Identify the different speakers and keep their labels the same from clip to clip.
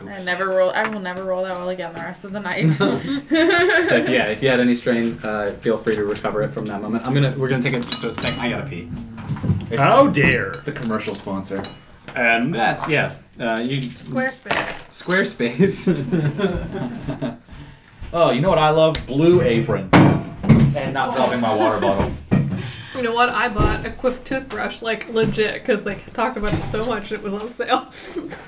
Speaker 1: I never roll. I will never roll that well again the rest of the night.
Speaker 2: So if, yeah, if you had any strain, uh, feel free to recover it from that moment. I'm gonna we're gonna take a, just a second. I gotta pee. It's
Speaker 3: Oh,
Speaker 4: How
Speaker 1: Oh,
Speaker 4: dare!
Speaker 2: the commercial sponsor.
Speaker 4: And
Speaker 2: That's yeah. Uh, you
Speaker 1: Squarespace.
Speaker 2: Squarespace.
Speaker 3: Oh, you know what I love? Blue Apron. And not dropping my water bottle.
Speaker 5: You know what? I bought a Quip toothbrush, like legit, because they talked about it so much it was on sale.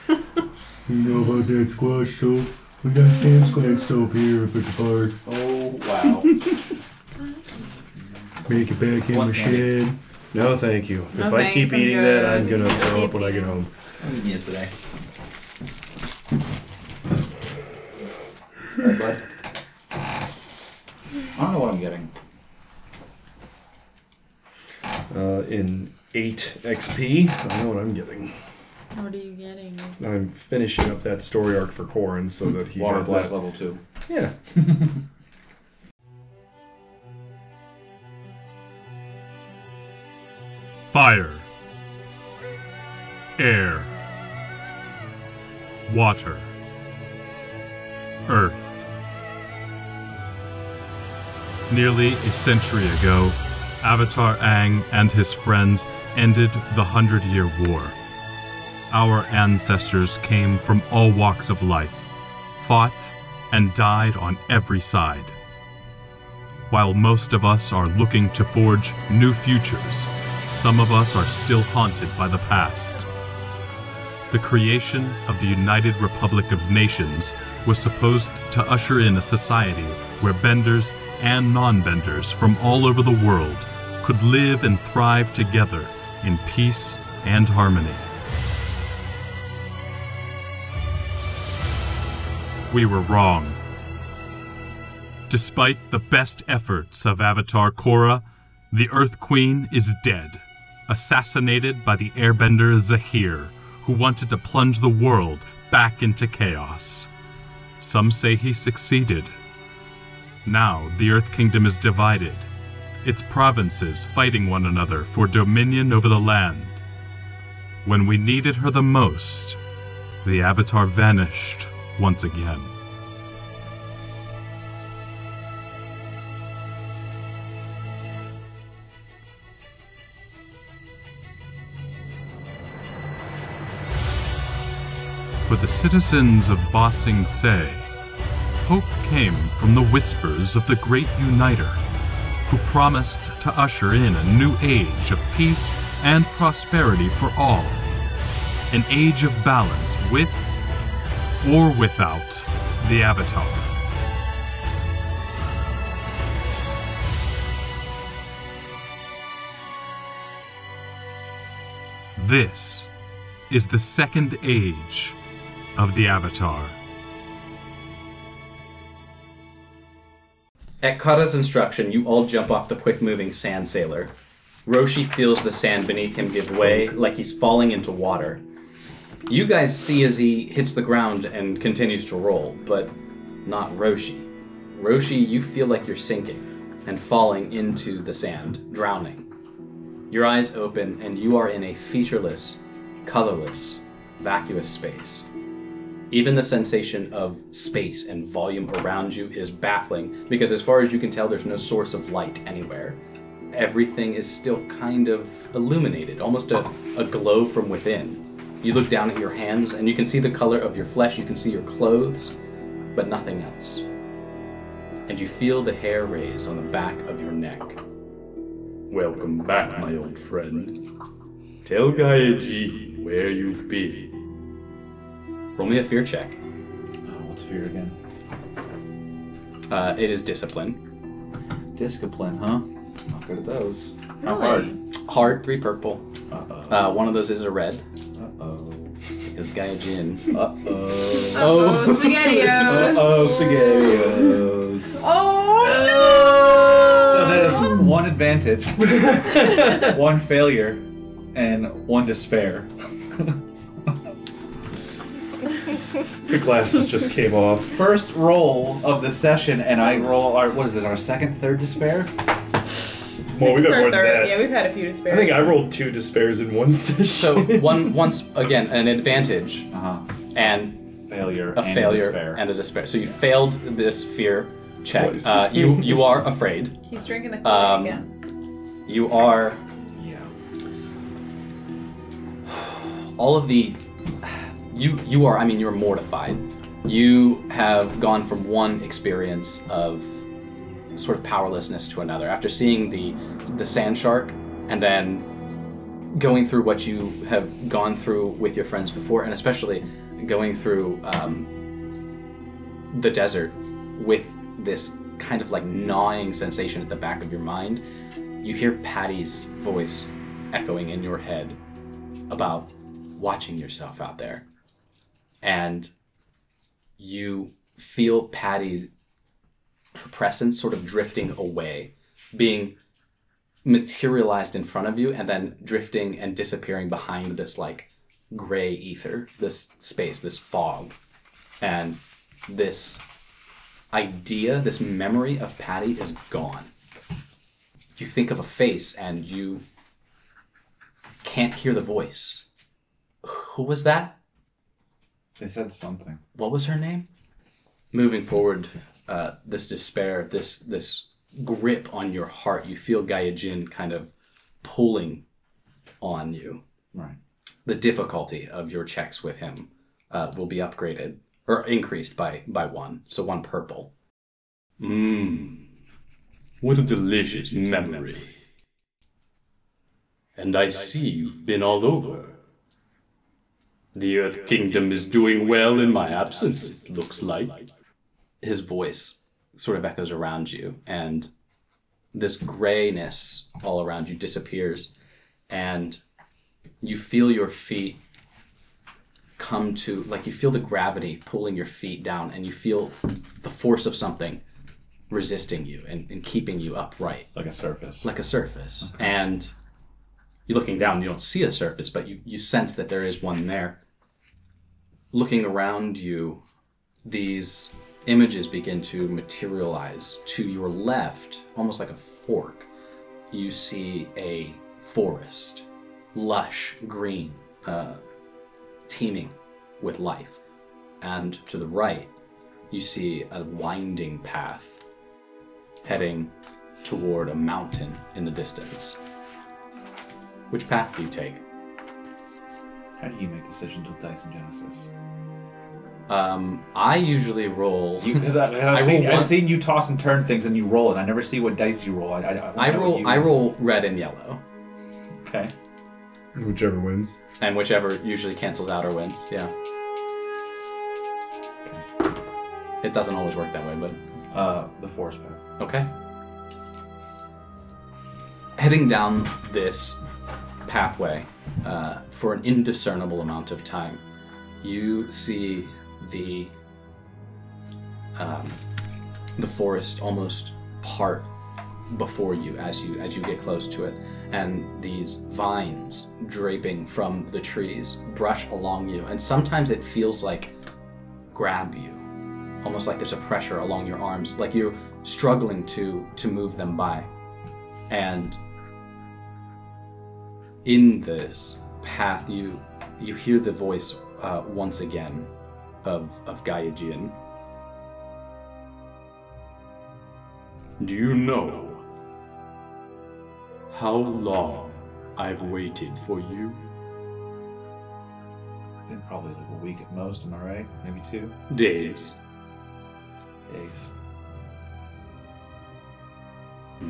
Speaker 6: You know about that squash soap? We got Sam's Squash soap here up at the park.
Speaker 3: Oh wow.
Speaker 6: Make it back in
Speaker 3: What
Speaker 6: the
Speaker 3: candy?
Speaker 6: shed.
Speaker 4: no, thank you.
Speaker 1: No
Speaker 4: if I
Speaker 1: thanks,
Speaker 4: keep
Speaker 1: I'm
Speaker 4: eating that,
Speaker 1: good.
Speaker 4: I'm gonna throw
Speaker 1: Keep
Speaker 4: up when I get
Speaker 1: eating.
Speaker 4: home.
Speaker 3: I'm eating it today.
Speaker 2: Right, bud?
Speaker 3: I don't know what I'm getting.
Speaker 4: Uh, in eight XP, I know what I'm getting.
Speaker 1: What are you getting?
Speaker 4: I'm finishing up that story arc for Corin so that he
Speaker 3: Water
Speaker 4: has
Speaker 3: blast
Speaker 4: that.
Speaker 3: level two.
Speaker 4: Yeah.
Speaker 7: Fire. Air. Water. Earth. Nearly a century ago, Avatar Aang and his friends ended the Hundred Year War. Our ancestors came from all walks of life, fought, and died on every side. While most of us are looking to forge new futures, some of us are still haunted by the past. The creation of the United Republic of Nations was supposed to usher in a society where benders and non benders from all over the world could live and thrive together in peace and harmony. We were wrong. Despite the best efforts of Avatar Korra, the Earth Queen is dead, assassinated by the airbender Zahir, who wanted to plunge the world back into chaos. Some say he succeeded. Now the Earth Kingdom is divided, its provinces fighting one another for dominion over the land. When we needed her the most, the Avatar vanished once again. For the citizens of Ba Sing Se, hope came from the whispers of the Great Uniter, who promised to usher in a new age of peace and prosperity for all. An age of balance with or without the Avatar. This is the second age of the Avatar.
Speaker 2: At Kara's instruction, you all jump off the quick moving sand sailor. Roshi feels the sand beneath him give way like he's falling into water. You guys see as he hits the ground and continues to roll, but not Roshi. Roshi, you feel like you're sinking and falling into the sand, drowning. Your eyes open, and you are in a featureless, colorless, vacuous space. Even the sensation of space and volume around you is baffling because, as far as you can tell, there's no source of light anywhere. Everything is still kind of illuminated, almost a, a glow from within. You look down at your hands and you can see the color of your flesh, you can see your clothes, but nothing else. And you feel the hair raise on the back of your neck. Welcome back, my old friend. Tell Gaiji where you've been. Roll me a fear check.
Speaker 3: Oh, what's fear again?
Speaker 2: Uh, it is discipline.
Speaker 3: Discipline, huh? Not good at those. How
Speaker 1: Really?
Speaker 2: Hard, three purple.
Speaker 3: hard? Uh
Speaker 2: Uh, one of those is a red.
Speaker 3: oh. Uh oh.
Speaker 2: Is Gaijin.
Speaker 3: Uh oh.
Speaker 1: Oh, SpaghettiOs.
Speaker 3: Oh, spaghettios.
Speaker 1: Oh
Speaker 3: So that is one advantage, one failure, and one despair.
Speaker 4: The glasses just came off.
Speaker 3: First roll of the session, and I roll our what is it? Our second, third despair.
Speaker 4: Well, we've
Speaker 1: no!
Speaker 4: got
Speaker 1: It's
Speaker 4: more
Speaker 1: our
Speaker 4: than
Speaker 1: third.
Speaker 4: that.
Speaker 1: Yeah, we've had a few to spare.
Speaker 4: I think I rolled two despairs in one session.
Speaker 2: So one once again an advantage
Speaker 3: Uh huh.
Speaker 2: and
Speaker 3: failure
Speaker 2: a
Speaker 3: Uh-huh. and
Speaker 2: failure
Speaker 3: despair.
Speaker 2: and a despair. So you failed this fear check.
Speaker 3: Twice.
Speaker 2: Uh, you you are afraid.
Speaker 1: He's drinking the Kool-Aid
Speaker 2: Um,
Speaker 1: again.
Speaker 2: You are
Speaker 3: yeah.
Speaker 2: all of the you you are I mean you're mortified. You have gone from one experience of sort of powerlessness to another after seeing the the sand shark and then going through what you have gone through with your friends before and especially going through um, the desert with this kind of like gnawing sensation at the back of your mind you hear patty's voice echoing in your head about watching yourself out there. And you feel Patty her presence sort of drifting away, being materialized in front of you and then drifting and disappearing behind this like gray ether, this space, this fog. And this idea, this memory of Patty is gone. You think of a face and you can't hear the voice. Who was that?
Speaker 3: They said something.
Speaker 2: What was her name? Moving forward, uh, this despair, this this grip on your heart, you feel Gaia Jin kind of pulling on you.
Speaker 3: Right.
Speaker 2: The difficulty of your checks with him uh, will be upgraded or increased by by one, so one purple. Mmm. What a delicious memory. And I see you've been all over. The Earth Kingdom is doing well in my absence, it looks like. His voice sort of echoes around you, and this grayness all around you disappears, and you feel your feet come to, like, you feel the gravity pulling your feet down, and you feel the force of something resisting you and, and keeping you upright
Speaker 3: Like a surface.
Speaker 2: like a surface. And you're looking down, you don't see a surface, but you, you sense that there is one there. Looking around you, these images begin to materialize. To your left, almost like a fork, you see a forest, lush green, uh, teeming with life. And to the right, you see a winding path heading toward a mountain in the distance. Which path do you take?
Speaker 3: How do you make decisions with dice and Genesis?
Speaker 2: Um, I usually roll.
Speaker 3: Because I've,
Speaker 2: I roll
Speaker 3: seen, I've
Speaker 2: one-
Speaker 3: seen you toss and turn things and you roll it. I never see what dice you roll. I, I, I,
Speaker 2: I
Speaker 3: know
Speaker 2: roll.
Speaker 3: you-
Speaker 2: I roll red and yellow,
Speaker 3: Okay.
Speaker 4: Whichever wins.
Speaker 2: and whichever usually cancels out or wins. Yeah. It doesn't always work that way, but
Speaker 3: Uh, the force path.
Speaker 2: Okay. Heading down this pathway uh, for an indiscernible amount of time, you see the um, the forest almost part before you as you as you get close to it, and these vines draping from the trees brush along you, and sometimes it feels like grab you almost like there's a pressure along your arms like you're struggling to to move them by and in this path you you hear the voice uh, once again of of Gaiajian.
Speaker 8: Do you know how long I've waited for you?
Speaker 3: Been probably like a week at most, am I right? Maybe two
Speaker 8: Days.
Speaker 3: days.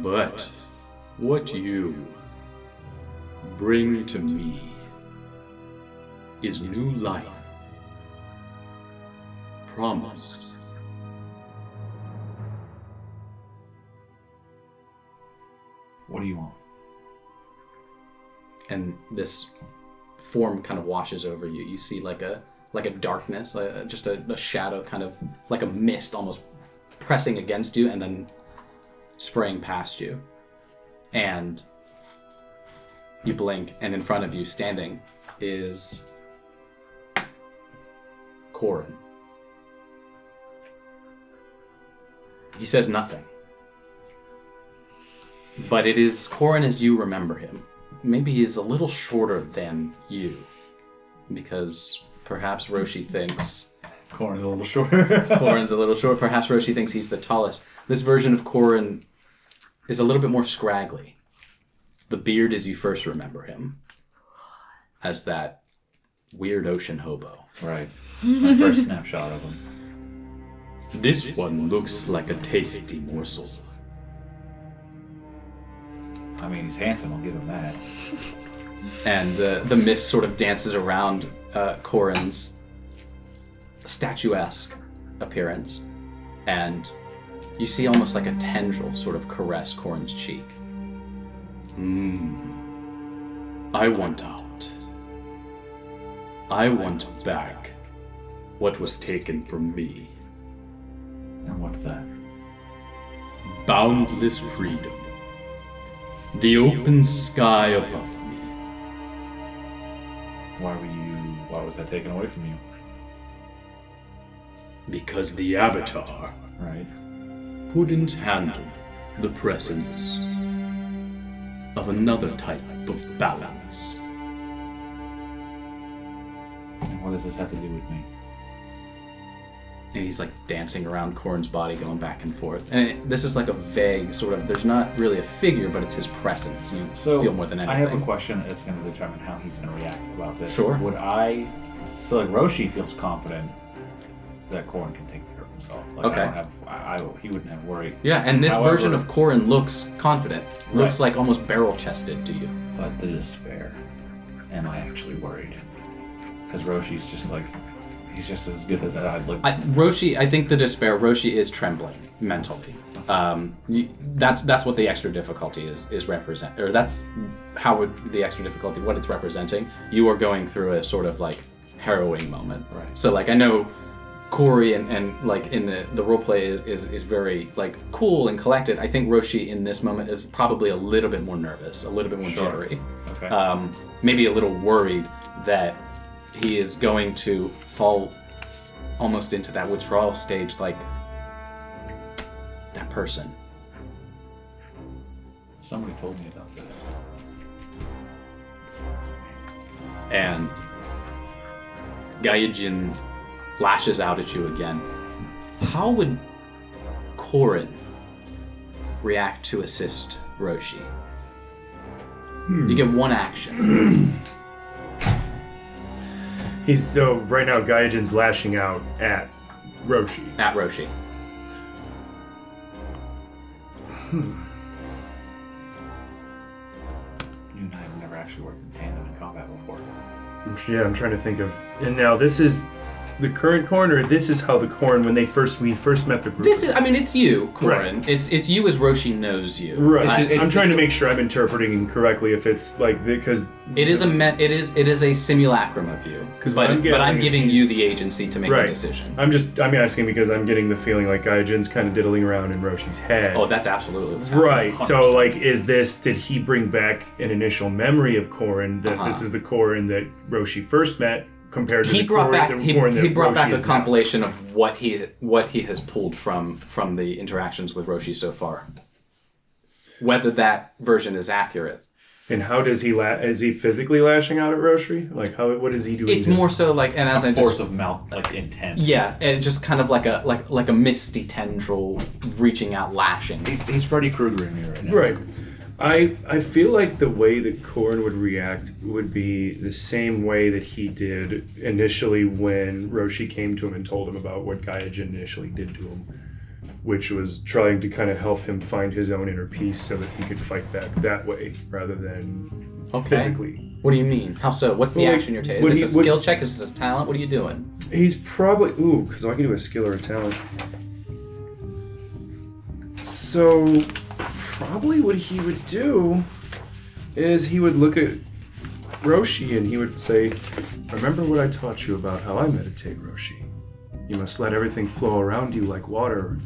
Speaker 8: But what you bring to me is new life, promise,
Speaker 3: What do you want?
Speaker 2: and this form kind of washes over you you see like a like a darkness uh, just a, a shadow kind of like a mist almost pressing against you and then spraying past you and you blink and in front of you standing is Corin. He says nothing. But it is Corin as you remember him. Maybe he is a little shorter than you. Because perhaps Roshi thinks
Speaker 3: Corn is a little short.
Speaker 2: Corin's a little short. Perhaps Roshi thinks he's the tallest. This version of Corin is a little bit more scraggly. The beard as you first remember him. As that weird ocean hobo.
Speaker 3: right. My first snapshot of him.
Speaker 2: This one looks like a tasty morsel.
Speaker 3: I mean, he's handsome. I'll give him that.
Speaker 2: And the, the mist sort of dances around uh, Corin's statuesque appearance. And you see almost like a tendril sort of caress Corin's cheek. Mmm. Hmm. I want out. I want back what was taken from me.
Speaker 3: And what's that?
Speaker 2: boundless freedom, the open sky above me.
Speaker 3: Why were you? Why was that taken away from you?
Speaker 2: Because the Avatar
Speaker 3: Right.
Speaker 2: couldn't handle the presence of another type of balance.
Speaker 3: And what does this have to do with me?
Speaker 2: And he's like dancing around Korn's body, going back and forth. And it, this is like a vague sort of. There's not really a figure, but it's his presence. You
Speaker 3: So
Speaker 2: feel more than anything.
Speaker 3: I have a question that's going to determine how he's going to react about this.
Speaker 2: Sure.
Speaker 3: Would I? So like Roshi feels confident that Korn can take care of himself. Like
Speaker 2: Okay.
Speaker 3: I don't have. I, I he wouldn't have worry.
Speaker 2: Yeah, and this
Speaker 3: However-
Speaker 2: version of Korin looks confident. Looks like almost barrel chested to you.
Speaker 3: But the despair. Am I actually worried? Because Roshi's just like he's just as good as I'd look.
Speaker 2: I, Roshi, I think the despair. Roshi is trembling mentally. Um, you, that's that's what the extra difficulty is is represent, or that's how it- the extra difficulty what it's representing. You are going through a sort of like harrowing moment.
Speaker 3: Right.
Speaker 2: So like I know Corey and, and like in the the roleplay is, is is very like cool and collected. I think Roshi in this moment is probably a little bit more nervous, a little bit more jittery
Speaker 3: okay.
Speaker 2: um, maybe a little worried that he is going to fall almost into that withdrawal stage like that person.
Speaker 3: Somebody told me about this.
Speaker 2: And Gaijin lashes out at you again. How would Korin react to assist Roshi?
Speaker 7: Hmm.
Speaker 2: You get one action.
Speaker 7: He's so right now. Gaijin's lashing out at Roshi.
Speaker 2: At Roshi.
Speaker 3: You and I have never actually worked in tandem in combat before.
Speaker 7: I'm tr- Yeah, I'm trying to think of. And now this is the current corn, or this is how the corn when they first we first met the group.
Speaker 2: This is I mean it's you, Korin.
Speaker 7: Right.
Speaker 2: It's it's you as Roshi knows you.
Speaker 7: right.
Speaker 2: I-
Speaker 7: I'm trying to make sure I'm interpreting correctly. If it's like because
Speaker 2: It is a me- it is it is a simulacrum of you,
Speaker 7: 'Cause what
Speaker 2: but
Speaker 7: I'm
Speaker 2: but I'm
Speaker 7: gathering is
Speaker 2: giving you
Speaker 7: he's-
Speaker 2: the agency to make the
Speaker 7: right
Speaker 2: decision.
Speaker 7: I'm just I'm asking because I'm getting the feeling like Gaijin's kind of diddling around in Roshi's head.
Speaker 2: Oh, that's absolutely what's happening.
Speaker 7: Right. So, like, is this? Did he bring back an initial memory of Corin? That this is the Corin that Roshi first met, compared to
Speaker 2: Uh-huh. He
Speaker 7: the
Speaker 2: brought
Speaker 7: Corin,
Speaker 2: back
Speaker 7: the
Speaker 2: he,
Speaker 7: Corin that
Speaker 2: he brought
Speaker 7: Roshi
Speaker 2: back a
Speaker 7: is now.
Speaker 2: compilation of what he what he has pulled from from the interactions with Roshi so far. Whether that version is accurate,
Speaker 7: And how does he? La- is he physically lashing out at Roshi? Like, how? What is he doing?
Speaker 2: it's
Speaker 7: to-
Speaker 2: more so like and as I
Speaker 3: Force
Speaker 2: just
Speaker 3: of mount, like intent.
Speaker 2: yeah, and just kind of like a like like a misty tendril reaching out, lashing.
Speaker 3: He's, he's Freddy Krueger in me right now.
Speaker 7: Right. I I feel like the way that Corin would react would be the same way that he did initially when Roshi came to him and told him about what Gaijin initially did to him, which was trying to kind of help him find his own inner peace so that he could fight back that way rather than
Speaker 2: Okay.
Speaker 7: physically.
Speaker 2: What do you mean? How so? What's the
Speaker 7: Well, like,
Speaker 2: action you're taking?
Speaker 7: would
Speaker 2: Is
Speaker 7: he-
Speaker 2: this a
Speaker 7: would-
Speaker 2: skill check? Is this a talent? What are you doing?
Speaker 7: He's probably ooh, because I can do a skill or a talent. So probably what he would do is he would look at Roshi and he would say, Remember what I taught you about how I meditate, Roshi. You must let everything flow around you like water,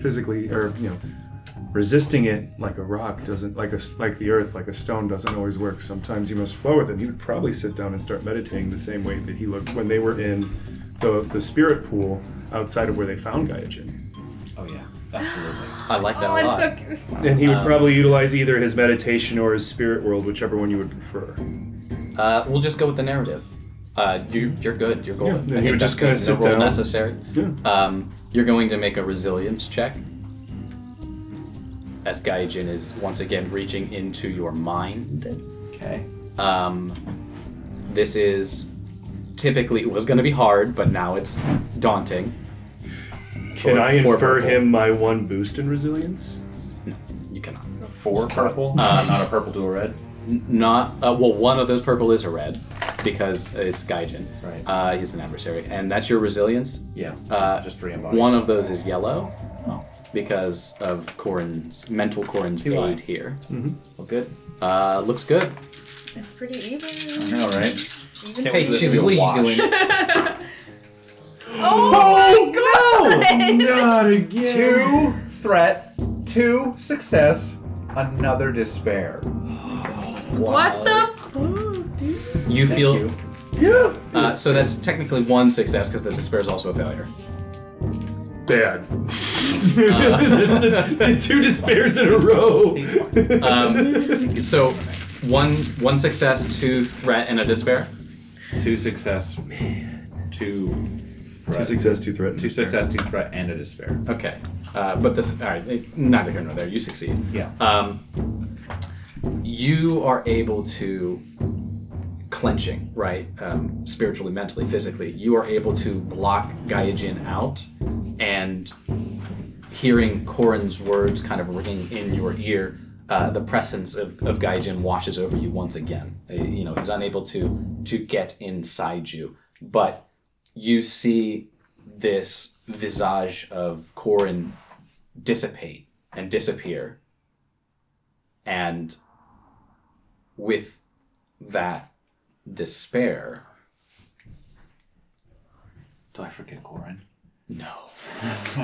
Speaker 7: physically, or, you know, resisting it like a rock doesn't, like a, like the earth, like a stone doesn't always work. Sometimes you must flow with it. He would probably sit down and start meditating the same way that he looked when they were in the, the spirit pool outside of where they found Gaijin.
Speaker 3: Oh yeah, absolutely.
Speaker 2: I like that
Speaker 5: Oh,
Speaker 2: a
Speaker 5: I
Speaker 2: lot.
Speaker 5: just got goosebumps.
Speaker 7: And he would probably utilize either his meditation or his spirit world, whichever one you would prefer.
Speaker 2: Uh, we'll just go with the narrative. Uh, you, you're good. You're golden.
Speaker 4: Yeah,
Speaker 2: I
Speaker 4: he
Speaker 2: think
Speaker 4: would just
Speaker 2: that's
Speaker 4: kinda sit
Speaker 2: no roll
Speaker 4: down.
Speaker 2: Necessary.
Speaker 4: Yeah.
Speaker 2: Um, you're going to make a resilience check. As Gaijin is once again reaching into your mind.
Speaker 3: Okay.
Speaker 2: Um, this is typically it was going to be hard, but now it's daunting.
Speaker 4: Can
Speaker 2: Or
Speaker 4: I
Speaker 2: four
Speaker 4: infer
Speaker 2: purple.
Speaker 4: him my one boost in resilience?
Speaker 2: No, you cannot.
Speaker 3: Four purple. not a purple to a red.
Speaker 2: Not uh, well. One of those purple is a red because it's Gaijin.
Speaker 3: Right.
Speaker 2: Uh, he's an adversary, and that's your resilience.
Speaker 3: Yeah.
Speaker 2: Uh,
Speaker 3: just three embodied.
Speaker 2: One of those is yellow
Speaker 3: Oh.
Speaker 2: because of Corin's mental Corin's
Speaker 3: Two eye.
Speaker 2: aid here.
Speaker 3: Well, good.
Speaker 2: Uh, looks good.
Speaker 1: It's pretty even.
Speaker 3: All right.
Speaker 1: even
Speaker 3: Hey,
Speaker 2: This
Speaker 3: Should
Speaker 2: is
Speaker 3: we
Speaker 2: what you
Speaker 3: wash?
Speaker 2: doing.
Speaker 4: Oh,
Speaker 6: Not again.
Speaker 3: Two threat, two success, another despair.
Speaker 5: What the?
Speaker 2: You feel.
Speaker 3: you.
Speaker 4: Yeah.
Speaker 2: Uh, so that's technically one success because the despair is also a failure.
Speaker 4: Bad. Uh, two despairs in a row.
Speaker 2: Um, so one one success, two threat, and a despair.
Speaker 3: Two success, two
Speaker 4: Two
Speaker 3: threat.
Speaker 4: success, two threat.
Speaker 3: Two success, two threat, and a despair.
Speaker 2: Okay. Uh, but this, all right, neither here nor there. You succeed.
Speaker 3: Yeah.
Speaker 2: Um, you are able to clenching, right? Um, spiritually, mentally, physically. You are able to block Gaijin out, and hearing Korin's words kind of ringing in your ear, uh, the presence of, of Gaijin washes over you once again. Uh, You know, he's unable to to get inside you, but you see this visage of Korin dissipate and disappear. And with that despair,
Speaker 3: Do I forget Corin?
Speaker 2: no.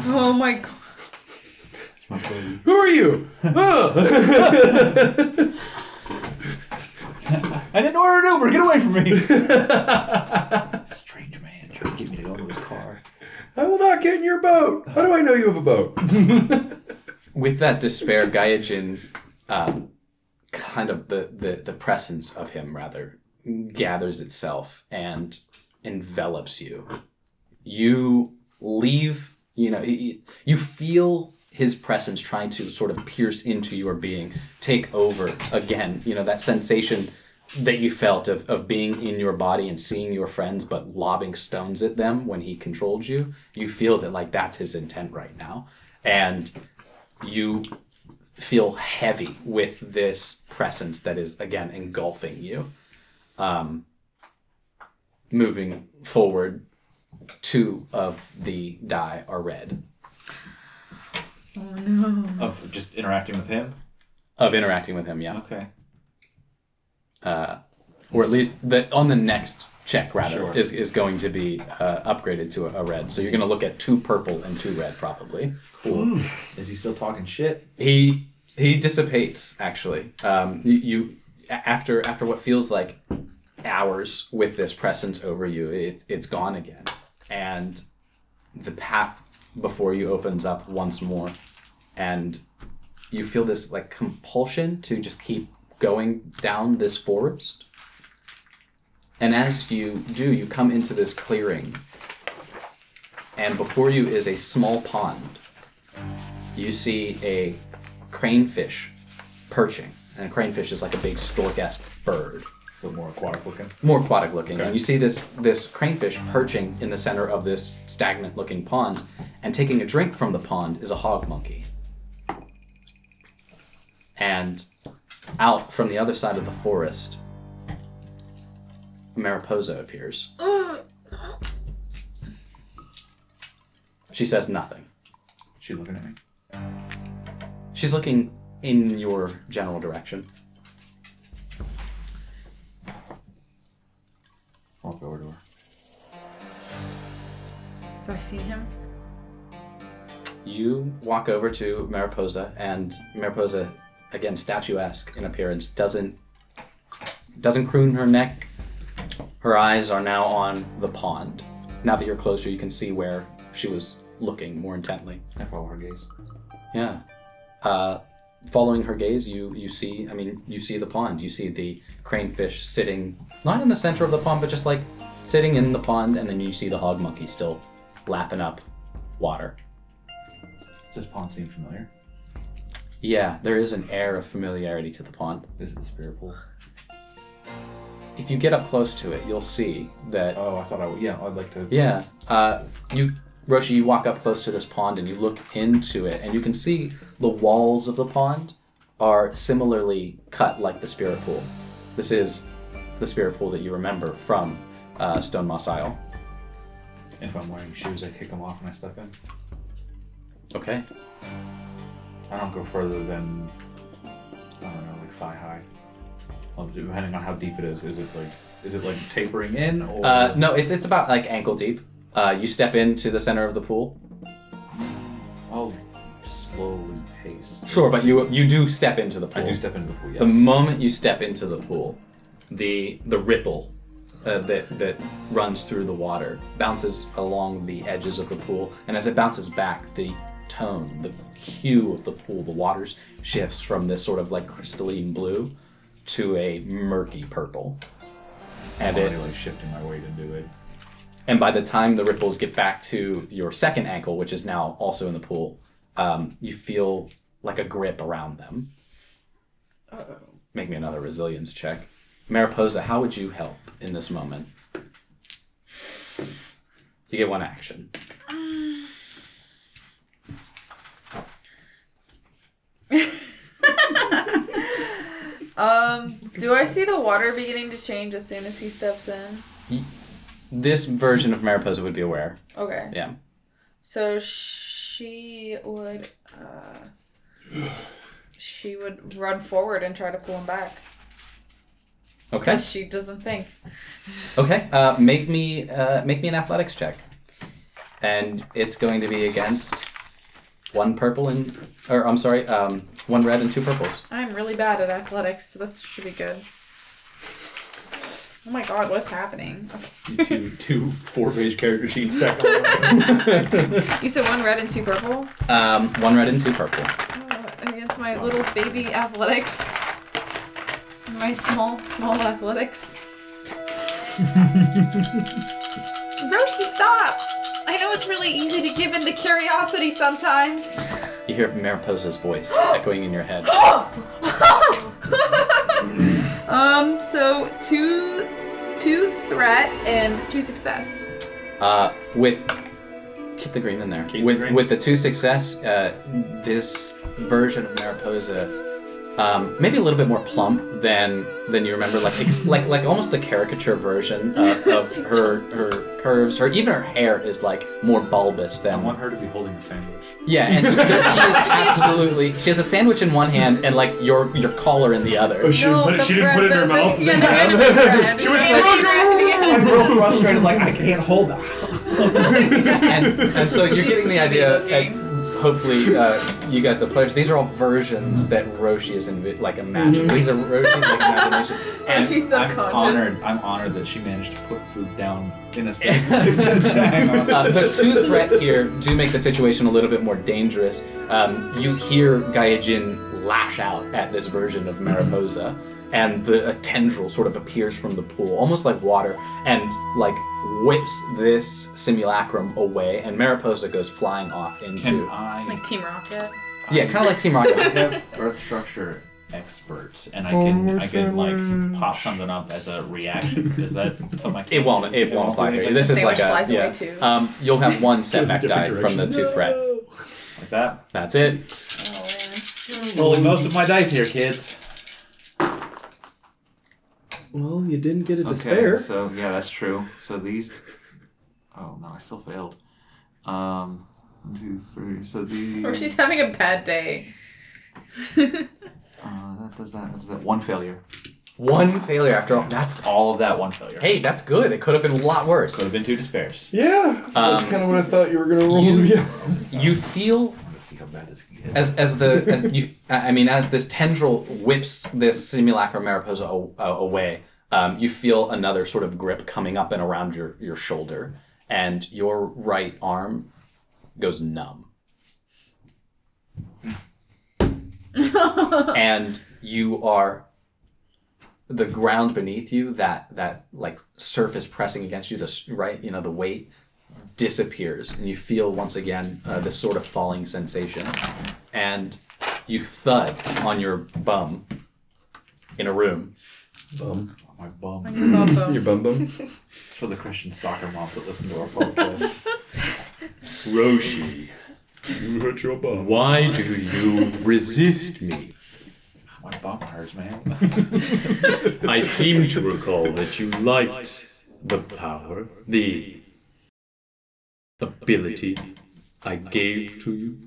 Speaker 5: Oh my god.
Speaker 4: Who are you? Oh.
Speaker 3: I didn't order an Uber. Get away from me. Strange man trying to get me to go to his car.
Speaker 4: I will not get in your boat. How do I know you have a boat?
Speaker 2: With that despair, Gaijin, uh, kind of the, the, the presence of him, rather, gathers itself and envelops you. You leave, you know, y- y- you feel his presence trying to sort of pierce into your being, take over again, you know, that sensation that you felt of, of being in your body and seeing your friends but lobbing stones at them when he controlled you you feel that like that's his intent right now and you feel heavy with this presence that is again engulfing you um, moving forward two of the die are red
Speaker 3: Of just interacting with him.
Speaker 2: of interacting with him yeah
Speaker 3: Okay.
Speaker 2: or at least the on the next check rather
Speaker 3: Sure.
Speaker 2: is, is going to be uh, upgraded to a, a red so you're going to look at two purple and two red probably
Speaker 3: Cool. Is he still talking shit?
Speaker 2: he he dissipates actually um you, you a- after after what feels like hours with this presence over you it, it's gone again and the path before you opens up once more and you feel this like compulsion to just keep going down this forest and as you do you come into this clearing and before you is a small pond you see a cranefish perching. And a cranefish is like a big stork-esque bird,
Speaker 3: A little more aquatic looking.
Speaker 2: more aquatic looking. And you see this this cranefish perching in the center of this stagnant-looking pond, and taking a drink from the pond is a hog monkey. And out from the other side of the forest, Mariposa appears. She says nothing.
Speaker 3: She looking at me.
Speaker 2: She's looking in your general direction.
Speaker 3: Walk over to her.
Speaker 1: Do I see him?
Speaker 2: You walk over to Mariposa, and Mariposa, again statuesque in appearance, doesn't doesn't croon her neck. Her eyes are now on the pond. Now that you're closer, you can see where she was looking more intently.
Speaker 3: I follow her gaze.
Speaker 2: Yeah. Uh, following her gaze, you you see. I mean, you see the pond. You see the cranefish sitting not in the center of the pond, but just like sitting in the pond, and then you see the hog monkey still lapping up water.
Speaker 3: Does pond seem familiar?
Speaker 2: Yeah, there is an air of familiarity to the pond.
Speaker 3: Is it the spirit pool?
Speaker 2: If you get up close to it, you'll see that
Speaker 3: Oh, I thought I would. Yeah, I'd like to.
Speaker 2: Yeah. Uh, you, Roshi, you walk up close to this pond and you look into it, and you can see the walls of the pond are similarly cut like the spirit pool. This is the spirit pool that you remember from uh, Stone Moss Isle.
Speaker 3: If I'm wearing shoes, I kick them off when I step in.
Speaker 2: Okay.
Speaker 3: I don't go further than I don't know, like thigh high. Well, depending on how deep it is, is it like is it like tapering in or
Speaker 2: Uh, no, it's it's about like ankle deep. Uh, you step into the center of the pool.
Speaker 3: I'll Oh, slowly pace.
Speaker 2: Sure, but you you do step into the
Speaker 3: I
Speaker 2: pool.
Speaker 3: do step into the pool. Yes.
Speaker 2: The moment you step into the pool, the the ripple uh, that that runs through the water bounces along the edges of the pool, and as it bounces back, the tone, the hue of the pool, the waters shifts from this sort of like crystalline blue to a murky purple. And
Speaker 3: I'm
Speaker 2: it,
Speaker 3: already, like shifting my weight into it.
Speaker 2: and by the time the ripples get back to your second ankle, which is now also in the pool, um, you feel like a grip around them. Make me another resilience check. Mariposa, how would you help in this moment? You get one action.
Speaker 1: Do I see the water beginning to change as soon as he steps in?
Speaker 2: This version of Mariposa would be aware.
Speaker 1: Okay.
Speaker 2: Yeah.
Speaker 1: So she would. Uh, she would run forward and try to pull him back.
Speaker 2: Okay.
Speaker 1: Because she doesn't think.
Speaker 2: Okay. Uh, make me uh, make me an athletics check, and it's going to be against one purple and or I'm sorry, um, one red and two purples.
Speaker 1: I'm really bad at athletics, so this should be good. Oh my god, what's happening?
Speaker 3: two two four page character sheets stacked.
Speaker 1: You said one red and two purple?
Speaker 2: Um, one red and two purple.
Speaker 1: Uh, against my little baby athletics. My small, small athletics. Roshi, stop! I know it's really easy to give in to curiosity sometimes.
Speaker 2: You hear Mariposa's voice echoing in your head.
Speaker 1: um, so two, two threat and two success.
Speaker 2: Uh, with keep the green in there.
Speaker 3: Keep the
Speaker 2: with
Speaker 3: green.
Speaker 2: with the two success, uh, this version of Mariposa, um, maybe a little bit more plump than than you remember, like ex- like like almost a caricature version of, of her her curves. Her even her hair is like more bulbous
Speaker 3: I
Speaker 2: than
Speaker 3: want her to be holding a sandwich.
Speaker 2: Yeah, and she, she is absolutely. She has a sandwich in one hand and like your your collar in the
Speaker 3: Oh,
Speaker 2: other.
Speaker 4: Oh, she didn't put it, she didn't put it in her mouth.
Speaker 1: Yeah, Oh, the bread was bread.
Speaker 4: She went like-
Speaker 1: And bread,
Speaker 3: I'm real frustrated. Like I can't hold that.
Speaker 2: and, and so you're
Speaker 1: She's-
Speaker 2: getting
Speaker 1: she's
Speaker 2: the idea.
Speaker 1: eating.
Speaker 2: And hopefully, uh, you guys, the players, these are all versions that Roshi is invi- like imagining.
Speaker 1: Mm-hmm.
Speaker 2: These are Roshi's like imagination.
Speaker 1: yeah.
Speaker 2: And
Speaker 1: She's
Speaker 3: I'm
Speaker 1: subconscious.
Speaker 3: honored. I'm honored that she managed to put food down in a sense. Hang on.
Speaker 2: Uh, the two threat here do make the situation a little bit more dangerous. Um, you hear Gaijin lash out at this version of Mariposa, and the a tendril sort of appears from the pool, almost like water, and like whips this simulacrum away, and Mariposa goes flying off
Speaker 3: Can
Speaker 2: into
Speaker 3: I?
Speaker 1: Like Team Rocket. Oh,
Speaker 2: yeah, kind of like Team Rocket.
Speaker 3: have earth structure experts, and I can I can like pop something up as a reaction. Is that something? I can
Speaker 2: It won't. It won't apply here. This is
Speaker 1: Sandwich
Speaker 2: like a
Speaker 1: flies away
Speaker 2: yeah.
Speaker 1: too.
Speaker 2: Um, you'll have one setback die
Speaker 4: different
Speaker 2: from the two threat.
Speaker 3: like that.
Speaker 2: That's it.
Speaker 3: Rolling most of my dice here, kids.
Speaker 4: Well, you didn't get a
Speaker 9: Okay,
Speaker 4: despair.
Speaker 9: so yeah, that's true. So these. Oh no, I still failed. Um, one, two, three. So the.
Speaker 1: Or she's having a bad day.
Speaker 9: Uh, that does that. that Does that. One failure.
Speaker 2: One failure after all. That's
Speaker 3: All of that one failure.
Speaker 2: hey, that's good. It could have been a lot worse.
Speaker 3: Could have been two despairs.
Speaker 4: Yeah, that's
Speaker 2: Um,
Speaker 4: kind of what I thought you were gonna roll.
Speaker 2: you-
Speaker 4: yeah.
Speaker 2: You feel
Speaker 3: Let's see how bad this can get.
Speaker 2: as as the as you I I mean as this tendril whips this simulacrum mariposa a- uh, away, um, you feel another sort of grip coming up and around your your shoulder, and your right arm goes numb, and you are the ground beneath you, that that like surface pressing against you, the s- right, you know, the weight disappears, and you feel once again uh, this sort of falling sensation, and you thud on your bum in a room.
Speaker 4: Bum.
Speaker 3: My bum.
Speaker 1: On your bum bum.
Speaker 4: Your bum bum.
Speaker 3: For the Christian soccer moms that listen to our podcast.
Speaker 2: Roshi,
Speaker 4: You hurt your bum.
Speaker 2: why do you resist me?
Speaker 3: My bum hurts, man.
Speaker 2: I seem to recall that you liked the power, the ability I gave to you.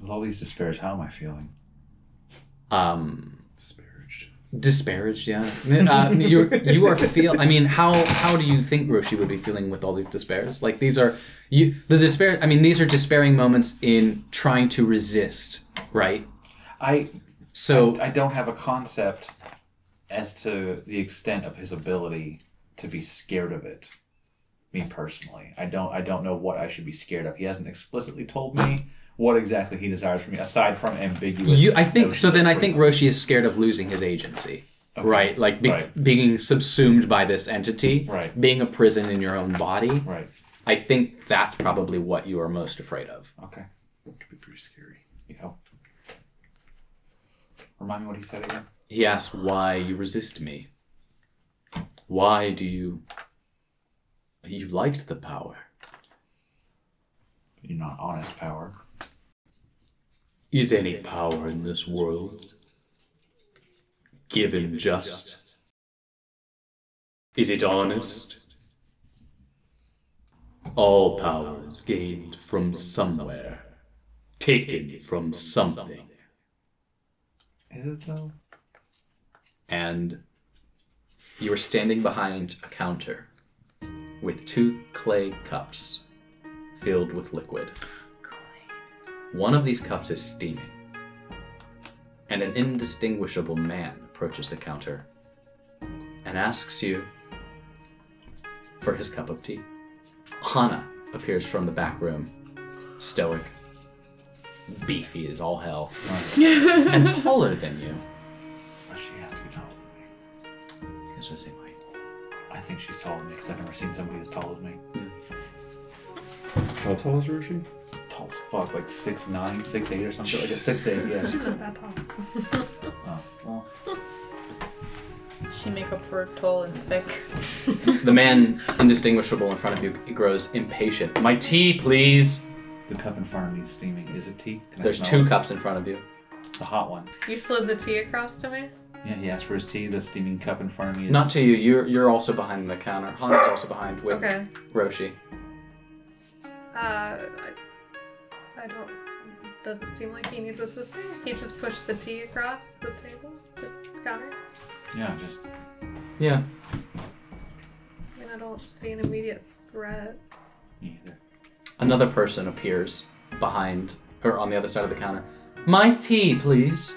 Speaker 3: With all these despairs, how am I feeling?
Speaker 2: Um, disparaged. Disparaged, yeah. Uh, you you are feel. I mean, how how do you think Roshi would be feeling with all these despairs? Like these are you the despair. I mean, these are despairing moments in trying to resist, right?
Speaker 3: I
Speaker 2: So
Speaker 3: I don't have a concept as to the extent of his ability to be scared of it. Me personally, I don't I don't know what I should be scared of. He hasn't explicitly told me what exactly he desires from me, aside from ambiguous.
Speaker 2: you, I think
Speaker 3: notions
Speaker 2: so.
Speaker 3: of
Speaker 2: Then I think
Speaker 3: freedom.
Speaker 2: Roshi is scared of losing his agency.
Speaker 3: Okay.
Speaker 2: Right, like be-
Speaker 3: Right.
Speaker 2: being subsumed by this entity,
Speaker 3: Right.
Speaker 2: being a prison in your own body.
Speaker 3: right.
Speaker 2: I think that's probably what you are most afraid of.
Speaker 3: Okay.
Speaker 7: Could be pretty scary.
Speaker 3: You know. Remind me what he said again.
Speaker 2: He asks why you resist me. Why do you. You liked the power.
Speaker 3: You're not honest, power.
Speaker 2: Is any power in this world given just? Is it honest? All power is gained from somewhere, taken from something.
Speaker 3: Is it though?
Speaker 2: and you are standing behind a counter with two clay cups filled with liquid. One of these cups is steaming, and an indistinguishable man approaches the counter and asks you for his cup of tea. Hana appears from the back room, stoic, beefy as all hell, and taller than you.
Speaker 3: Or Oh, she has to be taller than me.
Speaker 2: Because they're the same height.
Speaker 3: I think she's taller than me because I've never seen somebody as tall as me.
Speaker 4: How tall is Roshi?
Speaker 3: Tall as fuck, like six nine, six eight, or something like that. Six eight, yeah.
Speaker 5: She's not that tall.
Speaker 3: Oh, well,
Speaker 1: She make up for tall and thick.
Speaker 2: The man, indistinguishable in front of you, grows impatient. My tea, please.
Speaker 3: the cup in front of me is steaming. Is it tea? Can I
Speaker 2: There's
Speaker 3: smell
Speaker 2: two
Speaker 3: it?
Speaker 2: cups in front of you.
Speaker 3: The hot one.
Speaker 5: You slid the tea across to me?
Speaker 3: Yeah, he asked for his tea. The steaming cup in front of me is.
Speaker 2: Not to you. You're you're also behind the counter. Hana's also behind with
Speaker 5: Okay.
Speaker 2: Roshi.
Speaker 5: Uh, I, I don't. Doesn't seem like he needs assistance. He just pushed the tea across the table, the counter.
Speaker 3: Yeah, just.
Speaker 2: Yeah.
Speaker 5: I mean, I don't see an immediate threat.
Speaker 3: me either.
Speaker 2: Another person appears behind or on the other side of the counter. My tea, please.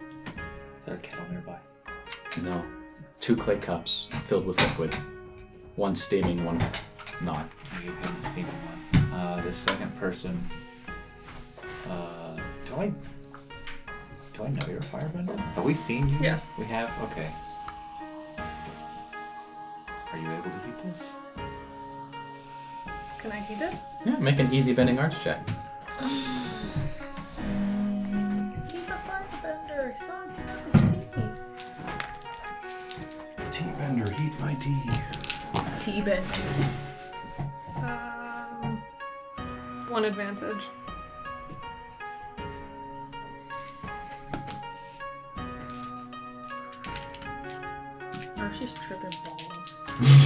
Speaker 3: Is there a kettle nearby?
Speaker 2: No. Two clay cups filled with liquid. One steaming, one not.
Speaker 3: I gave him the steaming one. Uh, the second person. Uh, do I. Do I know you're a firebender? Have we seen you?
Speaker 5: Yes.
Speaker 3: We have? Okay. Are you able to keep this?
Speaker 5: Can I heat it?
Speaker 2: Yeah. Make an easy bending arts check.
Speaker 1: He's a firebender. Son, he knows tea.
Speaker 7: Tea bender, heat my tea.
Speaker 1: Tea bend.
Speaker 5: Um, one advantage.
Speaker 1: Oh, she's tripping balls.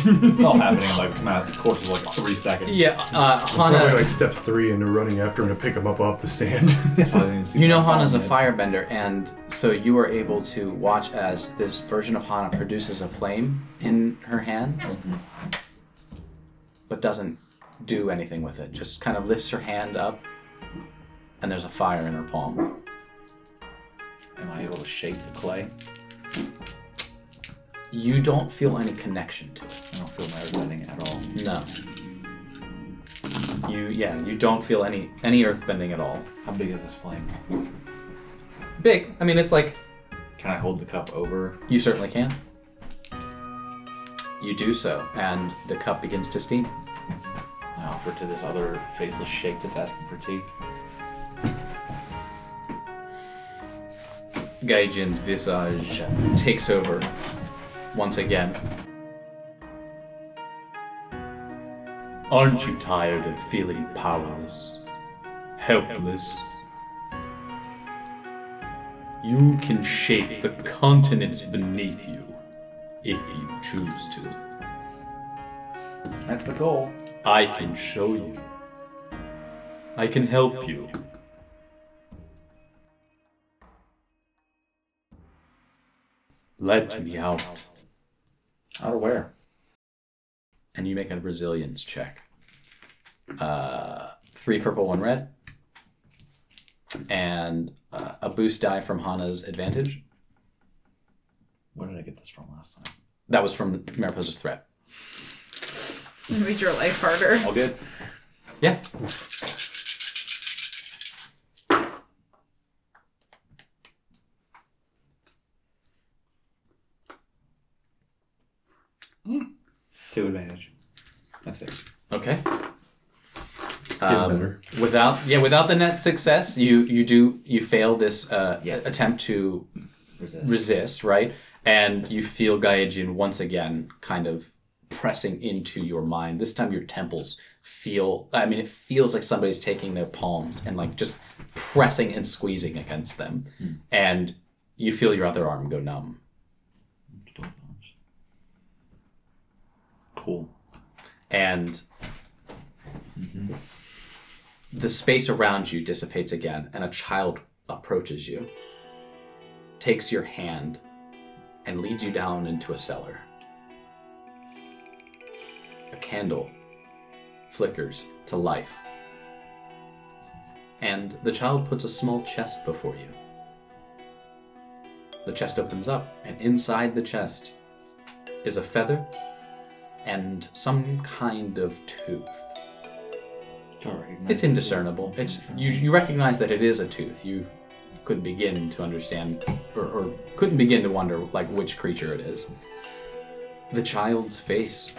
Speaker 3: It's all happening in like not the course of like three seconds.
Speaker 2: Yeah. Uh,
Speaker 7: Probably
Speaker 2: Hana.
Speaker 7: like step three into running after him to pick him up off the sand.
Speaker 2: You know Hana's a firebender, and so you are able to watch as this version of Hana produces a flame in her hands, but doesn't do anything with it. Just kind of lifts her hand up, and there's a fire in her palm.
Speaker 3: Am I able to shake the clay?
Speaker 2: You don't feel any connection to it.
Speaker 3: I don't feel my resenting at all.
Speaker 2: No. You yeah, you don't feel any any earthbending at all.
Speaker 3: How big is this flame?
Speaker 2: big. I mean, it's like
Speaker 3: Can I hold the cup over?
Speaker 2: you certainly can. You do so, and the cup begins to steam.
Speaker 3: I offer to this other faceless shake that's asking for tea.
Speaker 2: Gaijin's visage takes over once again. Aren't you tired of feeling powerless, helpless? You can shake the continents beneath you if you choose to.
Speaker 3: That's the goal.
Speaker 2: I can show you. I can help you. Let me out.
Speaker 3: Out of where?
Speaker 2: And you make a resilience check. Uh, three purple, one red. And uh, a boost die from Hana's advantage.
Speaker 3: Where did I get this from last time?
Speaker 2: That was from the Mariposa's threat.
Speaker 1: Made your life harder.
Speaker 3: All good.
Speaker 2: Yeah.
Speaker 3: Two advantage. That's it.
Speaker 2: Okay. Um,
Speaker 4: Getting better.
Speaker 2: Without yeah, without the net success, you you do you fail this uh,
Speaker 3: Yeah.
Speaker 2: attempt to
Speaker 3: Resist.
Speaker 2: resist, right? And you feel Gaijin once again kind of pressing into your mind. This time your temples feel I mean it feels like somebody's taking their palms and like just pressing and squeezing against them. And you feel your other arm go numb.
Speaker 3: Cool.
Speaker 2: And the space around you dissipates again and a child approaches you. Takes your hand and leads you down into a cellar. A candle flickers to life. And the child puts a small chest before you. The chest opens up, and inside the chest is a feather and some kind of tooth. It's indiscernible. It's
Speaker 3: Hmm.
Speaker 2: you, you recognize that it is a tooth. You couldn't begin to understand, or, or couldn't begin to wonder like which creature it is. The child's face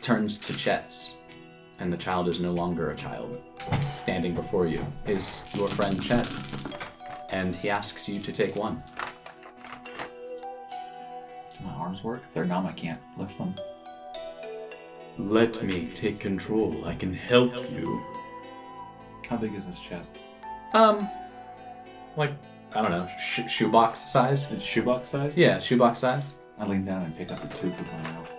Speaker 2: turns to Chet's, and the child is no longer a child. Standing before you is your friend Chet, and he asks you to take one.
Speaker 3: Do my arms work? If they're numb, I can't lift them.
Speaker 2: Let me take control. I can help you.
Speaker 3: How big is this chest?
Speaker 2: Um, like I don't know, sh- shoebox size.
Speaker 3: It's shoebox size?
Speaker 2: Yeah, shoebox size.
Speaker 3: I lean down and pick up the tooth with my mouth.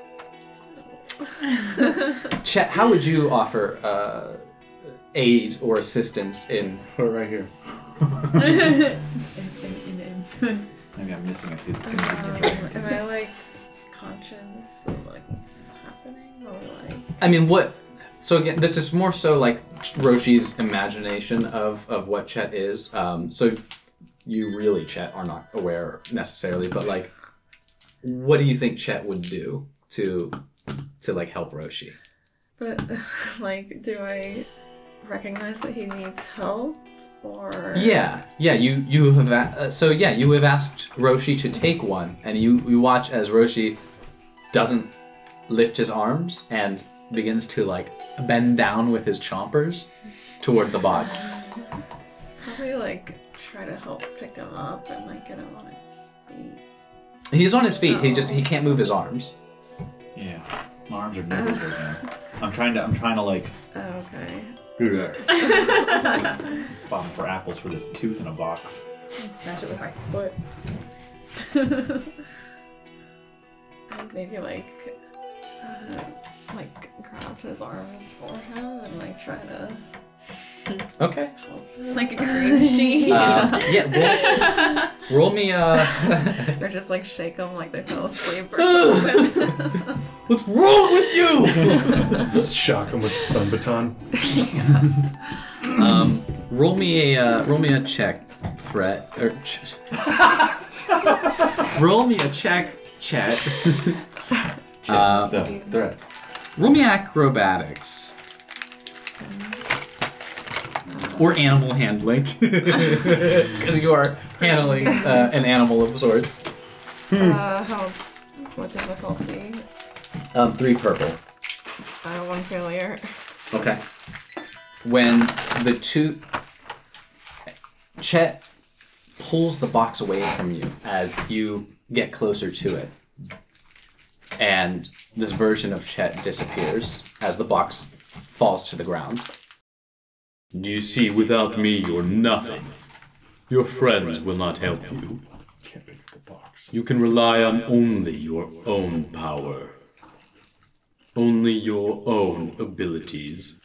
Speaker 2: Chet, how would you offer uh, aid or assistance in?
Speaker 3: right here.
Speaker 1: In-
Speaker 3: Maybe I'm missing a tooth.
Speaker 1: in- Am I like conscious of like what's happening or like?
Speaker 2: I mean, what? So again, this is more so like Roshi's imagination of of what Chet is. Um, so you really, Chet, are not aware necessarily, but like, what do you think Chet would do to to like help Roshi?
Speaker 1: But like, do I recognize that he needs help or?
Speaker 2: Yeah, yeah. You you have a- uh, so yeah. You have asked Roshi to take one, and you you watch as Roshi doesn't lift his arms and begins to like bend down with his chompers toward the box.
Speaker 1: Probably like try to help pick him up and like get him on his feet.
Speaker 2: He's on his feet. He just he can't move his arms.
Speaker 3: Yeah. My arms are numbers right now. I'm trying to I'm trying to like
Speaker 1: Oh, okay.
Speaker 3: bottom for apples for this tooth in a box.
Speaker 1: Smash it with my foot. And Maybe like, uh, like grab his arms for him and like try to
Speaker 2: Okay.
Speaker 1: help him. Like a green sheet.
Speaker 2: Uh, yeah. Roll, roll me. Uh,
Speaker 1: or just like shake them like they fell asleep or something.
Speaker 2: what's wrong with you?
Speaker 4: Just shock him with the stun baton.
Speaker 2: um, roll me a uh, roll me a check threat or. Ch- roll me a check. Chet. Uh,
Speaker 3: the threat.
Speaker 2: Roll me acrobatics. or animal handling, because you are handling uh, an animal of sorts.
Speaker 1: Uh, how? What difficulty?
Speaker 2: Um, three purple.
Speaker 1: Uh, one failure.
Speaker 2: Okay. When the two. Chet pulls the box away from you as you get closer to it. And this version of Chet disappears as the box falls to the ground.
Speaker 10: You see, without me, you're nothing. Your friends will not help you. You can rely on only your own power, only your own abilities.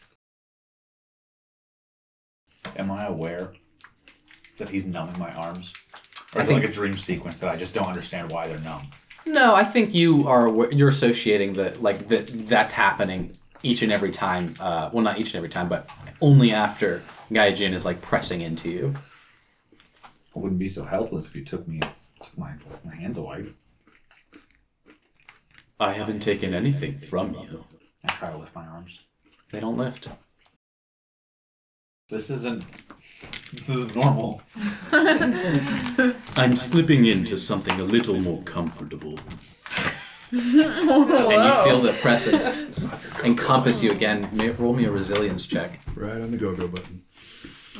Speaker 3: Am I aware that he's numb in my arms?
Speaker 2: I
Speaker 3: Or is it
Speaker 2: think-
Speaker 3: like a dream sequence that I just don't understand why they're numb?
Speaker 2: No, I think you are awa- you're associating that like that that's happening each and every time. Uh, well, not each and every time, but only after Gaijin is like pressing into you.
Speaker 3: I wouldn't be so helpless if you took me took my my hands away.
Speaker 10: I haven't taken anything from you.
Speaker 3: I try to lift my arms.
Speaker 2: They don't lift.
Speaker 3: This isn't this isn't normal.
Speaker 10: I'm slipping into something a little more comfortable.
Speaker 2: And you feel the presence encompass you again. May, roll me a resilience check.
Speaker 4: Right on the go-go button.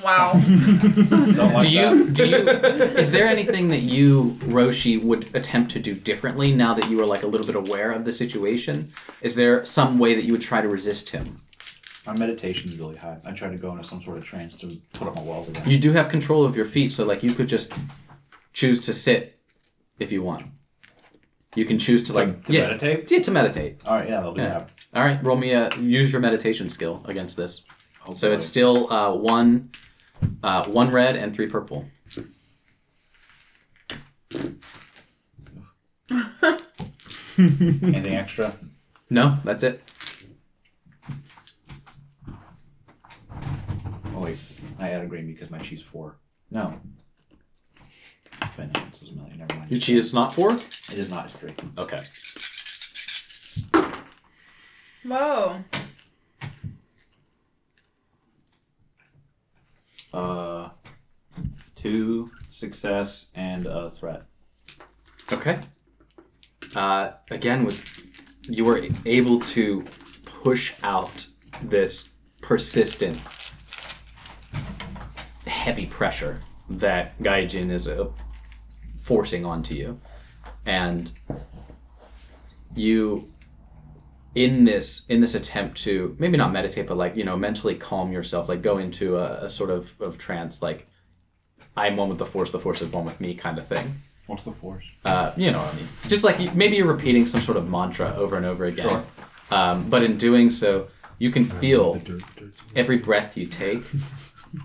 Speaker 1: Wow.
Speaker 3: Don't like
Speaker 2: Do you do you is there anything that you Roshi would attempt to do differently now that you are like a little bit aware of the situation? Is there some way that you would try to resist him?
Speaker 3: My meditation's really high. I try to go into some sort of trance to put up my walls again.
Speaker 2: You do have control of your feet, so like you could just choose to sit if you want. You can choose to like
Speaker 3: to
Speaker 2: yeah,
Speaker 3: meditate?
Speaker 2: Yeah, to meditate.
Speaker 3: All right, yeah, that'll be
Speaker 2: Yeah.
Speaker 3: that.
Speaker 2: All right, roll me a use your meditation skill against this.
Speaker 3: Oh,
Speaker 2: so
Speaker 3: boy.
Speaker 2: it's still uh, one, uh, one red and three purple.
Speaker 3: anything extra.
Speaker 2: No, that's it.
Speaker 3: Oh wait, I added green because my cheese four. No. Finance is a million. Never mind.
Speaker 2: Your chi is not four.
Speaker 3: It is not. It's three.
Speaker 2: Okay.
Speaker 1: Whoa.
Speaker 3: Uh, two success and a threat.
Speaker 2: Okay. Uh, again, with you were able to push out this persistent, heavy pressure that Gaijin is uh, forcing onto you, and you in this in this attempt to maybe not meditate but like you know mentally calm yourself like go into a, a sort of, of trance like i'm one with the force the force is one with me kind of thing
Speaker 3: What's the force?
Speaker 2: uh, you know what I mean. Just like you, maybe you're repeating some sort of mantra over and over again. Um, but in doing so, you can feel every breath you take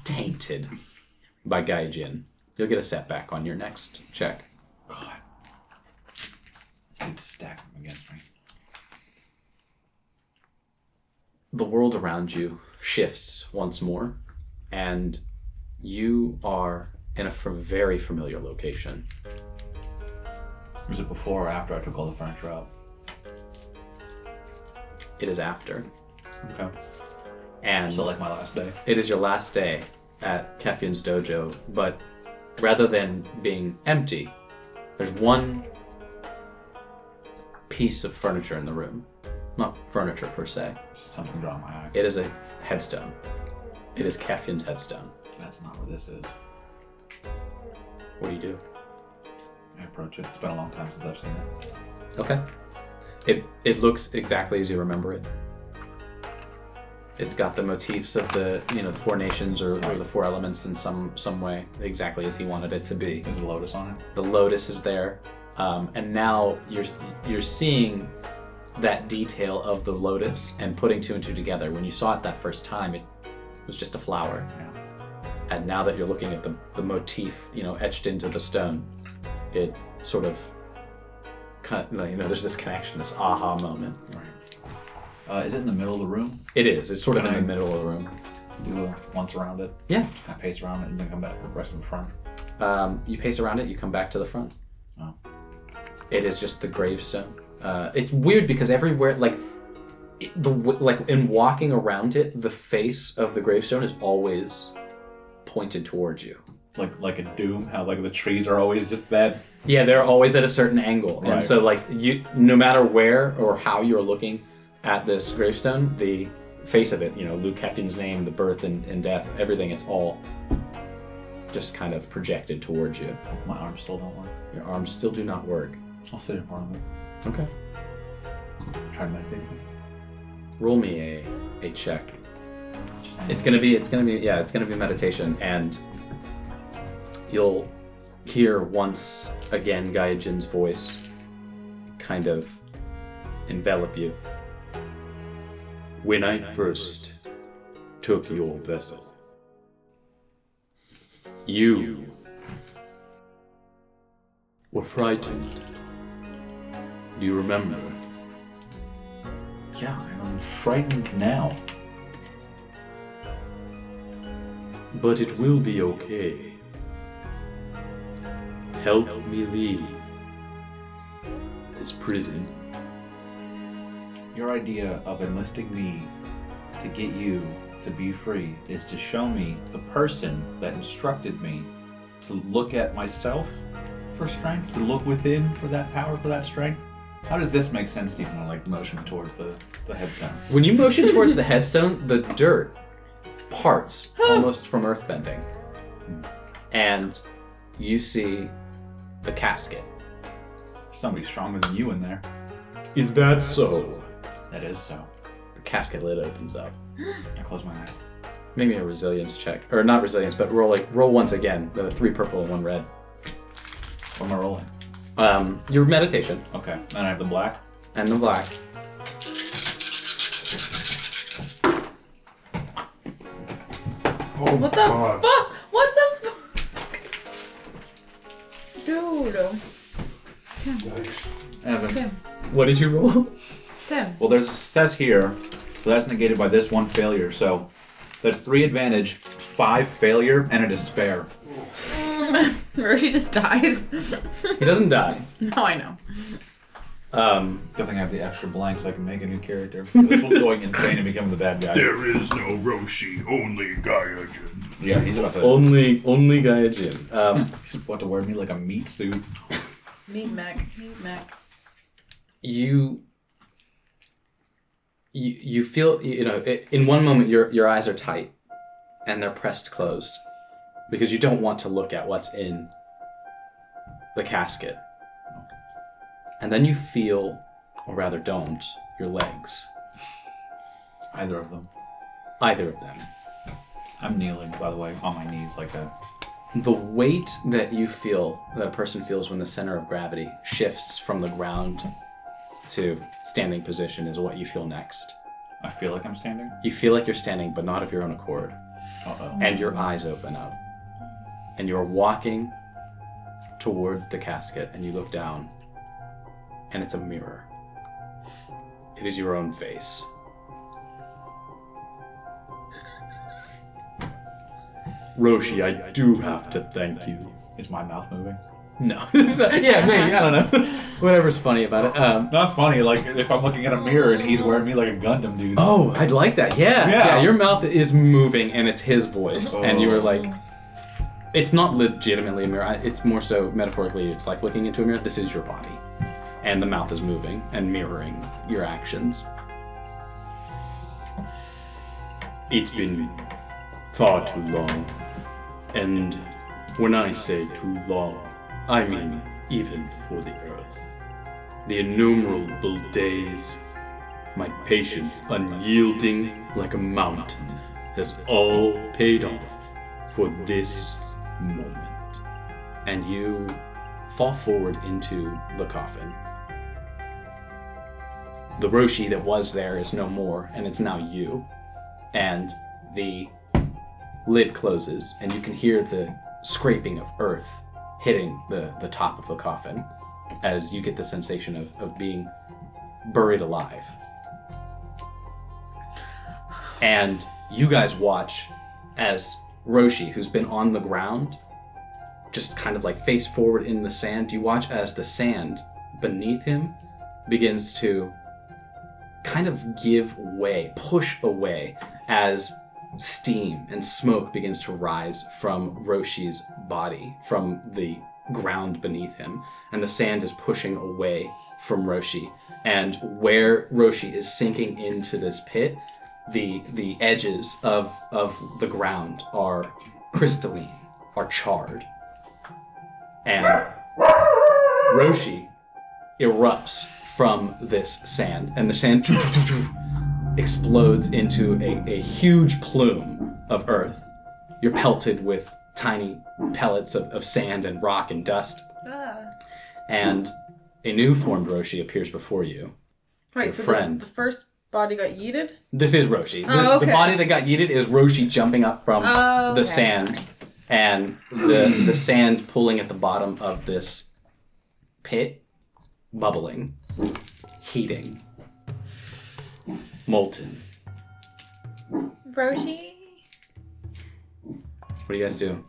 Speaker 2: tainted by Gaijin. You'll get a setback on your next check.
Speaker 3: This dude's stacked them against me.
Speaker 2: The world around you shifts once more, and you are in a f- very familiar location.
Speaker 3: Was it before or after I took all the furniture out?
Speaker 2: It is after,
Speaker 3: Okay.
Speaker 2: and
Speaker 3: So like my last day.
Speaker 2: It is your last day at Kefian's dojo, but rather than being empty, there's one piece of furniture in the room. Not furniture per se.
Speaker 3: Just something drawn my eye.
Speaker 2: It is a headstone. It is Kefian's headstone.
Speaker 3: That's not where this is.
Speaker 2: What do you do?
Speaker 3: I approach it. It's been a long time since I've seen it.
Speaker 2: Okay. It it looks exactly as you remember it. It's got the motifs of the you know the four nations or, or the four elements in some some way exactly as he wanted it to be.
Speaker 3: Is the lotus on it?
Speaker 2: the lotus is there um, and now you're you're seeing that detail of the lotus and putting two and two together when you saw it that first time it was just a flower
Speaker 3: Yeah.
Speaker 2: and now that you're looking at the, the motif you know etched into the stone it sort of cut you know there's this connection this aha moment
Speaker 3: Right. Uh, is it in the middle of the room?
Speaker 2: it is it's sort of in the
Speaker 3: Right.
Speaker 2: middle of the room
Speaker 3: Do a once around it.
Speaker 2: yeah
Speaker 3: I pace around it and then come back rest in front.
Speaker 2: um, you pace around it you come back to the front
Speaker 3: Oh.
Speaker 2: It is just the gravestone. Uh, it's weird because everywhere, like it, the w- like in walking around it, the face of the gravestone is always pointed towards you.
Speaker 3: Like like a doom, how like the trees are always just that.
Speaker 2: Yeah, they're always at a certain angle, and
Speaker 3: Right.
Speaker 2: so like you, no matter where or how you're looking at this gravestone, the face of it, you know, Luke Heffin's name, the birth and, and death, everything, it's all just kind of projected towards you.
Speaker 3: My arms still don't work.
Speaker 2: Your arms still do not work.
Speaker 3: I'll sit in front of it.
Speaker 2: Okay.
Speaker 3: Try to meditate.
Speaker 2: Roll me a, a check. It's gonna be it's gonna be yeah it's gonna be meditation and you'll hear once again Gaijin's voice kind of envelop you.
Speaker 10: When I first took your vessel, you were frightened. Do you remember?
Speaker 3: Yeah, I'm frightened now.
Speaker 10: But it will be okay. Help me leave this prison.
Speaker 3: Your idea of enlisting me to get you to be free is to show me the person that instructed me to look at myself for strength, to look within for that power, for that strength. How does this make sense to you when I like motion towards the, the headstone?
Speaker 2: When you motion towards the headstone, the dirt parts almost from earthbending. And you see the casket.
Speaker 3: Somebody stronger than you in there.
Speaker 10: Is that so?
Speaker 3: That is so.
Speaker 2: The casket lid opens up.
Speaker 3: I close my eyes.
Speaker 2: Make me a resilience check. Or not resilience, but roll like roll once again. The three purple and one red.
Speaker 3: What am I rolling?
Speaker 2: Um, your meditation
Speaker 3: Okay. And I have the black.
Speaker 2: and the black.
Speaker 1: What the
Speaker 6: Oh,
Speaker 1: fuck? What the fuck? Dude.
Speaker 3: Evan.
Speaker 2: What did you roll?
Speaker 1: Tim.
Speaker 3: Well, there's says here, so that's negated by this one failure. So that's three advantage, five failure, and a despair.
Speaker 1: Roshi just dies.
Speaker 2: He doesn't die.
Speaker 1: no, I know.
Speaker 2: Um,
Speaker 3: Good thing I have the extra blank so I can make a new character. This one's going insane and becoming the bad guy.
Speaker 6: There is no Roshi, only Gaijin.
Speaker 3: Yeah, he's about to.
Speaker 2: only only Gaijin. Um,
Speaker 3: He's about to wear me like a meat suit.
Speaker 1: Meat Mac. Meat Mac.
Speaker 2: you you you feel you know i- in one moment your your eyes are tight and they're pressed closed because you don't want to look at what's in the casket and then you feel or rather don't your legs
Speaker 3: Either of them.
Speaker 2: either of them
Speaker 3: I'm kneeling, by the way, on my knees like that.
Speaker 2: the weight that you feel that a person feels when the center of gravity shifts from the ground to standing position is what you feel next
Speaker 3: I feel like I'm standing.
Speaker 2: you feel like you're standing but not of your own accord
Speaker 3: Uh oh.
Speaker 2: and your eyes open up and you're walking toward the casket and you look down and it's a mirror it is your own face
Speaker 10: Roshi, I do have to thank you.
Speaker 3: Is my mouth moving?
Speaker 2: no It's not- yeah maybe i don't know whatever's funny about it um
Speaker 3: Not funny. Like if I'm looking at a mirror and he's wearing me like a Gundam dude.
Speaker 2: oh i'd like that yeah yeah,
Speaker 3: Yeah.
Speaker 2: your mouth is moving and it's his voice and you were like it's not legitimately a mirror I- it's more so metaphorically it's like looking into a mirror this is your body and the mouth is moving and mirroring your actions
Speaker 10: It's been far too long. And when I say too long, I mean even for the earth. The innumerable days, my patience unyielding like a mountain, has all paid off for this moment.
Speaker 2: and you fall forward into the coffin. The Roshi that was there is no more, and it's now you. And the lid closes, and you can hear the scraping of earth hitting the, the top of the coffin as you get the sensation of, of being buried alive. And you guys watch as Roshi, who's been on the ground, just kind of like face forward in the sand, you watch as the sand beneath him begins to kind of give way, push away as steam and smoke begins to rise from Roshi's body, from the ground beneath him, and the sand is pushing away from Roshi. And where Roshi is sinking into this pit, the the edges of of the ground are crystalline, are charred. And Roshi erupts from this sand, and the sand explodes into a, a huge plume of earth. You're pelted with tiny pellets of, of sand and rock and dust,
Speaker 1: Ah.
Speaker 2: and a new formed Roshi appears before you.
Speaker 1: Right,
Speaker 2: Your
Speaker 1: so
Speaker 2: friend.
Speaker 1: The, the first body got yeeted?
Speaker 2: This is Roshi. The,
Speaker 1: Oh,
Speaker 2: the
Speaker 1: okay.
Speaker 2: body that got yeeted is Roshi jumping up from
Speaker 1: Oh,
Speaker 2: the
Speaker 1: okay,
Speaker 2: sand and the the sand pulling at the bottom of this pit, bubbling, heating, molten.
Speaker 11: Roshi?
Speaker 2: What do you guys do?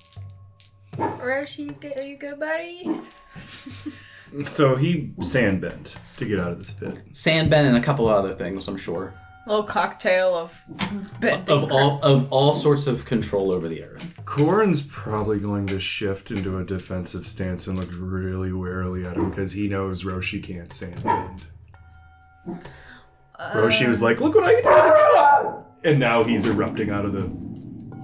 Speaker 11: Roshi, you good, are you good, buddy?
Speaker 4: So he sand bent to get out of this pit.
Speaker 2: Sandben and a couple other things, I'm sure.
Speaker 1: little cocktail of bending
Speaker 2: Of all of all sorts of control over the earth.
Speaker 4: Corin's probably going to shift into a defensive stance and look really warily at him because he knows Roshi can't sand bend. Roshi was like, "Look what I can do with a cup," and now he's erupting out of the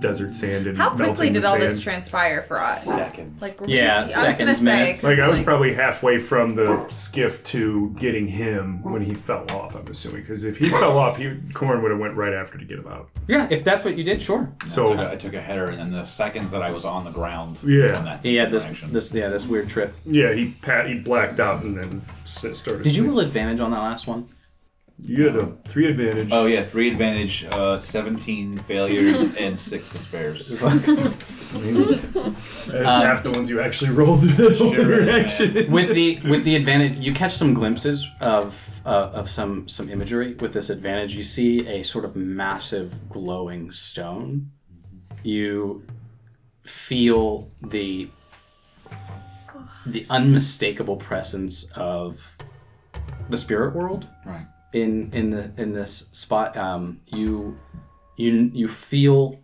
Speaker 4: desert sand and
Speaker 1: How quickly
Speaker 4: melting
Speaker 1: did
Speaker 4: the
Speaker 1: all
Speaker 4: sand.
Speaker 1: this transpire for us? Seconds. Like,
Speaker 2: Yeah,
Speaker 1: I was
Speaker 2: seconds,
Speaker 1: gonna say,
Speaker 2: minutes.
Speaker 1: 'cause,
Speaker 4: Like I was probably halfway from the skiff to getting him when he fell off. I'm assuming because if he fell off, he Corn would have went right after to get him out.
Speaker 2: Yeah, if that's what you did, sure.
Speaker 4: So-
Speaker 3: I took a, I took a header, and then the seconds that I was on the ground,
Speaker 4: Yeah.
Speaker 3: on that
Speaker 2: He had this
Speaker 3: direction.
Speaker 2: this yeah, this weird trip.
Speaker 4: Yeah, he pat he blacked out and then s- started.
Speaker 2: Did you roll advantage on that last one?
Speaker 4: You had a three advantage.
Speaker 3: Oh yeah, three advantage, uh, seventeen failures, and six despairs.
Speaker 4: That's
Speaker 7: Um,
Speaker 4: half the ones you actually rolled. Action.
Speaker 2: with the with the advantage, you catch some glimpses of uh, of some some imagery with this advantage. You see a sort of massive glowing stone. You feel the the unmistakable presence of the spirit world
Speaker 3: Right.
Speaker 2: in in the in this spot. Um, you you you feel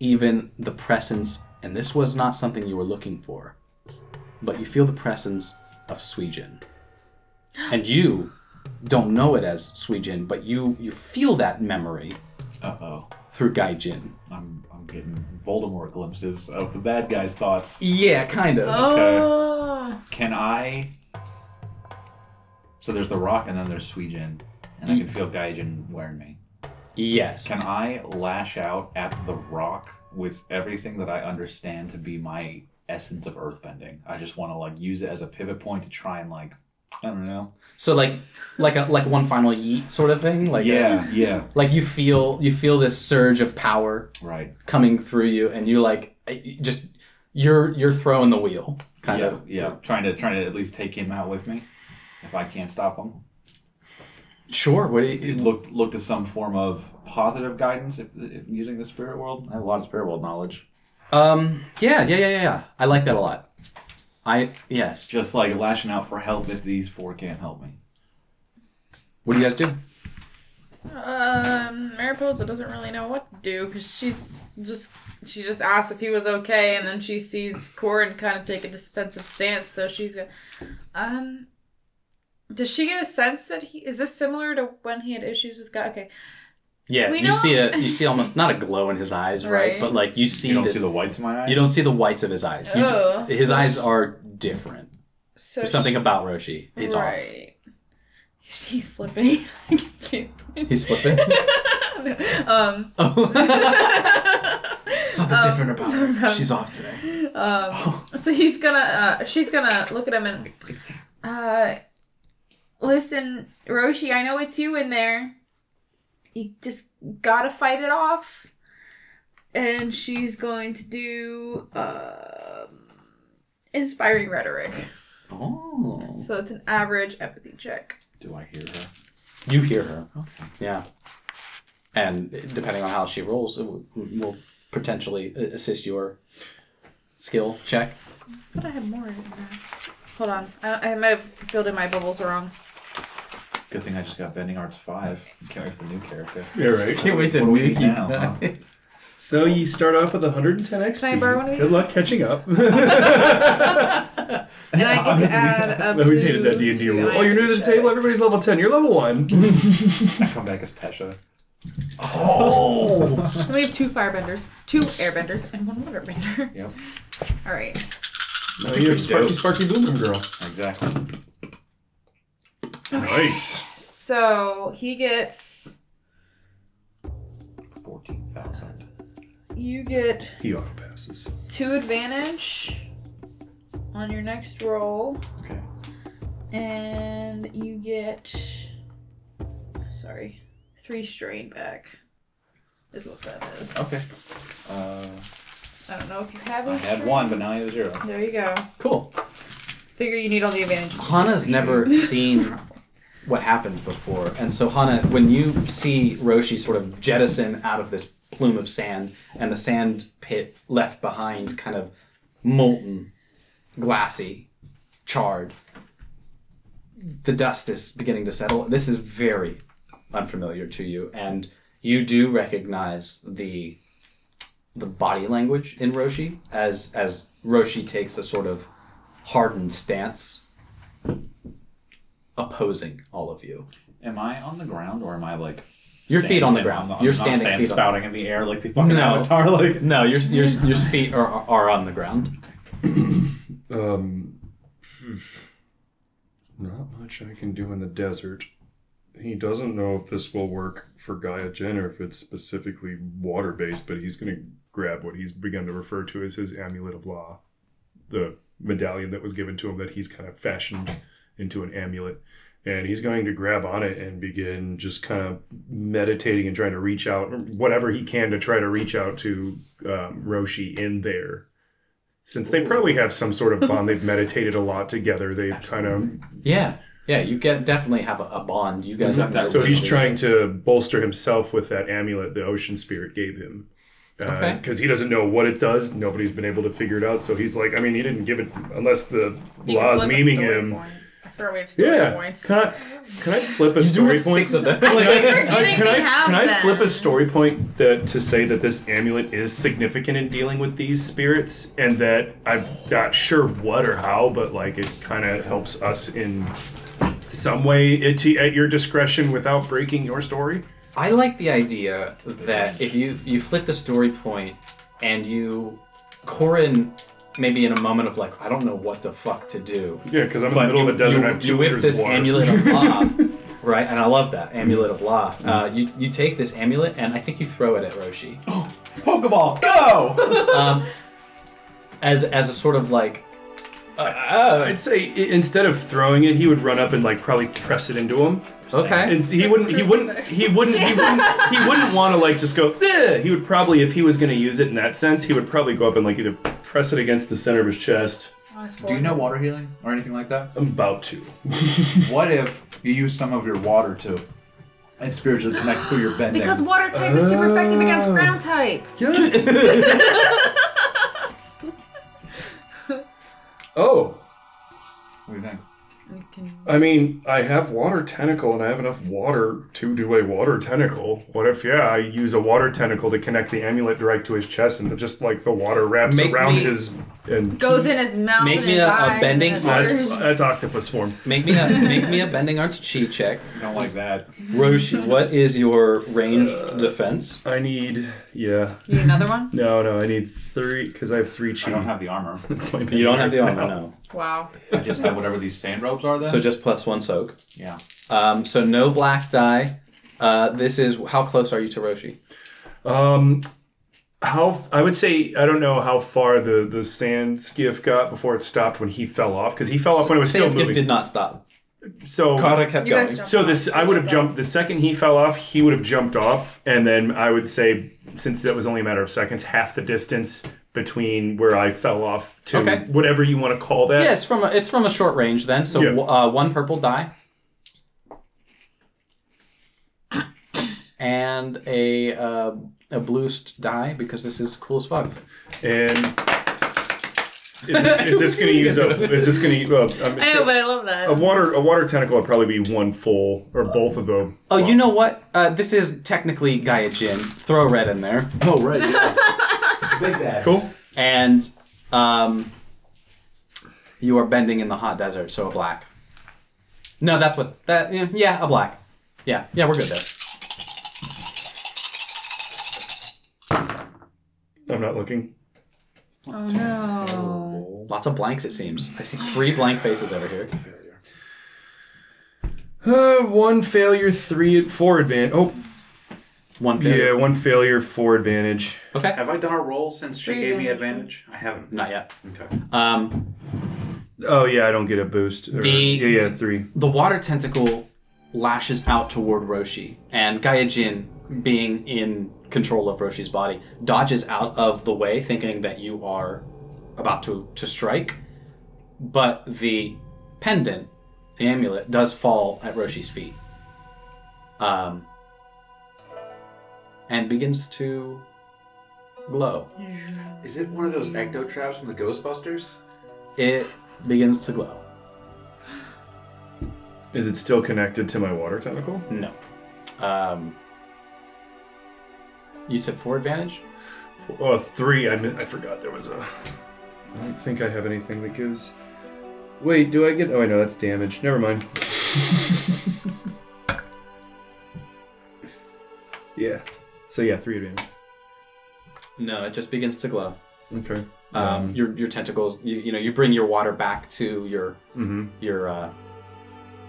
Speaker 2: even the presence, and this was not something you were looking for but you feel the presence of Suijin. And you don't know it as Suijin, but you you feel that memory
Speaker 3: Uh oh,
Speaker 2: through Gaijin.
Speaker 3: I'm I'm getting Voldemort glimpses of the bad guy's thoughts.
Speaker 2: Yeah, kind of.
Speaker 1: Oh.
Speaker 3: Can I? So there's the Rock, and then there's Suijin, and I can feel Gaijin wearing me.
Speaker 2: Yes.
Speaker 3: Can I lash out at the Rock with everything that I understand to be my essence of earthbending? I just want to like use it as a pivot point to try and like I don't know.
Speaker 2: So like like a like one final yeet sort of thing. Like a-
Speaker 3: yeah, yeah,
Speaker 2: like you feel you feel this surge of power
Speaker 3: right.
Speaker 2: coming through you, and you like eh, just you're you're throwing the wheel kind
Speaker 3: yeah,
Speaker 2: of.
Speaker 3: yeah. Trying to trying to at least take him out with me, if I can't stop him.
Speaker 2: Sure. What do you,
Speaker 3: It looked look to some form of positive guidance if, if using the spirit world. I have a lot of spirit world knowledge.
Speaker 2: um. Yeah. Yeah. Yeah. yeah, Yeah. I like that a lot. I yes.
Speaker 3: Just like lashing out for help if these four can't help me.
Speaker 2: What do you guys do?
Speaker 1: Um, Mariposa doesn't really know what to do because she's just she just asks if he was okay, and then she sees Corin kind of take a defensive stance, so she's going. Um, does she get a sense that he is this similar to when he had issues with God? Okay,
Speaker 2: Yeah,
Speaker 1: We
Speaker 2: you
Speaker 1: don't-
Speaker 2: see a you see almost not a glow in his eyes, right?
Speaker 1: Right.
Speaker 2: But like you see
Speaker 3: You don't
Speaker 2: this,
Speaker 3: see the whites of my eyes.
Speaker 2: you don't see the whites of his eyes. You-
Speaker 1: Oh,
Speaker 2: his
Speaker 1: so
Speaker 2: eyes
Speaker 1: sh-
Speaker 2: are different.
Speaker 1: so
Speaker 2: There's something about Roshi.
Speaker 1: she,
Speaker 2: He's
Speaker 1: right. She's slipping. I can feel
Speaker 2: off. He's slipping.
Speaker 1: it. um,
Speaker 2: Oh. something different about
Speaker 1: something
Speaker 2: her.
Speaker 1: about-
Speaker 2: She's off today.
Speaker 7: Oh.
Speaker 1: Um, so he's gonna, uh, she's gonna look at him and, uh, listen, Roshi, I know it's you in there. You just gotta fight it off. And she's going to do, um, inspiring rhetoric.
Speaker 2: Oh.
Speaker 1: So it's an average empathy check.
Speaker 3: Do I hear her?
Speaker 2: You hear her. Yeah. And depending on how she rolls, it will, will potentially a- assist your skill check.
Speaker 1: I thought I had more in there. Hold on, I, I might have filled in my bubbles wrong.
Speaker 3: Good thing I just got Bending Arts five. Can't wait for the new character.
Speaker 4: Yeah, right.
Speaker 2: Can't wait to
Speaker 3: What do we
Speaker 2: nuke
Speaker 3: do now,
Speaker 2: you guys.
Speaker 7: So you start off with 110 XP.
Speaker 1: Can I borrow one of
Speaker 7: Good
Speaker 1: these?
Speaker 7: luck catching up.
Speaker 1: And I get to add up
Speaker 7: I always hated that D and D rule. Oh, you're new to the table. Everybody's level 10. You're level one. I
Speaker 3: come back as Pesha.
Speaker 7: Oh.
Speaker 1: So we have two firebenders, two airbenders, and one waterbender.
Speaker 3: Yep.
Speaker 1: All right.
Speaker 7: Now you have Sparky,
Speaker 3: Dope.
Speaker 7: Sparky Boom Boom Girl.
Speaker 3: Exactly.
Speaker 7: Nice.
Speaker 1: So he gets.
Speaker 3: 14,000.
Speaker 1: You get
Speaker 7: He auto passes.
Speaker 1: two advantage on your next roll.
Speaker 3: Okay.
Speaker 1: And you get. Sorry. Three strain back. Is what that is.
Speaker 3: Okay. Uh,
Speaker 1: I don't know if you have
Speaker 3: I
Speaker 1: any
Speaker 3: had
Speaker 1: strain.
Speaker 3: one, but now I have zero.
Speaker 1: There you go.
Speaker 2: Cool.
Speaker 1: Figure you need all the advantages.
Speaker 2: Hana's never seen what happened before, and so Hana, when you see Roshi sort of jettison out of this plume of sand, and the sand pit left behind, kind of molten, glassy, charred, the dust is beginning to settle. This is very unfamiliar to you, and you do recognize the the body language in Roshi as as Roshi takes a sort of hardened stance opposing all of you.
Speaker 3: Am I on the ground or am I like.
Speaker 2: Your feet on the
Speaker 3: standing?
Speaker 2: ground.
Speaker 3: I'm not-
Speaker 2: you're
Speaker 3: I'm not
Speaker 2: standing
Speaker 3: sand
Speaker 2: feet on-
Speaker 3: spouting in the air like the fucking
Speaker 2: no.
Speaker 3: avatar. Like.
Speaker 2: No, your your your feet are are on the ground.
Speaker 7: Um, not much I can do in the desert. He doesn't know if this will work for Gaia Jin or if it's specifically water based, but he's going to grab what he's begun to refer to as his amulet of law, the medallion that was given to him that he's kind of fashioned into an amulet. And he's going to grab on it and begin just kind of meditating and trying to reach out, whatever he can to try to reach out to um, Roshi in there since they probably have some sort of bond they've meditated a lot together they've kind of
Speaker 2: Yeah, yeah. You get definitely have a, a bond. You guys have never
Speaker 7: Mm-hmm. so he's
Speaker 2: really-
Speaker 7: trying to bolster himself with that amulet the ocean spirit gave him because
Speaker 2: Okay.
Speaker 7: he doesn't know what it does nobody's been able to figure it out so he's like i mean he didn't give it unless the
Speaker 1: You can
Speaker 7: law's
Speaker 1: flip a
Speaker 7: memeing
Speaker 1: story
Speaker 7: him
Speaker 1: point. I throw away story
Speaker 7: yeah
Speaker 1: points.
Speaker 7: can I, can I flip a story point
Speaker 2: six of them.
Speaker 7: Like,
Speaker 1: You're
Speaker 7: I-
Speaker 1: getting
Speaker 7: can I,
Speaker 1: to have
Speaker 7: can I
Speaker 1: them.
Speaker 7: flip a story point that to say that this amulet is significant in dealing with these spirits and that I'm not sure what or how, but like it kind of helps us in some way at, at your discretion without breaking your story?
Speaker 2: I like the idea that if you you flip the story point and you Corin maybe in a moment of like I don't know what the fuck to do.
Speaker 7: Yeah, 'cause I'm in the
Speaker 2: But
Speaker 7: middle of
Speaker 2: you-
Speaker 7: the desert,
Speaker 2: You,
Speaker 7: I have two
Speaker 2: you whip
Speaker 7: liters
Speaker 2: this
Speaker 7: of water.
Speaker 2: amulet of law, right? And I love that amulet of law.
Speaker 7: Mm-hmm.
Speaker 2: Uh, you you take this amulet and I think you throw it at Roshi.
Speaker 3: Pokeball, go!
Speaker 2: um, as as a sort of like
Speaker 7: I'd say i- instead of throwing it, he would run up and like probably press it into him.
Speaker 2: Okay.
Speaker 7: And see, he wouldn't. He wouldn't. He wouldn't. He wouldn't. He wouldn't want to like just go. "Eh." He would probably, if he was going to use it in that sense, he would probably go up and like either press it against the center of his chest.
Speaker 3: Do you know water healing or anything like that?
Speaker 7: I'm about to.
Speaker 3: what if you use some of your water to and spiritually connect through your bending?
Speaker 1: Because water type is super effective against ground type.
Speaker 7: Oh,
Speaker 3: What do you think?
Speaker 1: You can-
Speaker 7: I mean, I have water tentacle and I have enough water to do a water tentacle. What if, yeah, I use a water tentacle to connect the amulet direct to his chest and just like the water wraps
Speaker 2: Make
Speaker 7: around
Speaker 2: me-
Speaker 7: his and
Speaker 1: Goes in his mouth.
Speaker 2: Make
Speaker 1: and
Speaker 2: me
Speaker 1: his
Speaker 2: a- a
Speaker 1: eyes
Speaker 2: bending
Speaker 1: and his
Speaker 2: arts-
Speaker 1: ears.
Speaker 7: that's, that's octopus form.
Speaker 2: make me a make me a bending arts chi check.
Speaker 3: Don't like that.
Speaker 2: Roshi, what is your ranged defense?
Speaker 7: I need, yeah,
Speaker 1: You need another one?
Speaker 7: no, no, I need three because I have three chi.
Speaker 3: I don't have the armor.
Speaker 7: That's my
Speaker 2: You don't have the
Speaker 7: parents
Speaker 2: armor,
Speaker 7: now.
Speaker 2: no.
Speaker 1: Wow.
Speaker 3: I just have whatever these sand robes are then.
Speaker 2: So just plus one soak.
Speaker 3: yeah.
Speaker 2: Um, so no black die. Uh, this is how close are you to Roshi?
Speaker 7: Um, how I would say I don't know how far the the sand skiff got before it stopped when he fell off because he fell off when Oh, it was still
Speaker 2: Sales
Speaker 7: moving.
Speaker 2: did not stop.
Speaker 7: so
Speaker 2: Kara kept
Speaker 1: You guys
Speaker 2: going.
Speaker 1: jumped
Speaker 7: So
Speaker 1: off.
Speaker 7: this, I would have jumped the second he fell off. He would have jumped off, and then I would say, since that was only a matter of seconds, half the distance between where I fell off to
Speaker 2: Okay.
Speaker 7: whatever you want to call that.
Speaker 2: Yeah, it's from a, it's from a short range then. So
Speaker 7: Yeah.
Speaker 2: uh, one purple die. And a uh, a blue st- die because this is cool as fuck.
Speaker 7: And
Speaker 4: Is, it, is this going to use up? Is this going to? Uh, I'm
Speaker 1: I know,
Speaker 4: sure-
Speaker 1: but I love that.
Speaker 4: a water a water tentacle would probably be one full or both of them.
Speaker 2: Oh, you know what? Uh, this is technically Gaia Jin. Throw red in there. Oh, right. Cool. And um, you are bending in the hot desert, so a black. No, that's what that. Yeah, yeah a black. Yeah, yeah, we're good there.
Speaker 4: I'm not looking.
Speaker 1: Oh no.
Speaker 2: Lots of blanks, it seems. I see three blank faces over here.
Speaker 7: Uh, one failure, three, four advantage. Oh,
Speaker 2: one
Speaker 7: Yeah,
Speaker 3: failure.
Speaker 7: one failure, four advantage.
Speaker 2: Okay.
Speaker 3: Have I done a roll since she gave me advantage? I haven't.
Speaker 2: Not yet.
Speaker 3: Okay.
Speaker 2: Um,
Speaker 7: oh yeah, I don't get a boost. or-
Speaker 2: The
Speaker 7: yeah, yeah, three.
Speaker 2: The water tentacle lashes out toward Roshi, and Gaijin, being in control of Roshi's body, dodges out of the way, thinking that you are about to, to strike. But the pendant, the amulet, does fall at Roshi's feet. Um, and begins to glow.
Speaker 3: Is it one of those ecto traps from the Ghostbusters?
Speaker 2: It begins to glow.
Speaker 4: Is it still connected to my water tentacle?
Speaker 2: No. Um, you said four advantage?
Speaker 4: Oh, three. I mi- I forgot there was a. I don't think I have anything that gives.
Speaker 7: Wait, do I get? Oh, I know that's damage. Never mind. yeah. So yeah, three advantage.
Speaker 2: No, it just begins to glow.
Speaker 7: Okay.
Speaker 2: Um, your your tentacles, you, you know, you bring your water back to your
Speaker 4: Mhm.
Speaker 2: your uh,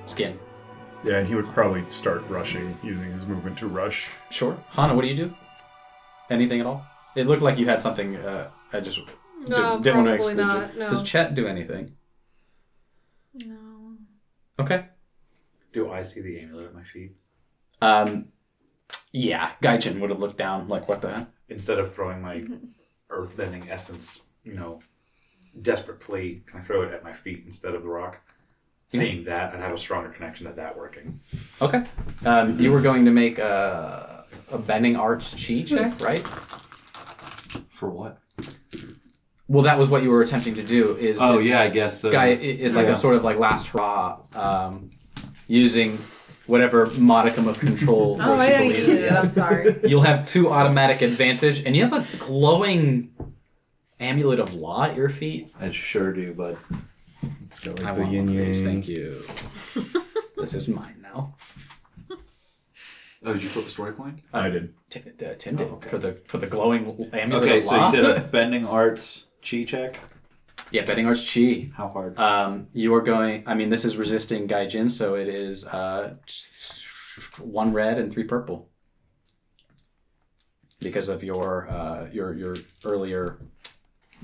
Speaker 2: skin.
Speaker 4: Yeah, and he would probably start rushing using his movement to rush.
Speaker 2: Sure. Hana, what do you do? Anything at all? It looked like you had something. Uh, I just
Speaker 5: No,
Speaker 2: wanna
Speaker 5: probably
Speaker 2: exclude you.
Speaker 5: not, no.
Speaker 2: Does Chet do anything? No. Okay.
Speaker 3: Do I see the amulet at my feet?
Speaker 2: Um, yeah, Gaijin would have looked down like, what the heck?
Speaker 3: Instead of throwing my earthbending essence, you know, desperate plea, can I throw it at my feet instead of the rock? Seeing that, I'd have a stronger connection to that working.
Speaker 2: Okay. Um, you were going to make a, a bending arts chi check, right?
Speaker 3: For what?
Speaker 2: Well, that was what you were attempting to do. Is
Speaker 3: Oh,
Speaker 2: is-
Speaker 3: yeah, I guess, uh,
Speaker 2: guy i- is like
Speaker 3: yeah.
Speaker 2: a sort of like last hurrah, um, using whatever modicum of control.
Speaker 1: Oh,
Speaker 2: Roshi
Speaker 1: I know you
Speaker 2: believes
Speaker 1: did
Speaker 2: he
Speaker 1: it. I'm
Speaker 2: has.
Speaker 1: sorry.
Speaker 2: You'll have two automatic advantage, and you have a glowing amulet of law at your feet.
Speaker 3: I sure do, bud.
Speaker 2: Let's go. I want one of these. Thank you. this is mine now.
Speaker 3: Oh, did you flip a story point?
Speaker 2: I did. T- uh, Tim did for the for the glowing amulet.
Speaker 3: Okay,
Speaker 2: of
Speaker 3: so you
Speaker 2: law.
Speaker 3: said a bending arts chi check.
Speaker 2: Yeah, betting arts chi.
Speaker 3: How hard?
Speaker 2: Um, you are going. I mean, this is resisting gaijin, so it is uh, one red and three purple because of your uh, your your earlier.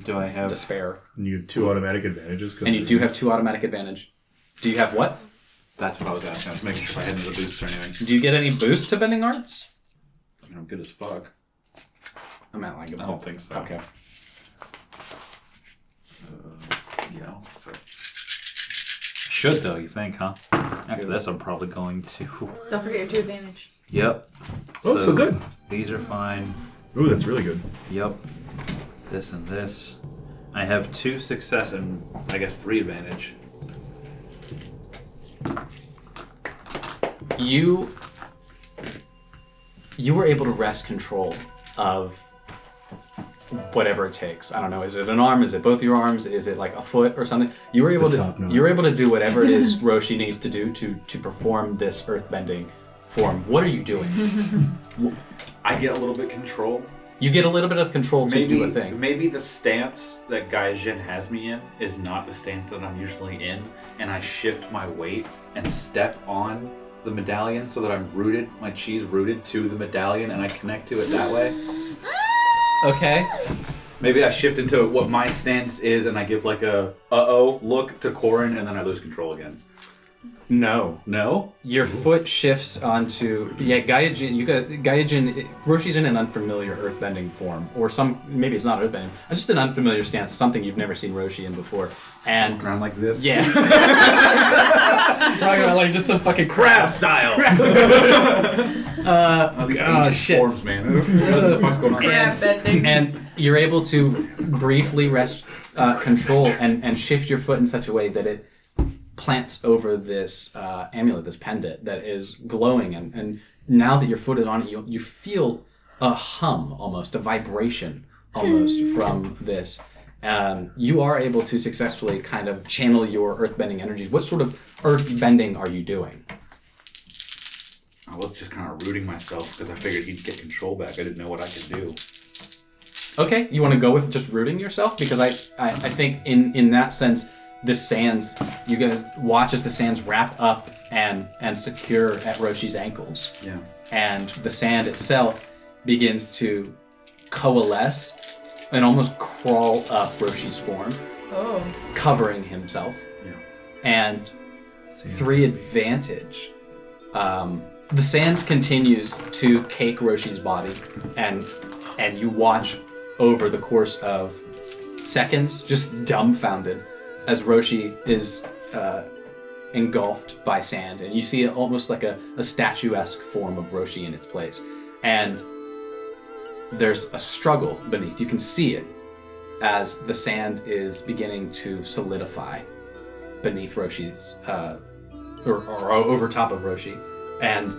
Speaker 3: Do I have
Speaker 2: despair?
Speaker 4: And you have two automatic advantages. 'cause
Speaker 2: And you
Speaker 4: of-
Speaker 2: do have two automatic advantage. Do you have what?
Speaker 3: That's what I was asking. I was making sure I had any boosts or anything.
Speaker 2: Do you get any boost to bending arts?
Speaker 3: I mean, I'm good as fuck.
Speaker 2: I'm at like.
Speaker 3: I don't think so.
Speaker 2: Okay.
Speaker 3: Yeah, I don't think so. Should though, you think, huh? After this, I'm probably going to.
Speaker 1: Don't forget your two advantage.
Speaker 3: Yep.
Speaker 1: Oh, so good.
Speaker 3: These are fine.
Speaker 4: Ooh, that's really good.
Speaker 3: Yep. This and this. I have two success and I guess three advantage.
Speaker 2: you you were able to wrest control of whatever it takes. I don't know. Is it an arm? Is it both your arms? Is it like a foot or something? You were
Speaker 6: It's the
Speaker 2: able
Speaker 6: top
Speaker 2: to
Speaker 6: knot.
Speaker 2: you were able to do whatever it is Roshi needs to do to to perform this earthbending form. What are you doing?
Speaker 3: I get a little bit control.
Speaker 2: You get a little bit of control to do a thing.
Speaker 3: Maybe the stance that Gaijin has me in is not the stance that I'm usually in, and I shift my weight and step on the medallion so that I'm rooted, my chi's rooted to the medallion, and I connect to it that way.
Speaker 2: Okay.
Speaker 3: Maybe I shift into what my stance is, and I give like a uh oh look to Corin, and then I lose control again.
Speaker 2: No.
Speaker 3: No.
Speaker 2: Your foot shifts onto yeah Gaijin. You got Gaijin. Roshi's in an unfamiliar earthbending form, or some maybe it's not earthbending, just an unfamiliar stance, something you've never seen Roshi in before. And
Speaker 3: around like this.
Speaker 2: Yeah. Rocking around like just some fucking crab
Speaker 3: style.
Speaker 2: Uh,
Speaker 9: Oh, these
Speaker 2: oh,
Speaker 9: ancient
Speaker 2: shit.
Speaker 9: forms, man. Those are the fuck's going on.
Speaker 2: And- And you're able to briefly rest uh, control and, and shift your foot in such a way that it plants over this uh, amulet, this pendant that is glowing. And, and now that your foot is on it, you, you feel a hum almost, a vibration almost from this. Um, you are able to successfully kind of channel your earthbending energies. What sort of earthbending are you doing?
Speaker 9: I was just kind of rooting myself because I figured he'd get control back. I didn't know what I could do.
Speaker 2: Okay, you want to go with just rooting yourself because I, I, I think in in that sense, the sands you guys watch as the sands wrap up and and secure at Roshi's ankles.
Speaker 9: Yeah.
Speaker 2: And the sand itself begins to coalesce and almost crawl up Roshi's form,
Speaker 1: Oh.
Speaker 2: covering himself. Yeah. And three advantage. Um, the sand continues to cake Roshi's body, and and you watch over the course of seconds, just dumbfounded, as Roshi is uh, engulfed by sand, and you see it almost like a, a statuesque form of Roshi in its place. And there's a struggle beneath. You can see it as the sand is beginning to solidify beneath Roshi's, uh, or, or over top of Roshi, and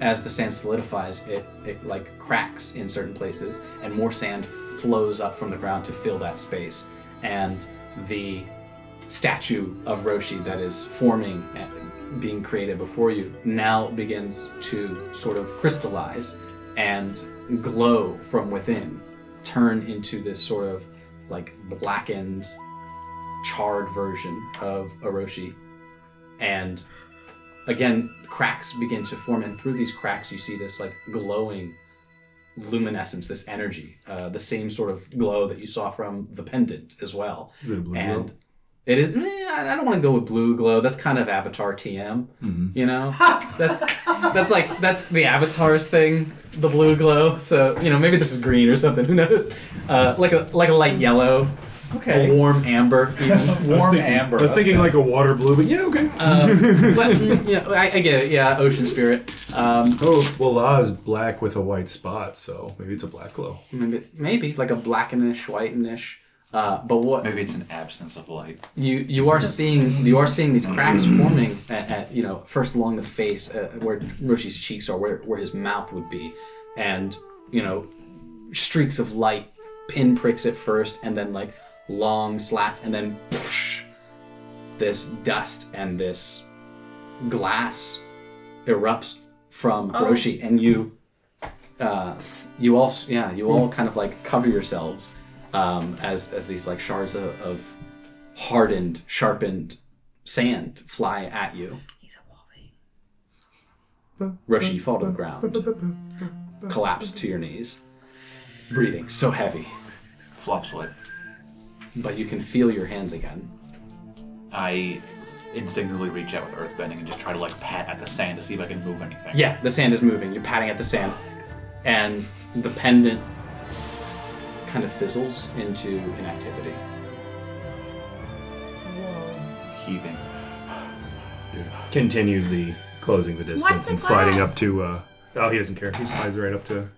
Speaker 2: as the sand solidifies, it, it like cracks in certain places, and more sand flows up from the ground to fill that space, and the statue of Roshi that is forming and being created before you now begins to sort of crystallize and glow from within, turn into this sort of like blackened charred version of Orochi. And again, cracks begin to form, and through these cracks, you see this like glowing luminescence, this energy, uh, the same sort of glow that you saw from the pendant as well.
Speaker 4: Is it a blue
Speaker 2: and
Speaker 4: glow?
Speaker 2: it is. eh, I I don't want to go with blue glow. That's kind of Avatar TM. You know, that's that's like that's the Avatar's thing, the blue glow. So you know, maybe this is green or something. Who knows? Uh, like a like a light yellow.
Speaker 3: Okay.
Speaker 2: A warm amber. even.
Speaker 3: Warm amber.
Speaker 4: I was thinking like a water blue, but yeah, okay.
Speaker 2: Um, but mm, you know, I, I get it. Yeah, ocean spirit. Um,
Speaker 4: oh, well, La is black with a white spot, so maybe it's a black glow.
Speaker 2: Maybe, maybe like a blackenish, whitenish. Uh, but what
Speaker 3: Maybe it's an absence of light.
Speaker 2: you you are seeing you are seeing these cracks forming at, at you know first along the face uh, where Roshi's cheeks are where where his mouth would be and you know streaks of light pinpricks at first and then like long slats and then poosh, this dust and this glass erupts from
Speaker 1: Oh.
Speaker 2: Roshi and you uh, you all s- yeah you all kind of like cover yourselves um, as as these like shards of, of hardened sharpened sand fly at you Roshi, you fall to the ground, collapse to your knees, breathing so heavy.
Speaker 3: Flops light.
Speaker 2: But you can feel your hands again.
Speaker 3: I instinctively reach out with earthbending and just try to like pat at the sand to see if I can move anything.
Speaker 2: Yeah, the sand is moving. You're patting at the sand, and the pendant kind of fizzles into inactivity.
Speaker 3: Heaving.
Speaker 4: Continues the closing the distance
Speaker 11: What's a
Speaker 4: and sliding
Speaker 11: glass?
Speaker 4: up to. uh Oh, he doesn't care. He slides right up to.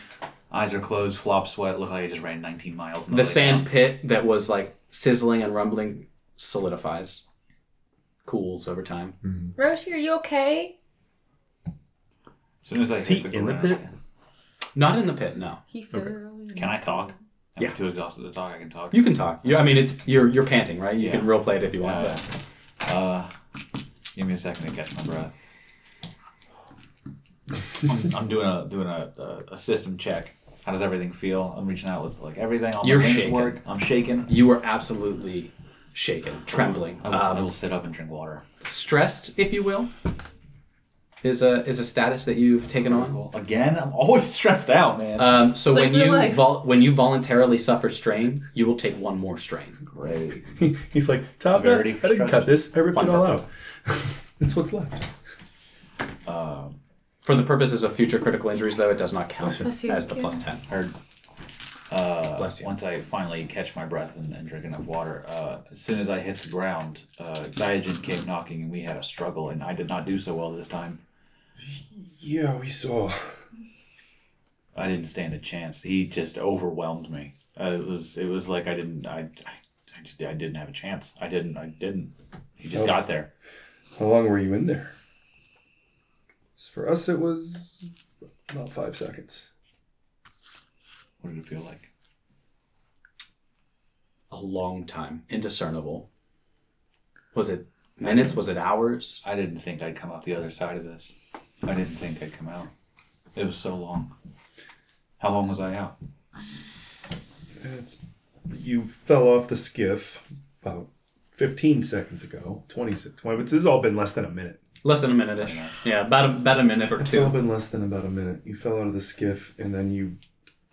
Speaker 3: Eyes are closed, flop sweat, look like I just ran 19 miles. on
Speaker 2: The
Speaker 3: way
Speaker 2: sand
Speaker 3: down.
Speaker 2: pit that was like sizzling and rumbling solidifies, cools over time.
Speaker 3: Hmm.
Speaker 11: Roshi, are you okay?
Speaker 3: As soon as I
Speaker 4: Is
Speaker 3: hit
Speaker 4: he
Speaker 3: the
Speaker 4: in the
Speaker 3: ground,
Speaker 4: pit?
Speaker 2: Not in the pit, no.
Speaker 11: He
Speaker 4: fell
Speaker 3: Can I talk? I'm
Speaker 2: Yeah.
Speaker 3: too exhausted to talk. I can talk.
Speaker 2: You can talk. You, I mean, it's you're you're panting, right? You
Speaker 3: Yeah.
Speaker 2: can role play it if you want.
Speaker 3: Uh,
Speaker 2: but-
Speaker 3: uh, give me a second to catch my breath. I'm, I'm doing a doing a, a, a system check. How does everything feel? I'm reaching out with like everything. All
Speaker 2: You're
Speaker 3: my wings
Speaker 2: shaking.
Speaker 3: work. I'm shaking.
Speaker 2: You were absolutely shaken, trembling,
Speaker 3: I will, I
Speaker 2: Um,
Speaker 3: will sit up and drink water.
Speaker 2: stressed, if you will. Is a is a status that you've taken on.
Speaker 3: Again, I'm always stressed out, man.
Speaker 2: Um, so
Speaker 1: It's like
Speaker 2: when
Speaker 1: real
Speaker 2: you
Speaker 1: life.
Speaker 2: vol- when you voluntarily suffer strain, you will take one more strain.
Speaker 3: Great.
Speaker 4: He's like, top that. I
Speaker 3: Severity for
Speaker 4: didn't
Speaker 3: stress.
Speaker 4: cut this. I ripped it
Speaker 2: One
Speaker 4: all out. That's what's left.
Speaker 3: Um,
Speaker 2: For the purposes of future critical injuries, though, it does not count
Speaker 1: Bless you.
Speaker 2: as the plus ten.
Speaker 3: heard. Uh,
Speaker 2: Bless you.
Speaker 3: Once I finally catch my breath and, and drink enough water, uh, as soon as I hit the ground, uh, Diogen came knocking and we had a struggle, and I did not do so well this time.
Speaker 7: Yeah, we saw.
Speaker 3: I didn't stand a chance. He just overwhelmed me. Uh, it was it was like I didn't I I, I, just, I didn't have a chance. I didn't I didn't. He just
Speaker 7: Oh.
Speaker 3: got there.
Speaker 7: How long were you in there? For us, it was about five seconds.
Speaker 3: What did it feel like?
Speaker 2: A long time, indiscernible. Was it minutes? Was it hours?
Speaker 3: I didn't think I'd come out the other side of this. I didn't think I'd come out. It was so long. How long was I out?
Speaker 7: It's, you fell off the skiff about 15 seconds ago. 26, 20, but this has all been less than a minute.
Speaker 2: Less than a minute ish. Yeah, about a, about a minute or
Speaker 7: It's
Speaker 2: two.
Speaker 7: all been less than about a minute. You fell out of the skiff and then you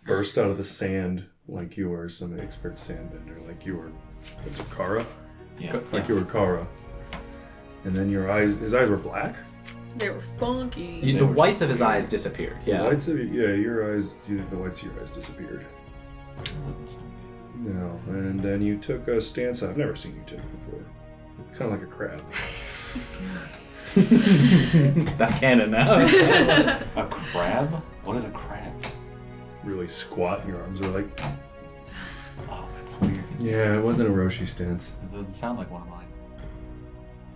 Speaker 7: burst out of the sand like you were some expert sandbender, like you were what's it, Kara?
Speaker 3: Yeah.
Speaker 7: Like you were Kara. And then your eyes, his eyes were black.
Speaker 5: They were funky.
Speaker 2: You- the whites of his eyes disappeared.
Speaker 7: The
Speaker 2: Yeah.
Speaker 7: whites of yeah, your eyes, you, the whites of your eyes disappeared. No, and then you took a stance I've never seen you take before, kind of like a crab.
Speaker 2: That's canon now.
Speaker 3: a crab? What is a crab?
Speaker 7: Really squat, and your arms are like.
Speaker 3: Oh, that's weird.
Speaker 7: Yeah, it wasn't a Roshi stance.
Speaker 3: It doesn't sound like one of mine.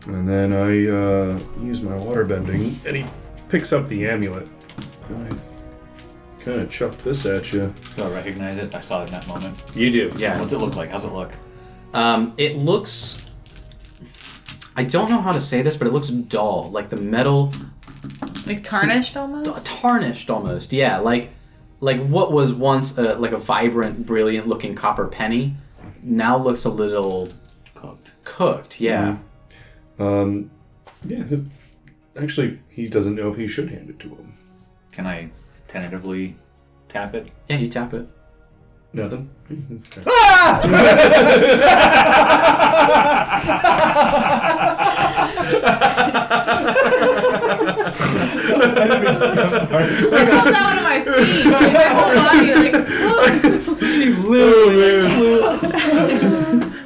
Speaker 7: And then I uh, use my water bending, and he picks up the amulet. And I kind of chuck this at you.
Speaker 3: Do I recognize it? I saw it in that moment.
Speaker 2: You do, yeah.
Speaker 3: What's it look like? How's it look?
Speaker 2: Um, it looks. I don't know how to say this, but it looks dull, like the metal
Speaker 1: Like tarnished almost?
Speaker 2: tarnished almost. Yeah, like like what was once a, like a vibrant, brilliant-looking copper penny now looks a little
Speaker 3: cooked.
Speaker 2: Cooked, Mm-hmm. yeah.
Speaker 7: Um, yeah. Actually, he doesn't know if he should hand it to him.
Speaker 3: Can I tentatively tap it?
Speaker 2: Yeah, you tap it.
Speaker 7: Nothing.
Speaker 1: Pulled out of my feet. Like, my whole body, like,
Speaker 2: she literally.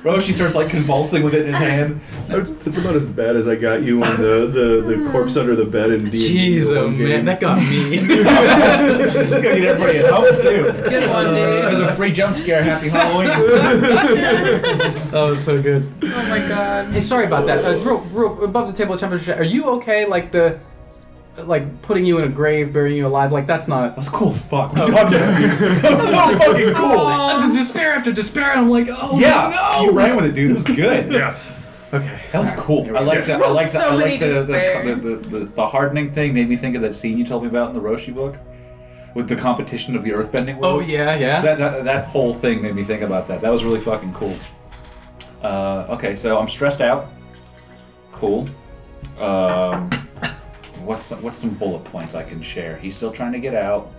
Speaker 3: Roshi starts like convulsing with it in his hand.
Speaker 7: That's that's about as bad as I got you on the, the, the corpse under the bed in D&D.
Speaker 2: Jeez, oh man, that got me.
Speaker 3: It's gonna get everybody at home too.
Speaker 1: Good one, dude.
Speaker 3: There's a free jump scare. Happy Halloween.
Speaker 2: that was so good.
Speaker 1: Oh my god.
Speaker 2: Hey, sorry about that. Uh, real, real, above the table temperature. Are you okay? Like the, like putting you in a grave, burying you alive. Like that's not.
Speaker 3: That's cool as fuck. That was so fucking cool.
Speaker 2: Uh, the despair after despair. I'm like, oh
Speaker 3: Yeah, you ran with it, dude. It was good.
Speaker 4: Yeah.
Speaker 2: Okay.
Speaker 3: That was cool. I like that. I
Speaker 1: Rolled
Speaker 3: like that.
Speaker 1: so
Speaker 3: I
Speaker 1: many
Speaker 3: like the,
Speaker 1: despair.
Speaker 3: the, the, the, the hardening thing. Made me think of that scene you told me about in the Roshi book, with the competition of the earthbending.
Speaker 2: Oh
Speaker 3: worlds.
Speaker 2: yeah, yeah.
Speaker 3: That, that that whole thing made me think about that. That was really fucking cool. Uh, okay, so I'm stressed out. Cool. Um, what's some, what's some bullet points I can share? He's still trying to get out.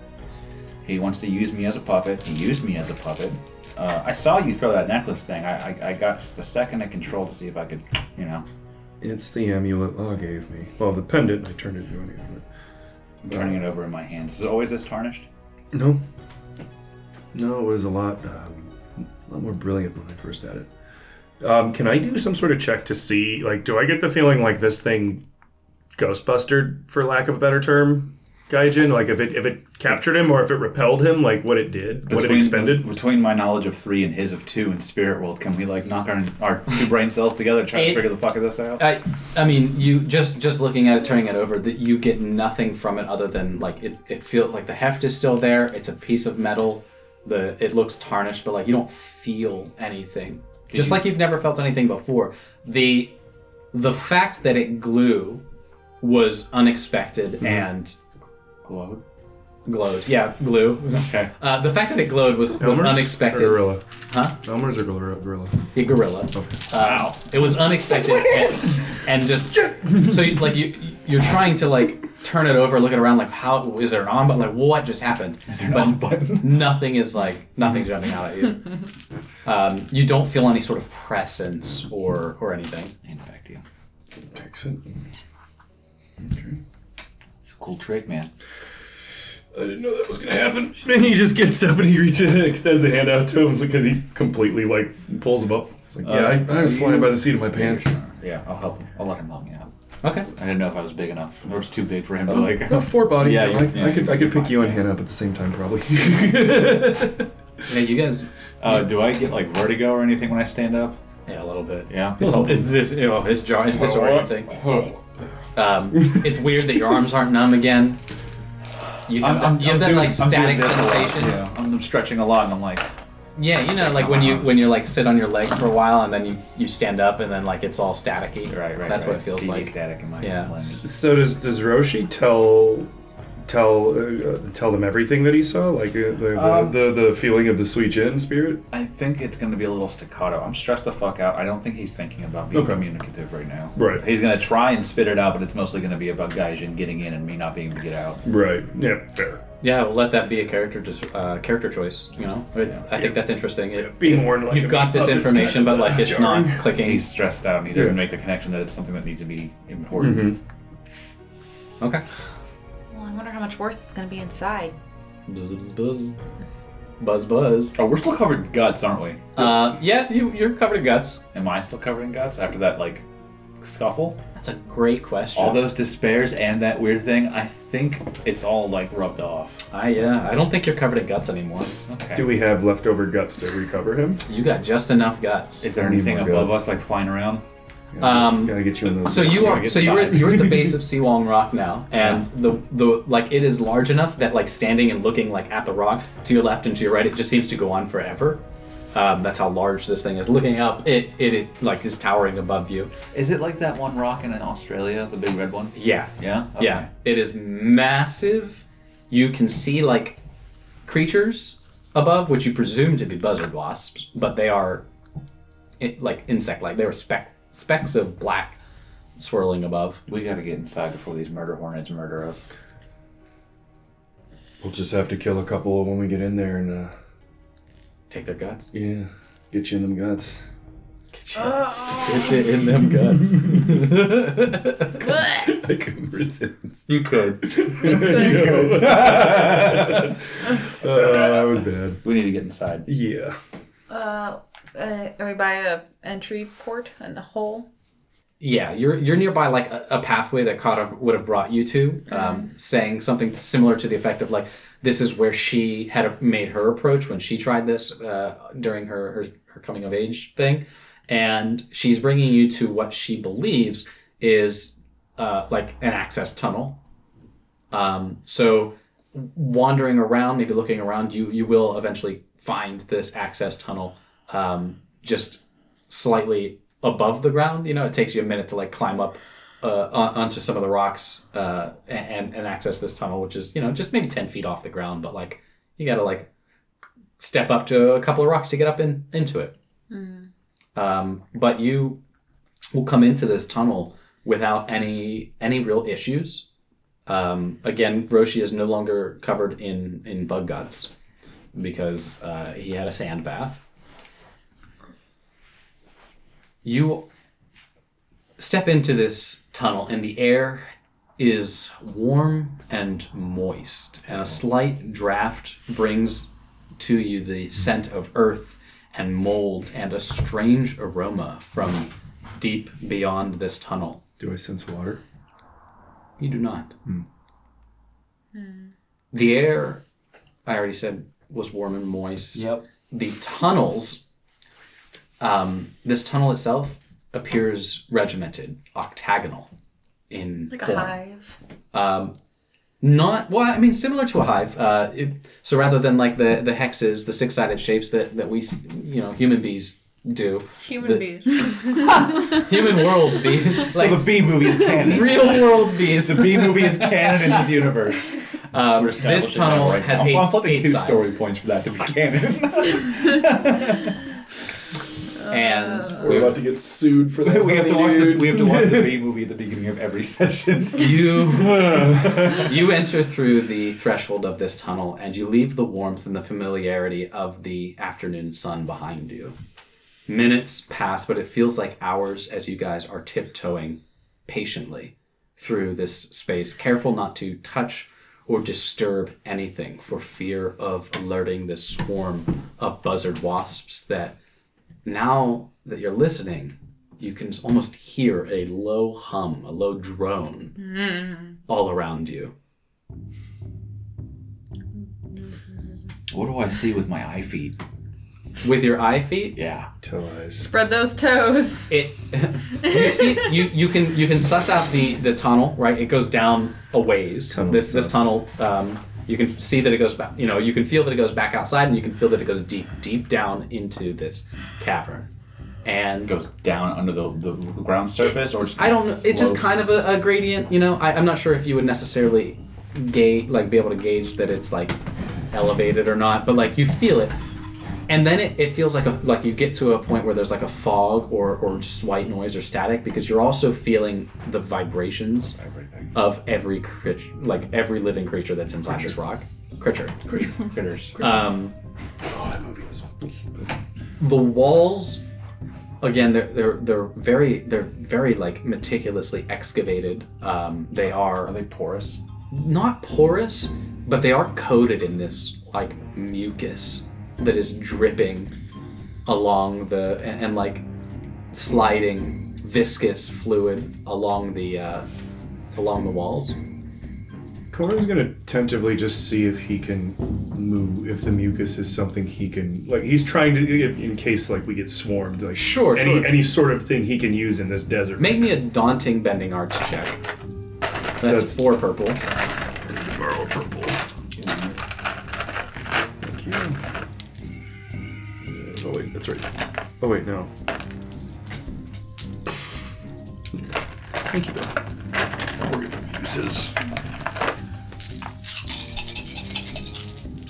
Speaker 3: He wants to use me as a puppet. He used me as a puppet. Uh, I saw you throw that necklace thing. I, I, I got just a second of control to see if I could, you know,
Speaker 7: It's the amulet Law gave me. Well, the pendant, I turned it into an amulet.
Speaker 3: I'm turning it over in my hands. Is it always this tarnished?
Speaker 7: No. No, it was a lot, um, a lot more brilliant when I first had it.
Speaker 4: Um, can I do some sort of check to see? Like, do I get the feeling like this thing Ghostbustered, for lack of a better term, Gaijin? Like, if it if it captured him or if it repelled him, like what it did, what it expended?
Speaker 3: Between my knowledge of three and his of two in spirit world, can we like knock our, our two brain cells together and try
Speaker 2: It-
Speaker 3: to figure the fuck of this out?
Speaker 2: I, I mean, you just just looking at it, turning it over, that you get nothing from it other than like it. It feels like the heft is still there. It's a piece of metal. The it looks tarnished, but like you don't feel anything. just like you've never felt anything before. The the fact that it glue was unexpected and
Speaker 3: Mm-hmm. Glowed.
Speaker 2: glowed. Yeah, glue.
Speaker 3: Okay.
Speaker 2: Uh, the fact that it glowed was, was
Speaker 7: Elmer's Or
Speaker 2: unexpected.
Speaker 3: uh,
Speaker 7: gorilla.
Speaker 2: Huh?
Speaker 7: Elmer's or gorilla? gorilla.
Speaker 2: The gorilla. wow. It was unexpected and, and just so you, like you you're trying to like turn it over, look it around, like how is there an on? But like what just happened? Is there but nothing is like nothing's jumping out at you. um, you don't feel any sort of presence or or anything.
Speaker 3: And back to you.
Speaker 7: Takes it.
Speaker 3: It's a cool trick, man.
Speaker 7: I didn't know that was gonna happen.
Speaker 4: And he just gets up and he reaches and extends a hand out to him because he completely like pulls him up. Uh,
Speaker 7: It's like, yeah, I, I was flying by the seat of my pants.
Speaker 3: Yeah, I'll help him. I'll let him help me out.
Speaker 2: Okay. I
Speaker 3: didn't know if I was big enough. It was too big for him to
Speaker 4: Oh,
Speaker 3: like.
Speaker 4: no, four body.
Speaker 3: Yeah,
Speaker 4: Yeah,
Speaker 3: you-
Speaker 4: I,
Speaker 3: yeah,
Speaker 4: I could I
Speaker 3: you're
Speaker 4: could pick
Speaker 3: fine.
Speaker 4: you and Hannah up at the same time probably.
Speaker 2: Yeah, you guys.
Speaker 3: Uh, do I get like vertigo or anything when I stand up?
Speaker 2: Yeah, a little bit.
Speaker 3: Yeah.
Speaker 2: It's, it's, dis- Oh, you know, it's, jar- it's disorienting. Um, it's weird that your arms aren't numb again. You have,
Speaker 3: I'm, I'm,
Speaker 2: that- you have
Speaker 3: I'm
Speaker 2: that
Speaker 3: doing-
Speaker 2: like
Speaker 3: I'm
Speaker 2: static
Speaker 3: doing this a lot,
Speaker 2: sensation.
Speaker 3: Yeah, I'm stretching a lot, and I'm like,
Speaker 2: Yeah, you know, like
Speaker 3: out
Speaker 2: when
Speaker 3: my
Speaker 2: you
Speaker 3: arms.
Speaker 2: when you like sit on your leg for a while and then you, you stand up and then like it's all staticky.
Speaker 3: Right, right.
Speaker 2: That's what
Speaker 3: right.
Speaker 2: it feels
Speaker 3: TV
Speaker 2: like.
Speaker 3: Static in my
Speaker 2: Yeah.
Speaker 3: lens.
Speaker 4: so does does Roshi tell tell uh, tell them everything that he saw, like uh, the, the,
Speaker 3: Um,
Speaker 4: the the feeling of the sweet gin spirit?
Speaker 3: I think it's going to be a little staccato. I'm stressed the fuck out. I don't think he's thinking about being
Speaker 4: Okay.
Speaker 3: communicative right now.
Speaker 4: Right.
Speaker 3: He's going to try and spit it out, but it's mostly going to be about Gaijin getting in and me not being able to get out.
Speaker 4: Right. Yeah. Fair.
Speaker 2: Yeah, well, let that be a character dis- uh, character choice. You know, It- I think that's interesting. It-
Speaker 4: Being worn like
Speaker 2: you've
Speaker 4: a
Speaker 2: got this
Speaker 4: puppet
Speaker 2: information,
Speaker 4: inside
Speaker 2: but
Speaker 4: of
Speaker 2: like
Speaker 4: a
Speaker 2: it's
Speaker 4: jar.
Speaker 2: not clicking.
Speaker 3: He's stressed out and he doesn't
Speaker 4: Yeah. Mm-hmm.
Speaker 3: make the connection that it's something that needs to be important.
Speaker 2: Okay.
Speaker 11: Well, I wonder how much worse it's gonna be inside.
Speaker 2: Buzz buzz buzz buzz.
Speaker 3: Oh, we're still covered in guts, aren't we?
Speaker 2: Uh, yeah, you you're covered in guts.
Speaker 3: Am I still covered in guts after that, like, scuffle?
Speaker 2: That's a great question.
Speaker 3: All those despairs and that weird thing, I think it's all, like, rubbed off.
Speaker 2: I yeah, I don't think you're covered in guts anymore.
Speaker 3: Okay.
Speaker 4: Do we have leftover guts to recover him?
Speaker 2: You got just enough guts.
Speaker 3: Is there
Speaker 4: Need
Speaker 3: anything
Speaker 4: more
Speaker 3: above
Speaker 4: guts.
Speaker 3: us, like, flying around?
Speaker 2: Um,
Speaker 4: Gotta get you in those.
Speaker 2: So you
Speaker 3: Gotta
Speaker 2: are
Speaker 3: get
Speaker 2: so you're at,
Speaker 3: inside.
Speaker 2: you're at the base of Seawong Rock now, and
Speaker 3: Yeah.
Speaker 2: the the like it is large enough that like standing and looking like at the rock to your left and to your right, it just seems to go on forever. Um, that's how large this thing is. Looking up, it, it it like is towering above you.
Speaker 3: Is it like that one rock in Australia, the big red one?
Speaker 2: Yeah,
Speaker 3: Yeah?
Speaker 2: yeah. It is massive. You can see like creatures above, which you presume to be buzzard wasps, but they are in, like insect-like. They are speck specks of black swirling above.
Speaker 3: We gotta get inside before these murder hornets murder us.
Speaker 7: We'll just have to kill a couple when we get in there and, uh,
Speaker 2: Take their guts.
Speaker 7: yeah, get you in them guts.
Speaker 2: Get you in them guts.
Speaker 1: Uh,
Speaker 7: I couldn't resist.
Speaker 2: You could.
Speaker 7: Uh, that was bad.
Speaker 3: We need to get inside.
Speaker 7: Yeah.
Speaker 11: Uh, uh are we by a entry port and a hole?
Speaker 2: Yeah, you're you're nearby like a, a pathway that Kata would have brought you to, um, saying something similar to the effect of like, "This is where she had made her approach when she tried this uh, during her, her her coming of age thing," and she's bringing you to what she believes is uh, like an access tunnel. Um, so wandering around, maybe looking around, you you will eventually find this access tunnel. Um, just slightly above the ground. You know, it takes you a minute to like climb up uh, on- onto some of the rocks uh, and and access this tunnel, which is you know just maybe ten feet off the ground, but like you got to like step up to a couple of rocks to get up in into it. Um, but you will come into this tunnel without any any real issues. Um, again, Roshi is no longer covered in in bug guts because uh, he had a sand bath you step into this tunnel and the air is warm and moist and a slight draft brings to you the scent of earth and mold and a strange aroma from deep beyond this tunnel
Speaker 7: Do I sense water?
Speaker 2: you do not
Speaker 3: Hmm.
Speaker 2: the air i already said was warm and moist
Speaker 3: Yep.
Speaker 2: the tunnels um, this tunnel itself appears regimented octagonal in
Speaker 11: Like a
Speaker 2: form
Speaker 11: hive.
Speaker 2: um, not well i mean similar to a hive uh, it- so rather than like the the hexes the six-sided shapes that that we s- you know human bees do
Speaker 5: Human
Speaker 2: The-
Speaker 5: bees.
Speaker 2: human world bee like
Speaker 3: so the B movie is canon.
Speaker 2: real world bees
Speaker 3: The B movie is canon in this universe.
Speaker 2: um, this
Speaker 3: establishing
Speaker 2: tunnel
Speaker 3: that right
Speaker 2: has
Speaker 3: now.
Speaker 2: eight,
Speaker 3: I'm flipping
Speaker 2: eight
Speaker 3: two
Speaker 2: sides.
Speaker 3: story points for that to be canon.
Speaker 2: and
Speaker 7: We're about to get sued for that.
Speaker 3: we have to
Speaker 7: honey,
Speaker 3: watch the
Speaker 7: dude.
Speaker 3: we have to watch the B movie at the beginning of every session.
Speaker 2: You you enter through the threshold of this tunnel and you leave the warmth and the familiarity of the afternoon sun behind you. Minutes pass, but it feels like hours as you guys are tiptoeing patiently through this space, careful not to touch or disturb anything for fear of alerting this swarm of buzzard wasps that now that you're listening, you can almost hear a low hum, a low drone all around you.
Speaker 3: What do I see with my eye feet?
Speaker 2: With your eye feet?
Speaker 3: Yeah.
Speaker 7: Toe eyes.
Speaker 1: Spread those toes.
Speaker 2: It, you see, you, you can you can suss out the, the tunnel, right? It goes down a ways. this this tunnel, um, you can see that it goes back. You know, you can feel that it goes back outside, and you can feel that it goes deep, deep down into this cavern. And
Speaker 3: goes down under the, the ground surface, or just
Speaker 2: I don't know. It's just kind of a, a gradient, you know. I, I'm not sure if you would necessarily gauge, like, be able to gauge that it's like elevated or not, but like you feel it, and then it, it feels like a like you get to a point where there's like a fog or or just white noise or static because you're also feeling the vibrations of every creature, like every living creature that's inside this rock, creature, creature, critters. Um, the walls again they're, they're they're very they're very like meticulously excavated um, they are are they porous not porous but they are coated in this like mucus that is dripping along the and, and like sliding viscous fluid along the uh, along the walls
Speaker 7: Corin's gonna tentatively just see if he can move, if the mucus is something he can, like he's trying to, in in case like we get swarmed, like
Speaker 2: Sure,
Speaker 7: any
Speaker 2: sure.
Speaker 7: any sort of thing he can use in this desert.
Speaker 2: make me a daunting bending arts check that's,
Speaker 7: That's-
Speaker 2: four purple
Speaker 7: Borrow purple. Thank you. Uh, Oh wait, that's right. Oh wait, no. Thank you. Bill. We're gonna use his.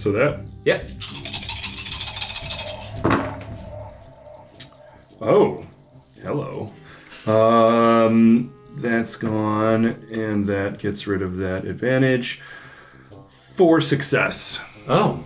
Speaker 7: So that
Speaker 2: yep
Speaker 7: Oh, hello. Um, that's gone, and that gets rid of that advantage. For success.
Speaker 2: Oh.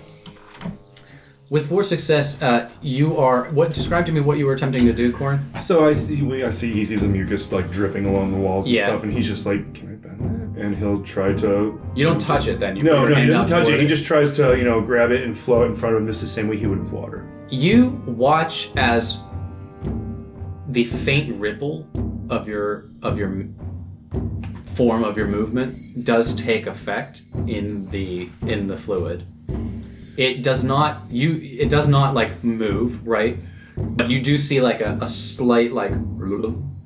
Speaker 2: With four success, uh, you are. What describe to me what you were attempting to do, Corin?
Speaker 7: So I see, we- I see, he sees the mucus like dripping along the walls and
Speaker 2: Yeah.
Speaker 7: stuff, and he's just like, "Can I bend that?" And he'll try to.
Speaker 2: You don't touch it, then. You put
Speaker 7: no,
Speaker 2: your
Speaker 7: no, he
Speaker 2: hand
Speaker 7: doesn't
Speaker 2: out
Speaker 7: touch
Speaker 2: toward
Speaker 7: it. He just tries to, you know, grab it and flow it in front of him, just the same way he would with water.
Speaker 2: You watch as the faint ripple of your of your m- form of your movement does take effect in the in the fluid. It does not you it does not like move right, but you do see like a, a slight like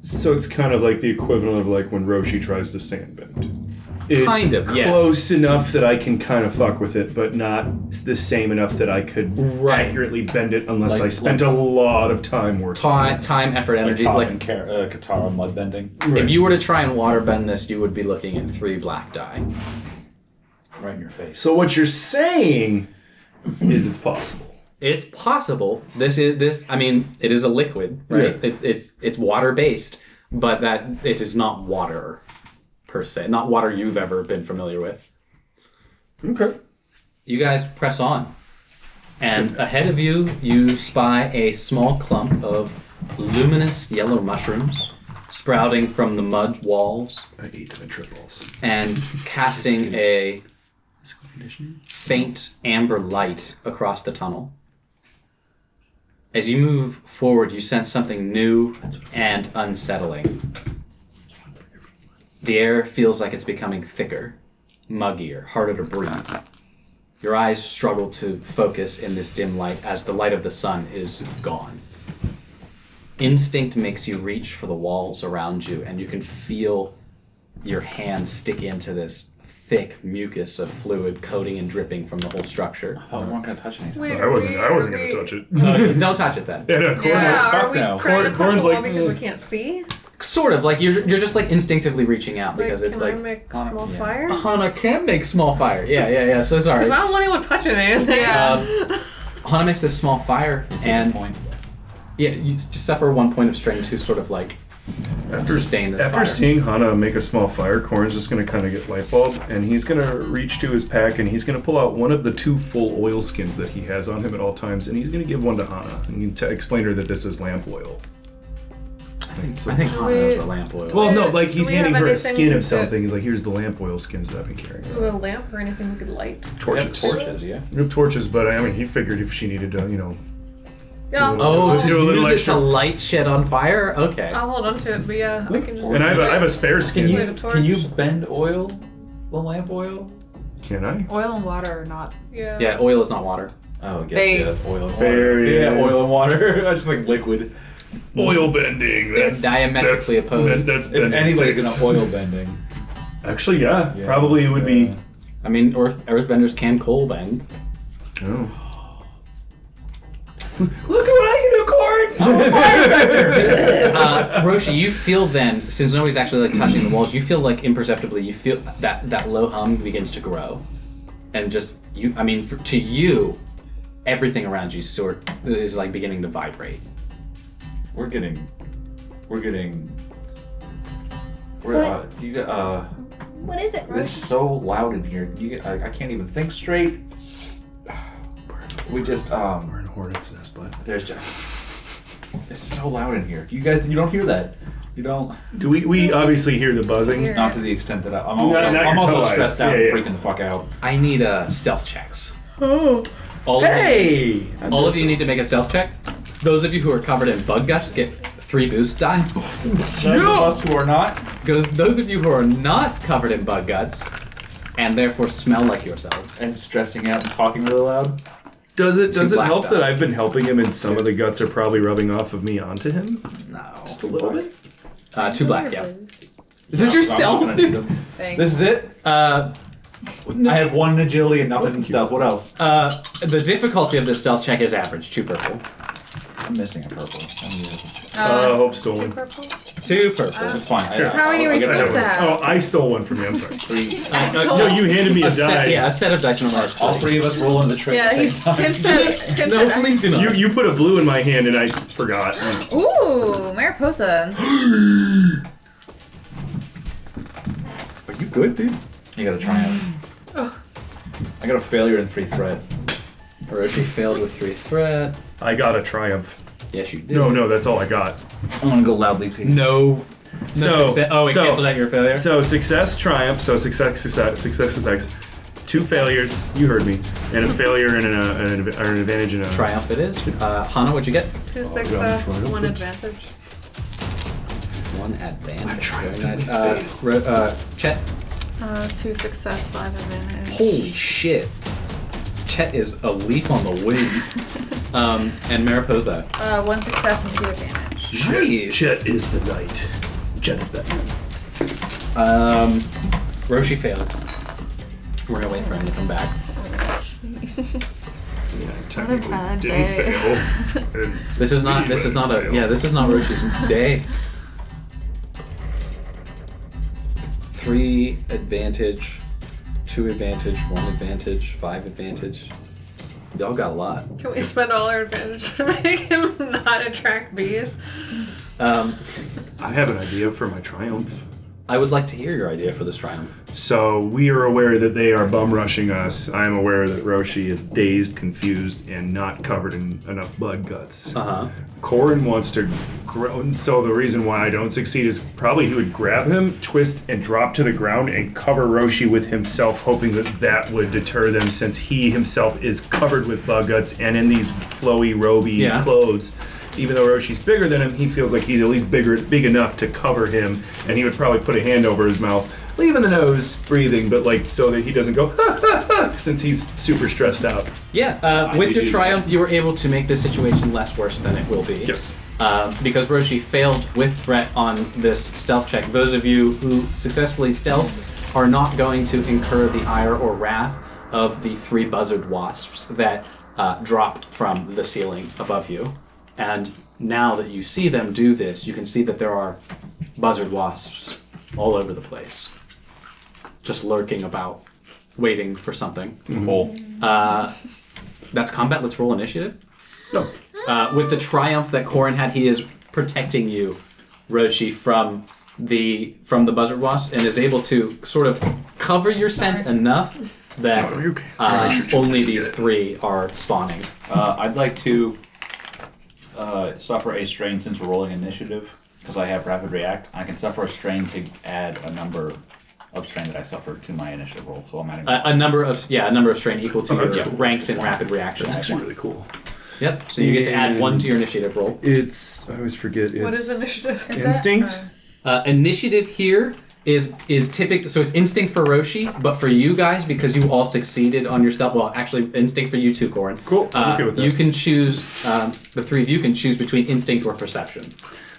Speaker 7: So it's kind of like the equivalent of like when Roshi tries to sand bend. It's
Speaker 2: Kind of, yeah.
Speaker 7: close enough that I can kind of fuck with it, but not s- the same enough that I could accurately bend it unless
Speaker 2: Like-
Speaker 7: I spent a lot of time working.
Speaker 2: time, time effort energy
Speaker 3: Top
Speaker 2: like
Speaker 3: and Ka- uh, Katara mud bending.
Speaker 2: If you were to try and water bend this, you would be looking at three black die.
Speaker 3: Right in your face.
Speaker 7: So what you're saying is it's possible.
Speaker 2: It's possible. This is this. I mean, it is a liquid, right?
Speaker 7: Yeah.
Speaker 2: It's it's it's water based, but that it is not water per se. Not water you've ever been familiar with.
Speaker 7: Okay.
Speaker 2: You guys press on, and ahead of you, you spy a small clump of luminous yellow mushrooms sprouting from the mud walls
Speaker 7: I ate them in triples.
Speaker 2: and casting a faint amber light across the tunnel. As you move forward, you sense something new and unsettling. The air feels like it's becoming thicker, muggier, harder to breathe. Your eyes struggle to focus in this dim light as the light of the sun is gone. Instinct makes you reach for the walls around you, and you can feel your hands stick into this thick mucus of fluid coating and dripping from the whole structure.
Speaker 3: Oh, we weren't gonna touch anything.
Speaker 5: Wait,
Speaker 7: I wasn't. I wasn't
Speaker 5: are
Speaker 7: gonna
Speaker 5: we-
Speaker 7: touch it.
Speaker 2: Uh, don't touch it then.
Speaker 7: Yeah, no, Corin-
Speaker 5: Yeah,
Speaker 3: fuck
Speaker 5: are we trying
Speaker 3: no.
Speaker 5: to
Speaker 7: Corn-
Speaker 5: touch
Speaker 7: corn's
Speaker 5: the wall
Speaker 7: like, mm.
Speaker 5: because we
Speaker 7: "Ugh."
Speaker 5: can't see?
Speaker 2: Sort of like you're you're just like instinctively reaching out
Speaker 5: Like,
Speaker 2: because it's
Speaker 5: can
Speaker 2: like
Speaker 5: I make a small
Speaker 3: yeah.
Speaker 5: fire? Because
Speaker 2: Hana can make small fire. Yeah, yeah, yeah. So sorry.
Speaker 5: I don't want anyone touching anything.
Speaker 1: Yeah.
Speaker 2: Um, Hana makes this small fire and
Speaker 3: point.
Speaker 2: yeah, you just suffer one point of strain to sort of like sustain this
Speaker 7: After
Speaker 2: fire.
Speaker 7: seeing Hana make a small fire, Corn's just gonna kind of get light bulb, and he's gonna reach to his pack, and he's gonna pull out one of the two full oil skins that he has on him at all times, and he's gonna give one to Hana, and to explain to her that this is lamp oil.
Speaker 2: I think Hana knows what lamp oil.
Speaker 7: Well,
Speaker 2: is.
Speaker 7: no, like
Speaker 5: Do
Speaker 7: he's
Speaker 5: we have
Speaker 7: handing her a
Speaker 5: anything
Speaker 7: skin
Speaker 5: to-
Speaker 7: of something. He's like, "Here's the lamp oil skins that I've been carrying."
Speaker 5: Do we have a lamp or anything we could light?
Speaker 7: Torches.
Speaker 3: torches, yeah.
Speaker 7: We have torches, but I mean, he figured if she needed to, you know,
Speaker 5: Yeah.
Speaker 2: Oh, to
Speaker 7: Do a little
Speaker 2: use it to
Speaker 7: extra.
Speaker 2: light shit on fire? Okay.
Speaker 5: I'll hold on to it, but yeah, I can just.
Speaker 7: And I have a, I have a spare skin.
Speaker 5: Can you- can you
Speaker 3: bend oil? The lamp oil?
Speaker 7: Can I?
Speaker 1: Oil and water are not.
Speaker 5: Yeah.
Speaker 2: Yeah, oil is not water.
Speaker 3: Oh, I guess,
Speaker 1: They-
Speaker 3: yeah, that's oil and water.
Speaker 7: Very-
Speaker 3: Yeah, oil and water. I just like liquid.
Speaker 7: Oil bending.
Speaker 2: They're
Speaker 7: That's
Speaker 2: diametrically
Speaker 7: that's,
Speaker 2: opposed.
Speaker 7: That's
Speaker 3: If
Speaker 7: bending
Speaker 3: anybody's
Speaker 7: six.
Speaker 3: gonna oil bending.
Speaker 7: Actually, yeah,
Speaker 3: Yeah.
Speaker 7: probably it would be.
Speaker 2: I mean, earth, earthbenders can coal bend.
Speaker 7: Oh.
Speaker 3: Look at what I can do, Corn!
Speaker 2: Uh, Roshi, you feel then, since nobody's actually like touching the walls, you feel like imperceptibly, you feel that that low hum begins to grow, and just you. I mean, for, to you, everything around you sort is like beginning to vibrate.
Speaker 3: We're getting, we're getting. We're,
Speaker 12: What?
Speaker 3: Uh, you got, uh,
Speaker 12: What is it,
Speaker 3: it's
Speaker 12: Roshi?
Speaker 3: so loud in here. You, get- I, I can't even think straight. We just, um,
Speaker 7: We're in Hornet's Nest, bud.
Speaker 3: there's just, it's so loud in here. You guys, you don't hear that. You don't,
Speaker 7: Do we? We obviously hear the buzzing.
Speaker 5: Here.
Speaker 3: not to the extent that I,
Speaker 7: Not-
Speaker 3: I'm also,
Speaker 7: not
Speaker 3: I'm
Speaker 7: your
Speaker 3: also
Speaker 7: toe eyes.
Speaker 3: stressed out
Speaker 7: Yeah,
Speaker 3: and
Speaker 7: yeah.
Speaker 3: freaking the fuck out.
Speaker 2: I need uh, stealth checks.
Speaker 7: Oh.
Speaker 2: All of you,
Speaker 3: Hey!
Speaker 2: all of you need to make a stealth check. Those of you who are covered in bug guts get three boost die.
Speaker 3: None of us who are not.
Speaker 2: Go- Those of you who are not covered in bug guts, and therefore smell like yourselves.
Speaker 3: And stressing out and talking really loud.
Speaker 7: Does it? Does
Speaker 2: Two
Speaker 7: it
Speaker 2: black
Speaker 7: help
Speaker 2: dots.
Speaker 7: that I've been helping him, and some of the guts are probably rubbing off of me onto him?
Speaker 2: No.
Speaker 7: Just a little bit.
Speaker 2: Uh, two black, yeah. Is that your stealth?
Speaker 1: Thanks.
Speaker 3: This is it? Uh, I have one agility and nothing in stealth. What else?
Speaker 2: Uh, the difficulty of this stealth check is average, two purple.
Speaker 3: I'm missing a purple. I'm missing-
Speaker 7: Uh, hope
Speaker 5: Two
Speaker 7: stolen.
Speaker 5: purple.
Speaker 2: Two purple.
Speaker 1: Uh,
Speaker 3: It's fine. I-
Speaker 1: How many
Speaker 3: I'll-
Speaker 1: are we
Speaker 3: I'll get it
Speaker 1: supposed
Speaker 3: over.
Speaker 1: to have?
Speaker 7: Oh, I stole one from you. I'm sorry.
Speaker 3: Three.
Speaker 2: Uh,
Speaker 7: No, you handed me a
Speaker 2: a set,
Speaker 7: die.
Speaker 2: yeah, a set of dice number
Speaker 3: All three of us roll into the trick.
Speaker 1: Yeah,
Speaker 3: at the
Speaker 1: he's
Speaker 3: same time.
Speaker 1: Tim said. Tim
Speaker 2: No,
Speaker 1: said.
Speaker 2: please do not.
Speaker 7: You you put a blue in my hand, and I forgot.
Speaker 1: Ooh, Mariposa.
Speaker 3: Are you good, dude? You got a triumph. I got a failure in three threat.
Speaker 2: Hiroshi failed with three threat.
Speaker 7: I got a triumph.
Speaker 2: Yes, you did.
Speaker 7: No, no, that's all I got.
Speaker 3: I'm gonna go loudly. Pete.
Speaker 2: No. no
Speaker 7: So-
Speaker 2: success- Oh, it
Speaker 7: so-
Speaker 2: canceled out your failure?
Speaker 7: So success, triumph. So success, success, success, success. Two failures. You heard me. And a failure and an, uh, an, adv- or an advantage and a
Speaker 2: Triumph it is. Uh, Hana, what'd you get?
Speaker 5: Two success, uh, one advantage.
Speaker 2: One advantage. Very nice. Uh, ro- uh, Chet.
Speaker 1: Uh, two success, five advantage.
Speaker 2: Holy shit. Chet is a leaf on the wind. um, and Mariposa.
Speaker 1: Uh, one success and two advantage.
Speaker 2: Jeez.
Speaker 7: Jet is the knight. Jet is Batman.
Speaker 2: Um, Roshi failed. We're gonna wait for him to come back.
Speaker 7: Yeah, I technically
Speaker 1: bad
Speaker 7: didn't
Speaker 1: day.
Speaker 7: fail. And
Speaker 2: This is not. This is
Speaker 7: succeeded,
Speaker 2: not
Speaker 7: but I
Speaker 2: a.
Speaker 7: failed.
Speaker 2: Yeah, this is not Roshi's day. Three advantage, two advantage, one advantage, five advantage. Y'all got a lot.
Speaker 5: Can we spend all our advantage to make him not attract bees?
Speaker 2: Um,
Speaker 7: I have an idea for my triumph.
Speaker 2: I would like to hear your idea for this triumph.
Speaker 7: So we are aware that they are bum rushing us. I am aware that Roshi is dazed, confused, and not covered in enough blood guts.
Speaker 2: Uh huh.
Speaker 7: Corin wants to groan, so the reason why I don't succeed is probably he would grab him, twist, and drop to the ground and cover Roshi with himself, hoping that that would deter them since he himself is covered with bug guts and in these flowy, roby
Speaker 2: Yeah.
Speaker 7: clothes. Even though Roshi's bigger than him, he feels like he's at least bigger, big enough to cover him, and he would probably put a hand over his mouth, leaving the nose breathing, but like so that he doesn't go, since he's super stressed out.
Speaker 2: Yeah. Uh,
Speaker 13: I
Speaker 2: with your
Speaker 13: do.
Speaker 2: triumph, you were able to make this situation less worse than it will be.
Speaker 7: Yes.
Speaker 2: Uh, because Roshi failed with threat on this stealth check, those of you who successfully stealthed are not going to incur the ire or wrath of the three buzzard wasps that uh, drop from the ceiling above you. And now that you see them do this, you can see that there are buzzard wasps all over the place, just lurking about, waiting for something. Uh,
Speaker 3: Hole.
Speaker 2: That's combat. Let's roll initiative.
Speaker 7: No.
Speaker 2: Uh, with the triumph that Corin had, he is protecting you, Roshi, from the from the buzzard wasp, and is able to sort of cover your scent enough that
Speaker 7: No, Oh, you can- I
Speaker 2: uh,
Speaker 7: should
Speaker 2: only
Speaker 7: just
Speaker 2: these
Speaker 7: get it.
Speaker 2: three are spawning.
Speaker 3: Uh, I'd like to uh, suffer a strain since we're rolling initiative because I have rapid react. I can suffer a strain to add a number of strain that I suffered to my initiative roll. So I'm adding.
Speaker 2: A, a number of yeah, a number of strain equal to
Speaker 7: Oh, that's
Speaker 2: your
Speaker 7: cool.
Speaker 2: ranks in rapid reaction.
Speaker 7: That's
Speaker 2: at
Speaker 7: actually
Speaker 2: once.
Speaker 7: really cool.
Speaker 2: Yep. So you get to add one to your initiative roll.
Speaker 7: It's I always forget. It's
Speaker 5: What is initiative? Is that,
Speaker 7: instinct.
Speaker 2: Uh, initiative here is is typical. So it's instinct for Roshi, but for you guys because you all succeeded on your stealth. Well, actually, instinct for you too, Corin.
Speaker 7: Cool. I'm
Speaker 2: Uh,
Speaker 7: okay with that.
Speaker 2: You can choose. Um, the three of you can choose between instinct or perception,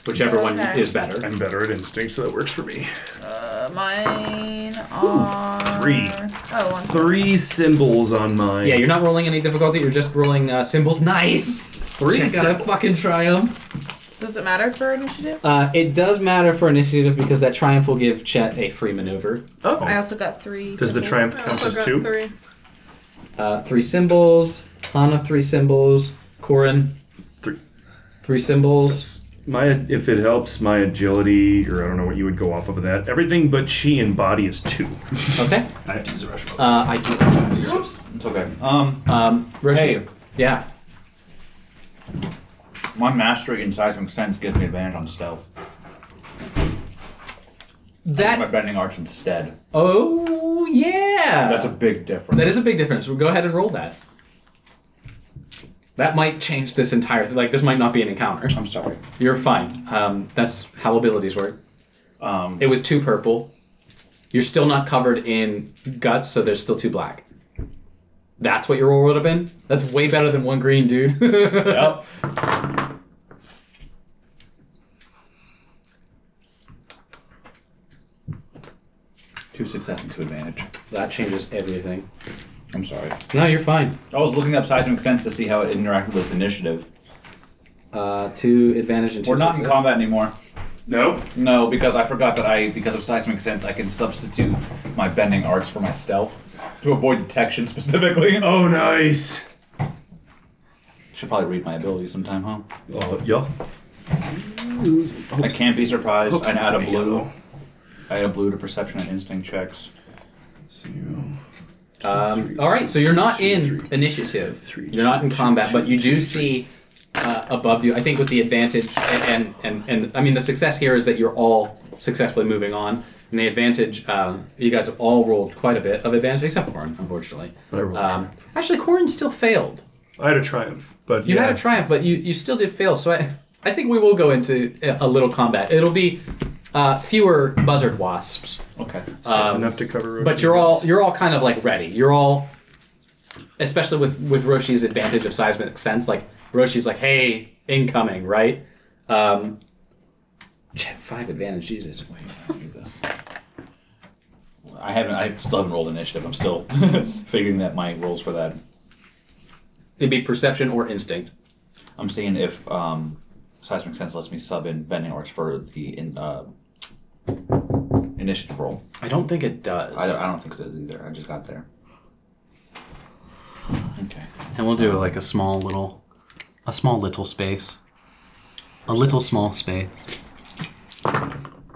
Speaker 2: whichever one
Speaker 11: Okay.
Speaker 2: is better.
Speaker 4: I'm better at instinct, so that works for me.
Speaker 11: Uh, mine are
Speaker 4: three.
Speaker 11: Oh, one.
Speaker 7: Three symbols on mine.
Speaker 2: Yeah, you're not rolling any difficulty. You're just rolling uh, symbols. Nice. Three
Speaker 7: Just
Speaker 2: got a
Speaker 7: symbols.
Speaker 2: fucking triumph.
Speaker 11: Does it matter for initiative?
Speaker 2: Uh, it does matter for initiative because that triumph will give Chet a free maneuver.
Speaker 4: Oh.
Speaker 7: Oh.
Speaker 11: I also got three.
Speaker 4: Does the
Speaker 11: symbols.
Speaker 4: triumph count as two?
Speaker 5: Three.
Speaker 2: Uh, three symbols. Hana, three symbols. Corin,
Speaker 7: Three.
Speaker 2: three symbols.
Speaker 7: My if it helps my agility or I don't know what you would go off of that. Everything but chi and body is two.
Speaker 2: Okay.
Speaker 9: I have to use a rush roll.
Speaker 2: Uh, I do.
Speaker 3: Oops. It's okay. Um,
Speaker 2: Um, Roshi.
Speaker 3: Hey.
Speaker 2: Yeah.
Speaker 3: my mastery in seismic sense gives me advantage on stealth. My
Speaker 2: That.
Speaker 3: bending arts instead.
Speaker 2: Oh yeah.
Speaker 3: That's a big difference.
Speaker 2: That is a big difference. We'll go ahead and roll that. That might change this entire. Like this might not be an encounter.
Speaker 3: I'm sorry.
Speaker 2: You're fine. Um, that's how abilities work.
Speaker 3: Um,
Speaker 2: It was two purple. You're still not covered in guts, so there's still two black. That's what your roll would have been. That's way better than one green, dude.
Speaker 3: yep. Two success and two advantage.
Speaker 2: That changes everything.
Speaker 3: I'm sorry.
Speaker 2: No, you're fine.
Speaker 3: I was looking up seismic sense to see how it interacted with initiative.
Speaker 2: Uh, two advantage and two.
Speaker 3: We're not in
Speaker 2: success.
Speaker 3: combat anymore.
Speaker 7: No.
Speaker 3: No, because I forgot that I, because of seismic sense, I can substitute my bending arts for my stealth to avoid detection specifically.
Speaker 7: Oh, nice.
Speaker 3: Should probably read my abilities sometime, huh?
Speaker 7: Oh, yeah.
Speaker 3: I can't be surprised.
Speaker 7: Hopes
Speaker 3: I add a
Speaker 7: it's a
Speaker 3: blue.
Speaker 7: yellow.
Speaker 3: I add a blue to perception and instinct checks.
Speaker 2: Um, all right, so you're not in initiative. you're not in combat, but you do see uh, above you. I think with the advantage and, and and and I mean the success here is that you're all successfully moving on, and the advantage um, you guys have all rolled quite a bit of advantage, except Corin, unfortunately.
Speaker 7: But I rolled
Speaker 2: Um, actually, Corin still failed.
Speaker 4: I had a triumph, but
Speaker 2: You
Speaker 4: yeah.
Speaker 2: had a triumph, but you, you still did fail. So I, I think we will go into uh, a a little combat. It'll be uh, fewer buzzard wasps,
Speaker 3: Okay.
Speaker 2: um,
Speaker 7: enough to cover. Roshi
Speaker 2: but you're all you're all kind of like ready. You're all, especially with with Roshi's advantage of seismic sense. Like Roshi's like, hey, incoming, right? Um, Chet five advantage, Jesus. Wait, I do that.
Speaker 3: I haven't. I still haven't rolled initiative. I'm still figuring that my rolls for that.
Speaker 2: It'd be perception or instinct.
Speaker 3: I'm seeing if um, seismic sense lets me sub in bending arts for the in, uh, initiative roll.
Speaker 2: I don't think it does.
Speaker 3: I don't, I don't think so either. I just got there. Okay.
Speaker 2: And we'll do like a small little, a small little space, a little small space,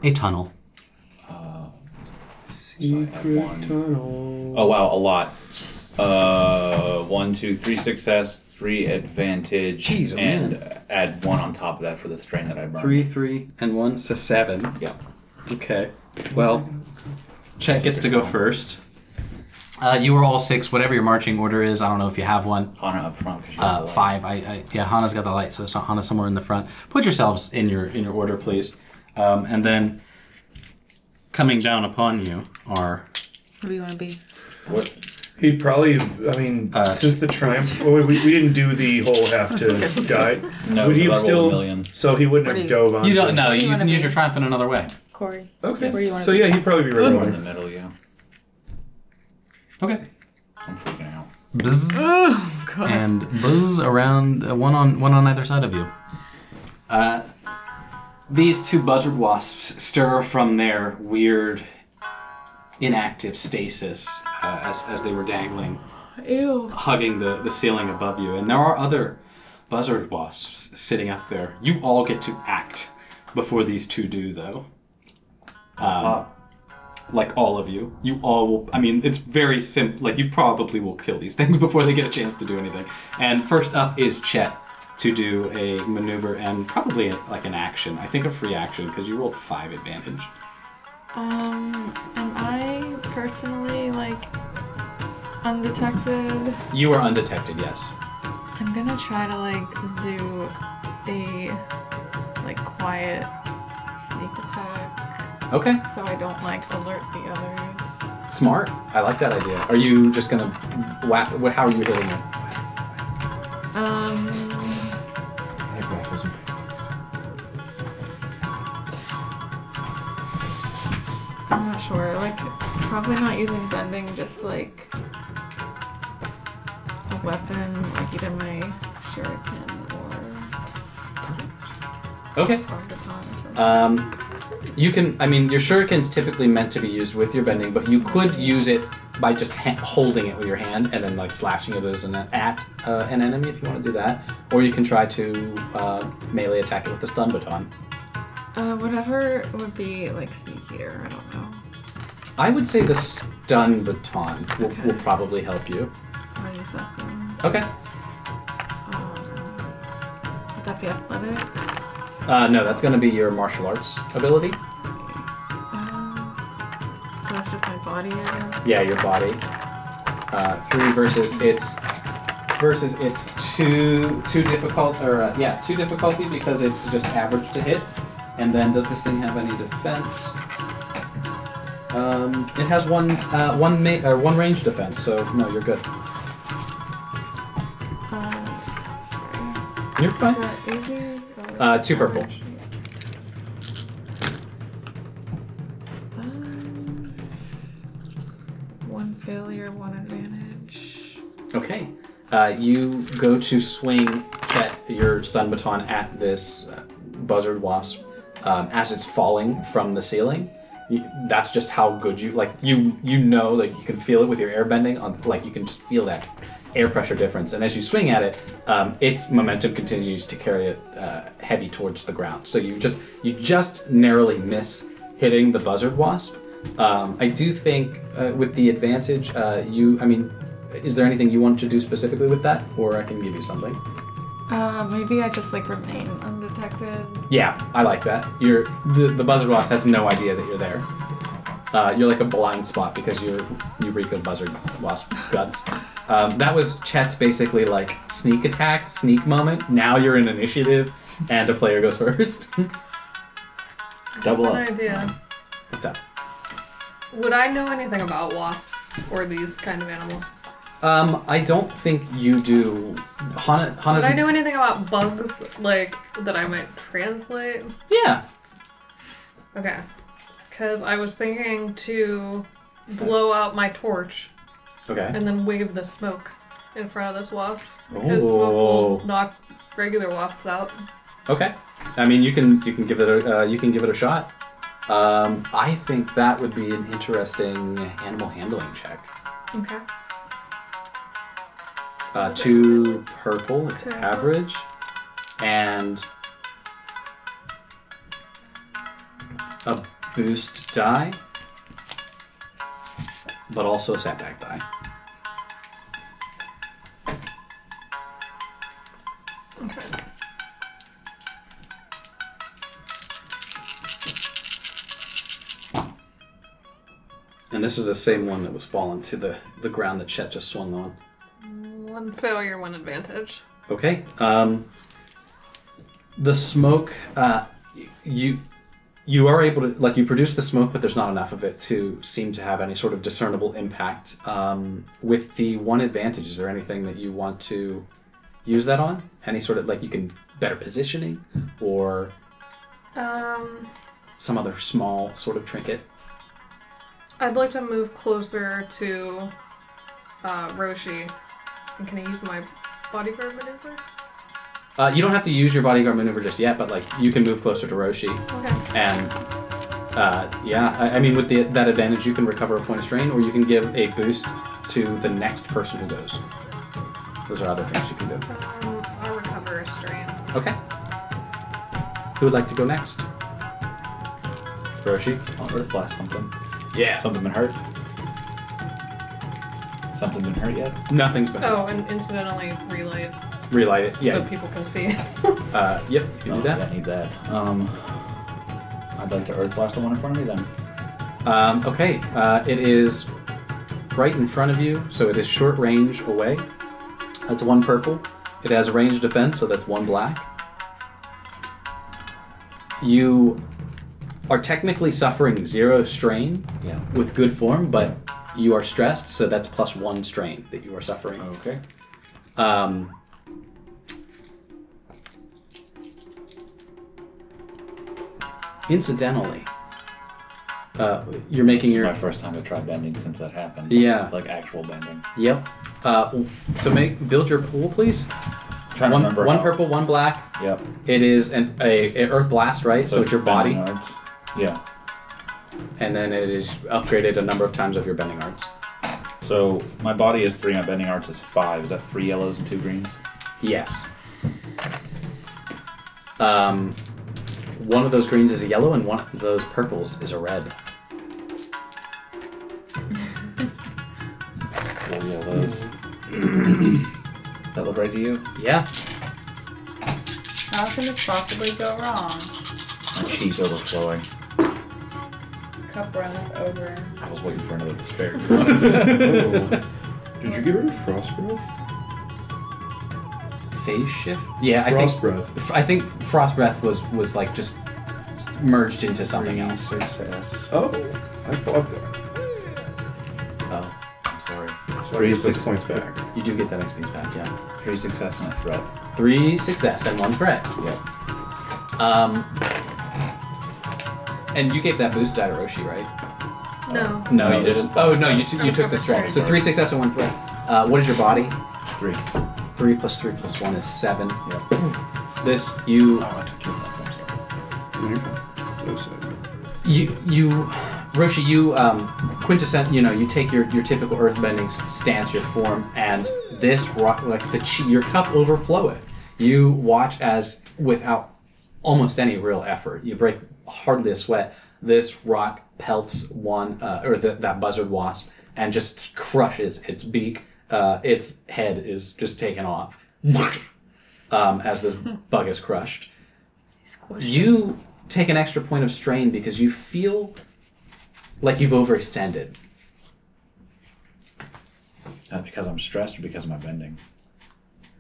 Speaker 2: a tunnel.
Speaker 3: Secret Oh wow, a lot. Uh, one, two, three success, three advantage,
Speaker 2: Jeez, oh,
Speaker 3: and
Speaker 2: man.
Speaker 3: add one on top of that for the strain that I burned.
Speaker 2: three, and one, so seven.
Speaker 3: Yeah.
Speaker 2: Okay. Well, Chet gets to go first. Uh, you are all six, whatever your marching order is. I don't know if you have one.
Speaker 3: Hana up front. 'cause she has a
Speaker 2: Uh,
Speaker 3: lot.
Speaker 2: five. I, I yeah. Hana's got the light, so it's not Hana somewhere in the front. Put yourselves in your in your order, please. Um, and then coming down upon you are
Speaker 11: What do you want to be?
Speaker 3: What?
Speaker 4: He'd probably. I mean,
Speaker 2: Uh,
Speaker 4: since the triumph, well, we, we didn't do the whole have to die.
Speaker 3: No,
Speaker 4: Would he
Speaker 3: because I
Speaker 4: have still?
Speaker 3: rolled a million.
Speaker 4: So he wouldn't
Speaker 11: What do
Speaker 4: have
Speaker 11: you-
Speaker 4: dove on.
Speaker 2: you don't know. You
Speaker 11: wanna
Speaker 2: can use
Speaker 11: be?
Speaker 2: your triumph in another way.
Speaker 11: Corey.
Speaker 4: Okay.
Speaker 11: Where you wanna
Speaker 4: so
Speaker 11: be?
Speaker 4: yeah, he'd probably be right
Speaker 3: We're in the
Speaker 4: on.
Speaker 3: middle, yeah.
Speaker 2: Okay.
Speaker 3: I'm freaking out.
Speaker 2: Buzz. and buzz around uh, one on one on either side of you. Uh, these two buzzard wasps stir from their weird, inactive stasis uh, as, as they were dangling,
Speaker 11: Ew.
Speaker 2: hugging the, the ceiling above you. And there are other buzzard wasps sitting up there. You all get to act before these two do, though. Um, like all of you, you all will. I mean, it's very simple. Like you probably will kill these things before they get a chance to do anything. And first up is Chet to do a maneuver and probably a, like an action. I think a free action because you rolled five advantage.
Speaker 14: Um, am I personally like undetected?
Speaker 2: You are undetected. Yes.
Speaker 14: I'm gonna try to like do a like quiet sneak attack.
Speaker 2: Okay.
Speaker 14: So I don't like alert the others.
Speaker 2: Smart. I like that idea. Are you just gonna whack? wha- How are you hitting it?
Speaker 14: Um. I'm not sure. Like, probably not using bending, just like a weapon, like either my shuriken or
Speaker 2: Okay.
Speaker 14: baton or something.
Speaker 2: Um, you can. I mean, your shuriken's typically meant to be used with your bending, but you could use it by just ha- holding it with your hand and then like slashing it as an at uh, an enemy if you want to do that, or you can try to uh, melee attack it with the stun baton.
Speaker 14: Uh, whatever would be like sneakier. I don't know.
Speaker 2: I would say the stun baton will, will probably help you.
Speaker 14: I'll use that then.
Speaker 2: Okay.
Speaker 14: um, Would that be athletics?
Speaker 2: Uh, no, that's going to be your martial arts ability.
Speaker 14: um, So that's just my body, I guess.
Speaker 2: Yeah, your body. Uh, three versus its versus its two two difficult or uh, yeah two difficulty because it's just average to hit. And then does this thing have any defense? Um, it has one uh, one ma- or one range defense, so no, you're good.
Speaker 14: Uh, sorry.
Speaker 2: You're fine.
Speaker 14: Is that easy? Or-
Speaker 2: Uh, two purple.
Speaker 14: Um, One failure, one advantage.
Speaker 2: Okay. Uh, you go to swing that your stun baton at this uh, buzzard wasp um, as it's falling from the ceiling. You, that's just how good you like. You you know like you can feel it with your air bending on like you can just feel that air pressure difference. And as you swing at it, um, its momentum continues to carry it uh, heavy towards the ground. So you just you just narrowly miss hitting the buzzard wasp. Um, I do think uh, with the advantage, uh, you I mean is there anything you want to do specifically with that, or I can give you something?
Speaker 14: Uh, maybe I just like remain undetected.
Speaker 2: Yeah, I like that. You're the, the buzzard boss has no idea that you're there. Uh, you're like a blind spot because you're you reek of buzzard wasp guts. Um, that was Chet's basically like sneak attack, sneak moment. Now you're in initiative, and a player goes first. Double
Speaker 5: An
Speaker 2: up.
Speaker 5: idea.
Speaker 2: What's up?
Speaker 5: Would I know anything about wasps or these kind of animals?
Speaker 2: Um, I don't think you do. Hana, Hana's.
Speaker 5: Would I know anything about bugs, like, that I might translate?
Speaker 2: Yeah.
Speaker 5: Okay. Because I was thinking to blow out my torch
Speaker 2: Okay.
Speaker 5: and then wave the smoke in front of this wasp. Because smoke
Speaker 2: Oh.
Speaker 5: will knock regular wasps out.
Speaker 2: Okay. I mean, you can you can give it a uh, you can give it a shot. Um, I think that would be an interesting animal handling check.
Speaker 5: Okay.
Speaker 2: Uh, two purple, it's
Speaker 5: Two.
Speaker 2: average, and a boost die, but also a setback die.
Speaker 5: Okay.
Speaker 2: And this is the same one that was falling to the, the ground that Chet just swung on.
Speaker 5: One failure, one advantage.
Speaker 2: Okay. Um, the smoke, uh, y- you you are able to like you produce the smoke, but there's not enough of it to seem to have any sort of discernible impact. Um, with the one advantage, is there anything that you want to use that on? Any sort of like you can better positioning or
Speaker 5: Um,
Speaker 2: some other small sort of trinket?
Speaker 5: I'd like to move closer to uh, Roshi. And can I use my bodyguard maneuver?
Speaker 2: Uh, you don't have to use your bodyguard maneuver just yet, but like you can move closer to Roshi.
Speaker 5: Okay.
Speaker 2: And uh, yeah, I, I mean with the, that advantage, you can recover a point of strain, or you can give a boost to the next person who goes. Those are other things you can do.
Speaker 5: Um, I'll recover a strain.
Speaker 2: Okay. Who would like to go next? Roshi.
Speaker 3: I'll Earth Blast something.
Speaker 2: Yeah.
Speaker 3: Something been hurt? Something been hurt yet?
Speaker 2: Nothing's been
Speaker 5: Oh, and incidentally relayed
Speaker 2: relight it. Yeah.
Speaker 5: Oh. so people can see.
Speaker 2: uh, yep. You can
Speaker 3: No,
Speaker 2: do that.
Speaker 3: I need that. Um, I'd like to Earth Blast the one in front of me then.
Speaker 2: Um, okay, uh, it is right in front of you, so it is short range away. That's one purple. It has range defense, so that's one black. You are technically suffering zero strain
Speaker 3: Yeah.
Speaker 2: with good form, but you are stressed, so that's plus one strain that you are suffering.
Speaker 3: Okay. Oh.
Speaker 2: Um, incidentally, uh, you're making
Speaker 3: This is
Speaker 2: your
Speaker 3: my first time to try bending since that happened.
Speaker 2: Yeah.
Speaker 3: Like actual bending.
Speaker 2: Yep. Uh, so make build your pool, please.
Speaker 3: Trying to
Speaker 2: one,
Speaker 3: remember
Speaker 2: one
Speaker 3: how-
Speaker 2: purple, one black.
Speaker 3: Yep.
Speaker 2: It is an a, a earth blast, right? So,
Speaker 3: So
Speaker 2: it's your
Speaker 3: it's
Speaker 2: body.
Speaker 3: bending arts. Yeah.
Speaker 2: And then it is upgraded a number of times of your bending arts.
Speaker 3: So my body is three, my bending arts is five. Is that three yellows and two greens?
Speaker 2: Yes. Um, one of those greens is a yellow, and one of those purples is a red.
Speaker 3: Four yellows. that look right to you?
Speaker 2: Yeah.
Speaker 11: How can this possibly go wrong?
Speaker 3: My cheese overflowing.
Speaker 11: This cup runneth over.
Speaker 3: I was waiting for another despair.
Speaker 7: Did you get rid of frost breath?
Speaker 2: Phase shift. Yeah, I think,
Speaker 7: Frost breath.
Speaker 2: f- I think frost breath was was like just merged into something else. Success.
Speaker 7: Oh, I bought that.
Speaker 2: Oh, I'm sorry.
Speaker 7: So I get six points back.
Speaker 2: You do get that experience back, yeah.
Speaker 3: Three success and a threat.
Speaker 2: Three success and one threat.
Speaker 3: Yep.
Speaker 2: Um, and you gave that boost to Roshi, right?
Speaker 5: No.
Speaker 2: No,
Speaker 3: No,
Speaker 2: you
Speaker 3: this
Speaker 2: didn't.
Speaker 3: is-
Speaker 2: Oh no, you took
Speaker 5: I'm
Speaker 2: you took the strength. So three success and one threat. Uh, what is your body?
Speaker 3: Three.
Speaker 2: Three plus three plus one is seven.
Speaker 3: Yep.
Speaker 2: This you
Speaker 3: Oh, I took two of them.
Speaker 2: you you Roshi, you um, quintessent. You know, you take your your typical earthbending stance, your form, and this rock like the chi, your cup overfloweth. You watch as without almost any real effort, you break hardly a sweat. This rock pelts one uh, or the, that buzzard wasp and just crushes its beak. Uh, its head is just taken off um, as this bug is crushed. You take an extra point of strain because you feel like you've overextended.
Speaker 3: Uh, because I'm stressed or because of my bending?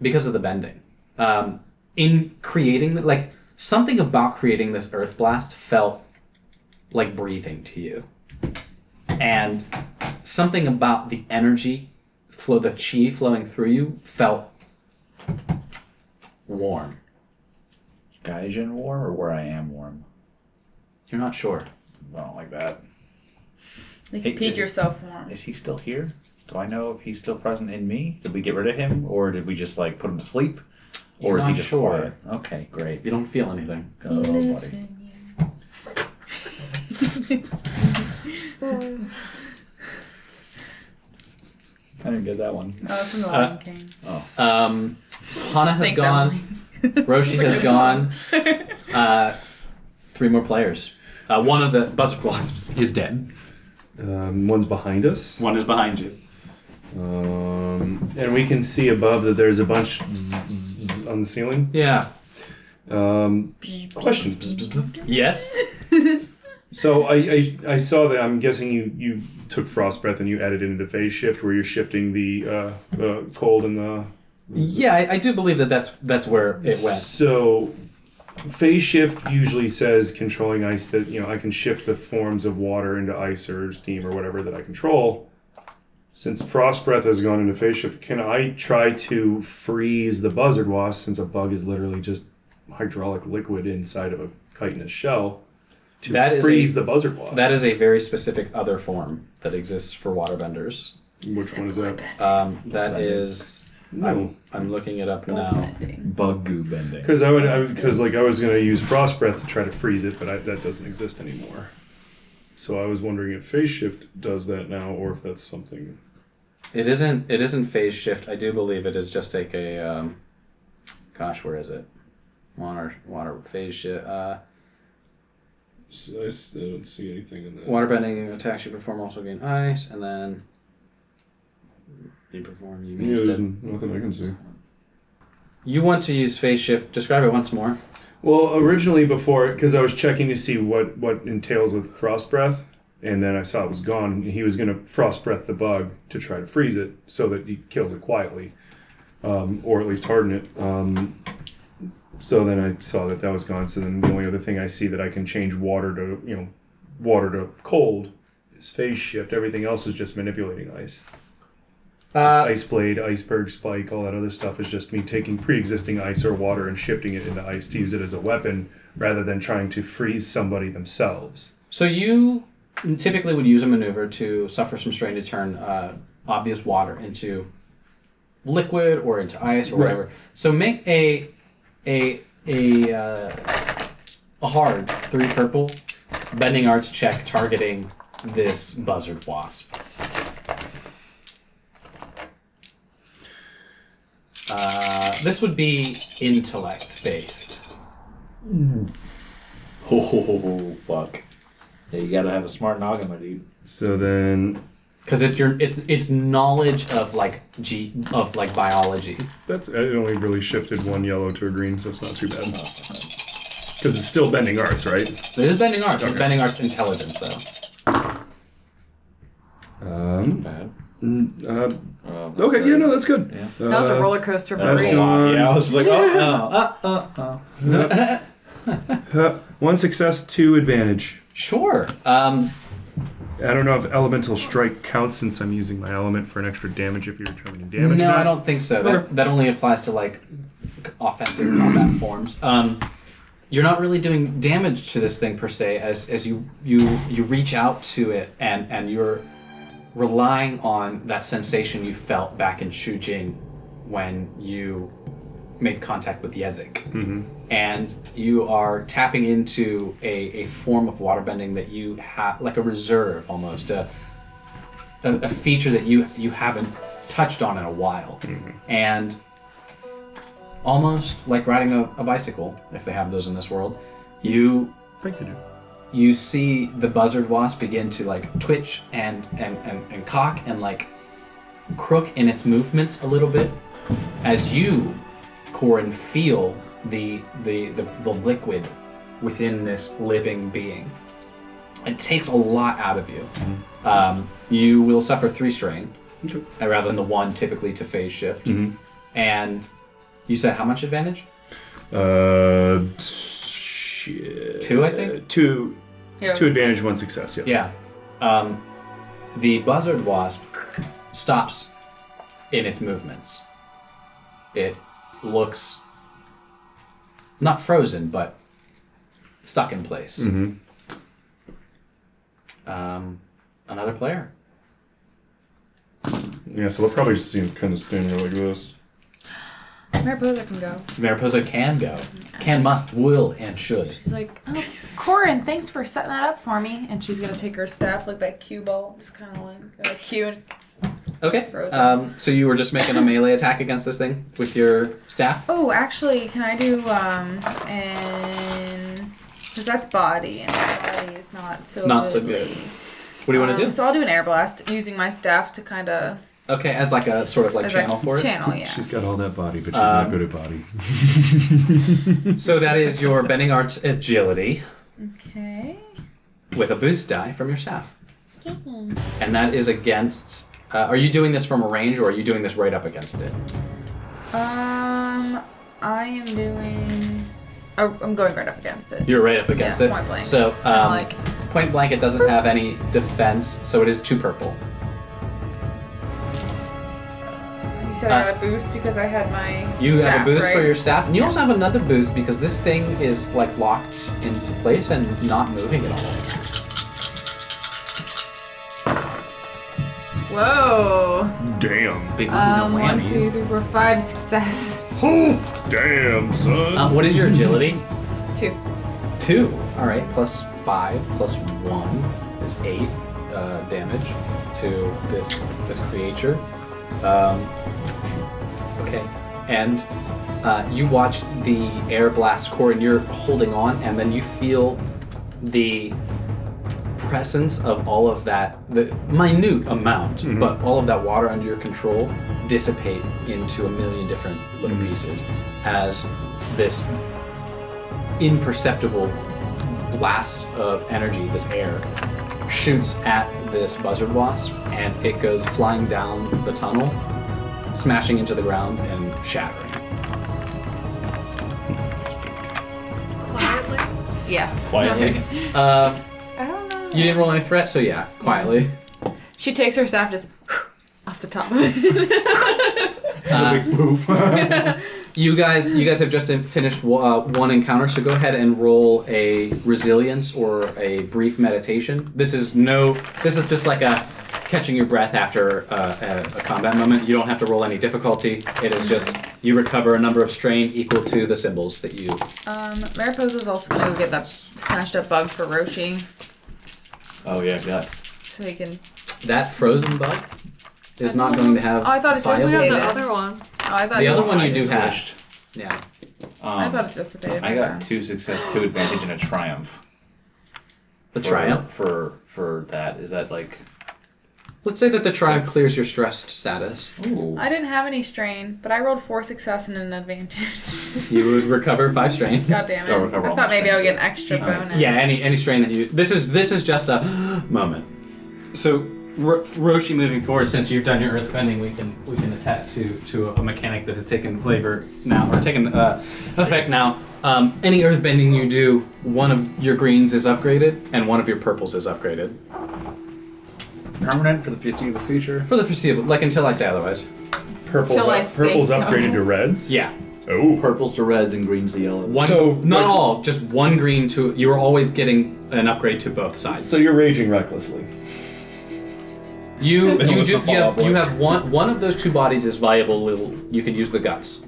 Speaker 2: because of the bending. Um, in creating, like something about creating this earth blast felt like breathing to you, and something about the energy flow, the chi flowing through you felt warm.
Speaker 3: Gaijin warm or where I am warm?
Speaker 2: You're not sure.
Speaker 3: I don't like that.
Speaker 11: You can
Speaker 3: Hey,
Speaker 11: peed
Speaker 3: is it-
Speaker 11: yourself warm.
Speaker 3: Is he still here? Do I know if he's still present in me? Did we get rid of him, or did we just like put him to sleep, or
Speaker 2: You're
Speaker 3: is he
Speaker 2: not
Speaker 3: just
Speaker 2: sure.
Speaker 3: quiet? Okay, great.
Speaker 2: You don't feel anything.
Speaker 3: Oh, buddy. I didn't get that one. Oh,
Speaker 11: Oh, it's from the
Speaker 2: Uh,
Speaker 11: Lion King.
Speaker 2: Um, so Hana has
Speaker 11: Thanks,
Speaker 2: gone. Roshi has gone.
Speaker 11: Emily.
Speaker 2: Uh, three more players. Uh, one of the buzzard wasps is dead.
Speaker 7: Um, one's behind us.
Speaker 2: One is behind you.
Speaker 7: Um, and we can see above that there's a bunch zzz, zzz, zzz on the ceiling.
Speaker 2: Yeah.
Speaker 7: Um, question.
Speaker 2: Yes.
Speaker 7: So I, I, I saw that. I'm guessing you, you took frost breath and you added it into phase shift, where you're shifting the uh, uh, cold and the
Speaker 2: Yeah, I, I do believe that that's that's where it went.
Speaker 7: So, phase shift usually says controlling ice that you know I can shift the forms of water into ice or steam or whatever that I control. Since frost breath has gone into phase shift, can I try to freeze the buzzard wasp since a bug is literally just hydraulic liquid inside of a chitinous shell to
Speaker 2: That is
Speaker 7: freeze
Speaker 2: a-
Speaker 7: the buzzard wasp?
Speaker 2: That is a very specific other form that exists for waterbenders.
Speaker 7: Which one is that? Hmm.
Speaker 2: Um, that is,
Speaker 7: No.
Speaker 2: I'm, I'm looking it up now.
Speaker 3: Bug goo bending.
Speaker 7: Because I would, because like I was gonna use frost breath to try to freeze it, but I, that doesn't exist anymore. So I was wondering if phase shift does that now, or if that's something.
Speaker 2: It isn't. It isn't phase shift. I do believe it is just like a. Um, gosh, where is it? Water, water phase shift. Uh,
Speaker 7: I s- I don't see anything in that.
Speaker 2: waterbending attacks you perform also gain ice, and then you perform. You mean
Speaker 7: Yeah, there's
Speaker 2: instead.
Speaker 7: nothing I can see.
Speaker 2: You want to use phase shift? Describe it once more.
Speaker 7: Well, originally before, because I was checking to see what what entails with frost breath, and then I saw it was gone. and He was gonna frost breath the bug to try to freeze it so that he kills it quietly. um, or at least harden it. Um, so then I saw that that was gone. So then the only other thing I see that I can change water to, you know, water to cold is phase shift. Everything else is just manipulating ice. ice blade, iceberg spike, all that other stuff is just me taking pre-existing ice or water and shifting it into ice to use it as a weapon rather than trying to freeze somebody themselves.
Speaker 2: So you typically would use a maneuver to suffer some strain to turn uh, obvious water into liquid or into ice or
Speaker 7: Right.
Speaker 2: whatever. So make a a a uh, a hard three purple bending arts check targeting this buzzard wasp. Uh, this would be intellect based.
Speaker 3: Ho ho ho ho! Fuck. Yeah, you gotta have a smart noggin, my dude.
Speaker 7: So then
Speaker 2: Because it's your it's it's knowledge of like G of like biology.
Speaker 7: That's it. Only really shifted one yellow to a green, so it's not too bad. Because it's still bending arts, right?
Speaker 2: It is bending arts. It's
Speaker 7: Okay.
Speaker 2: bending arts intelligence though.
Speaker 7: Um,
Speaker 3: bad.
Speaker 7: Uh, okay, yeah, no, that's good.
Speaker 14: That was a roller coaster of a
Speaker 7: Uh, that's
Speaker 14: read.
Speaker 7: gone.
Speaker 14: Yeah, I was like,
Speaker 3: oh,
Speaker 2: uh, uh,
Speaker 7: Nope. Uh, one success, two advantage.
Speaker 2: Sure. Um,
Speaker 7: I don't know if elemental strike counts since I'm using my element for an extra damage. If you're determining damage,
Speaker 2: no,
Speaker 7: now.
Speaker 2: I don't think so.
Speaker 7: Okay.
Speaker 2: That, that only applies to like offensive combat forms. Um, you're not really doing damage to this thing per se, as as you you you reach out to it and and you're relying on that sensation you felt back in Shujing when you made contact with Yezik.
Speaker 7: Mhm.
Speaker 2: and you are tapping into a, a form of water bending that you have, like a reserve almost, a, a, a feature that you you haven't touched on in a while,
Speaker 7: Mm-hmm.
Speaker 2: and almost like riding a, a bicycle, if they have those in this world, you
Speaker 7: think they do.
Speaker 2: You see the buzzard wasp begin to like twitch and and, and, and cock and like crook in its movements a little bit as you, Corin, feel the the, the the liquid within this living being. It takes a lot out of you. Um, you will suffer three strain,
Speaker 7: Okay.
Speaker 2: uh, rather than the one typically to phase shift.
Speaker 7: Mhm.
Speaker 2: And you said how much advantage?
Speaker 7: Uh, shit.
Speaker 2: Two, I
Speaker 7: Uh,
Speaker 2: think?
Speaker 7: Two.
Speaker 14: Yeah.
Speaker 7: Two advantage, one success. Yes.
Speaker 2: Yeah. Um, the buzzard wasp stops in its movements. It looks not frozen, but stuck in place.
Speaker 7: Mhm.
Speaker 2: Um, another player.
Speaker 7: Yeah. So they'll probably just see him kind of standing there like this.
Speaker 11: Mariposa can go.
Speaker 2: Mariposa can go. Can, must, will, and should.
Speaker 11: She's like, oh, Corin, thanks for setting that up for me. And she's gonna take her staff, like that cue ball, just kind of like uh, cue. And...
Speaker 2: Okay.
Speaker 11: Frozen.
Speaker 2: Um, so you were just making a melee attack against this thing with your staff?
Speaker 11: Oh, actually, can I do um and because that's body and my body is not so
Speaker 2: Not so good. What do you want to
Speaker 11: Um,
Speaker 2: do?
Speaker 11: So I'll do an air blast using my staff to kind of
Speaker 2: Okay, as like a sort of like
Speaker 11: As a
Speaker 2: channel for it.
Speaker 11: channel, yeah. She's
Speaker 2: got all that body,
Speaker 11: but
Speaker 6: she's not
Speaker 7: Um,
Speaker 2: good at body. so that is your bending arts agility
Speaker 11: okay.
Speaker 2: with a boost die from your staff, and that is against. Uh, are you doing this from a range, or are you doing this right up against it?
Speaker 11: Um, I am doing. Oh, I'm going right up against it.
Speaker 2: You're right up against
Speaker 11: Yeah,
Speaker 2: it.
Speaker 11: Point blank.
Speaker 2: So
Speaker 11: It's kinda
Speaker 2: um,
Speaker 11: like-
Speaker 2: point blank, it doesn't have any defense, so it is two purple.
Speaker 11: you said I got a boost because I had my.
Speaker 2: Uh, You
Speaker 11: staff,
Speaker 2: have a boost
Speaker 11: right?
Speaker 2: for your staff, and you also have another boost because this thing is like locked into place and not moving at all.
Speaker 14: Whoa.
Speaker 7: Damn.
Speaker 2: Big
Speaker 14: Um, one, two, three, four, five, success.
Speaker 7: Oh, damn, son.
Speaker 11: Oh,
Speaker 2: Uh, what is your agility?
Speaker 11: Two.
Speaker 2: Two. All right. Plus five. Plus one is eight uh, damage to this this creature. Um, okay. And uh, you watch the air blast core, and you're holding on, and then you feel the presence of all of that the minute amount but all of that water under your control dissipate into a million different little pieces as this imperceptible blast of energy this air shoots at this buzzard wasp and it goes flying down the tunnel smashing into the ground and shattering.
Speaker 5: Quietly.
Speaker 11: Yeah.
Speaker 2: Quietly. uh,
Speaker 11: I don't know.
Speaker 2: you didn't roll any threat, so yeah, quietly.
Speaker 11: She takes her staff just off the top of it.
Speaker 2: Uh, you guys, you guys have just finished uh, one encounter, so go ahead and roll a resilience or a brief meditation. This is no, this is just like a catching your breath after uh, a, a combat moment. You don't have to roll any difficulty. It is just you recover a number of strain equal to the symbols that you.
Speaker 11: Um, Mariposa's also gonna go get that smashed up bug for Roshi
Speaker 2: Oh yeah, guts.
Speaker 11: so he can.
Speaker 2: That frozen bug is not going to have.
Speaker 11: Oh, I thought it
Speaker 2: viable-
Speaker 11: just
Speaker 5: We have
Speaker 11: Yeah.
Speaker 5: the other one.
Speaker 11: Oh, I thought
Speaker 2: The
Speaker 11: it
Speaker 2: other
Speaker 11: was
Speaker 2: one you
Speaker 11: fine.
Speaker 2: do have. Yeah.
Speaker 11: I thought it dissipated.
Speaker 3: um, I got two success, two advantage, and a triumph.
Speaker 2: The
Speaker 3: For-
Speaker 2: triumph?
Speaker 3: for for that is that like
Speaker 2: Let's say that the tribe clears your stressed status.
Speaker 3: Ooh.
Speaker 11: I didn't have any strain, but I rolled four success and an advantage.
Speaker 2: You would recover five strain.
Speaker 11: God damn it!
Speaker 2: Or recover
Speaker 11: I
Speaker 2: all
Speaker 11: thought
Speaker 2: my
Speaker 11: maybe I would get an extra bonus.
Speaker 2: Yeah, any any strain that you. This is this is just a moment. So Ro- Roshi, moving forward, since you've done your earthbending, we can we can attest to to a mechanic that has taken flavor now or taken uh, effect now. Um, any earthbending you do, one of your greens is upgraded and one of your purples is upgraded
Speaker 3: permanent for the foreseeable future.
Speaker 2: for the foreseeable, like until I say otherwise.
Speaker 4: Purple's,
Speaker 11: Till I
Speaker 4: up,
Speaker 11: say
Speaker 4: purple's
Speaker 11: so.
Speaker 4: upgraded to reds?
Speaker 2: Yeah.
Speaker 4: Oh.
Speaker 9: Purples to reds and greens to yellows.
Speaker 2: One, not all, just one green to. You are always getting an upgrade to both sides.
Speaker 4: So you're raging recklessly.
Speaker 2: You
Speaker 4: That
Speaker 2: you
Speaker 4: was
Speaker 2: do
Speaker 4: the
Speaker 2: you
Speaker 4: follow-up
Speaker 2: have, you
Speaker 4: one.
Speaker 2: have one one of those two bodies is viable. We'll, you could use the guts.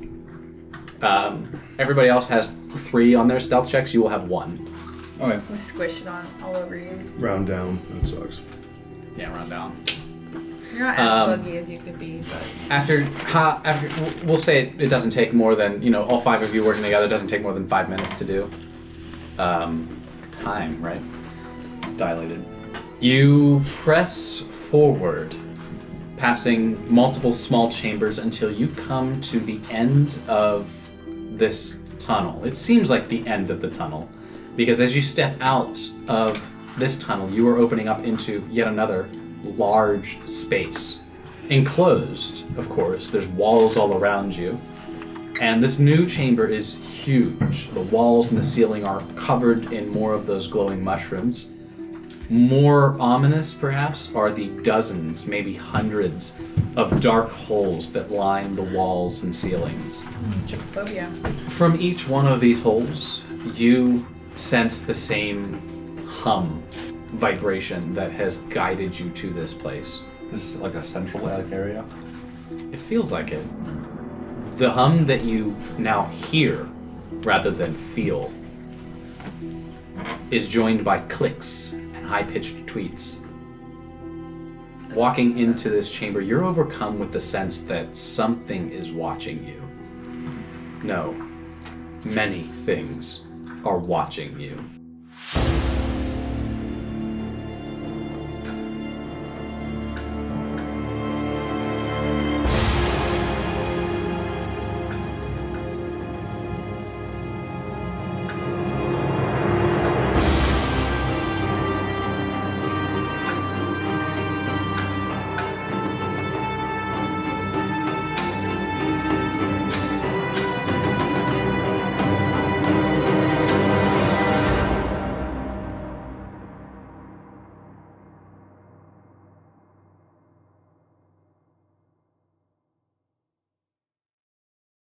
Speaker 2: Um, everybody else has three on their stealth checks. You will have one.
Speaker 4: Okay.
Speaker 11: We squish it on all over you.
Speaker 4: Round down. That sucks.
Speaker 2: Yeah, run down.
Speaker 11: You're not as
Speaker 2: Um,
Speaker 11: buggy as you could be, but
Speaker 2: After ha, after we'll- we'll say it, it doesn't take more than you know all five of you working together doesn't take more than five minutes to do. Um, time right.
Speaker 3: Dilated.
Speaker 2: You press forward, passing multiple small chambers until you come to the end of this tunnel. It seems like the end of the tunnel, because as you step out of this tunnel, you are opening up into yet another large space. Enclosed, of course, there's walls all around you. And this new chamber is huge. The walls and the ceiling are covered in more of those glowing mushrooms. More ominous, perhaps, are the dozens, maybe hundreds, of dark holes that line the walls and ceilings.
Speaker 11: phobia.
Speaker 2: From each one of these holes, you sense the same hum, vibration that has guided you to this place.
Speaker 3: This is like a central area.
Speaker 2: It feels like it. The hum that you now hear, rather than feel, is joined by clicks and high pitched tweets. Walking into this chamber, you're overcome with the sense that something is watching you. No, many things are watching you.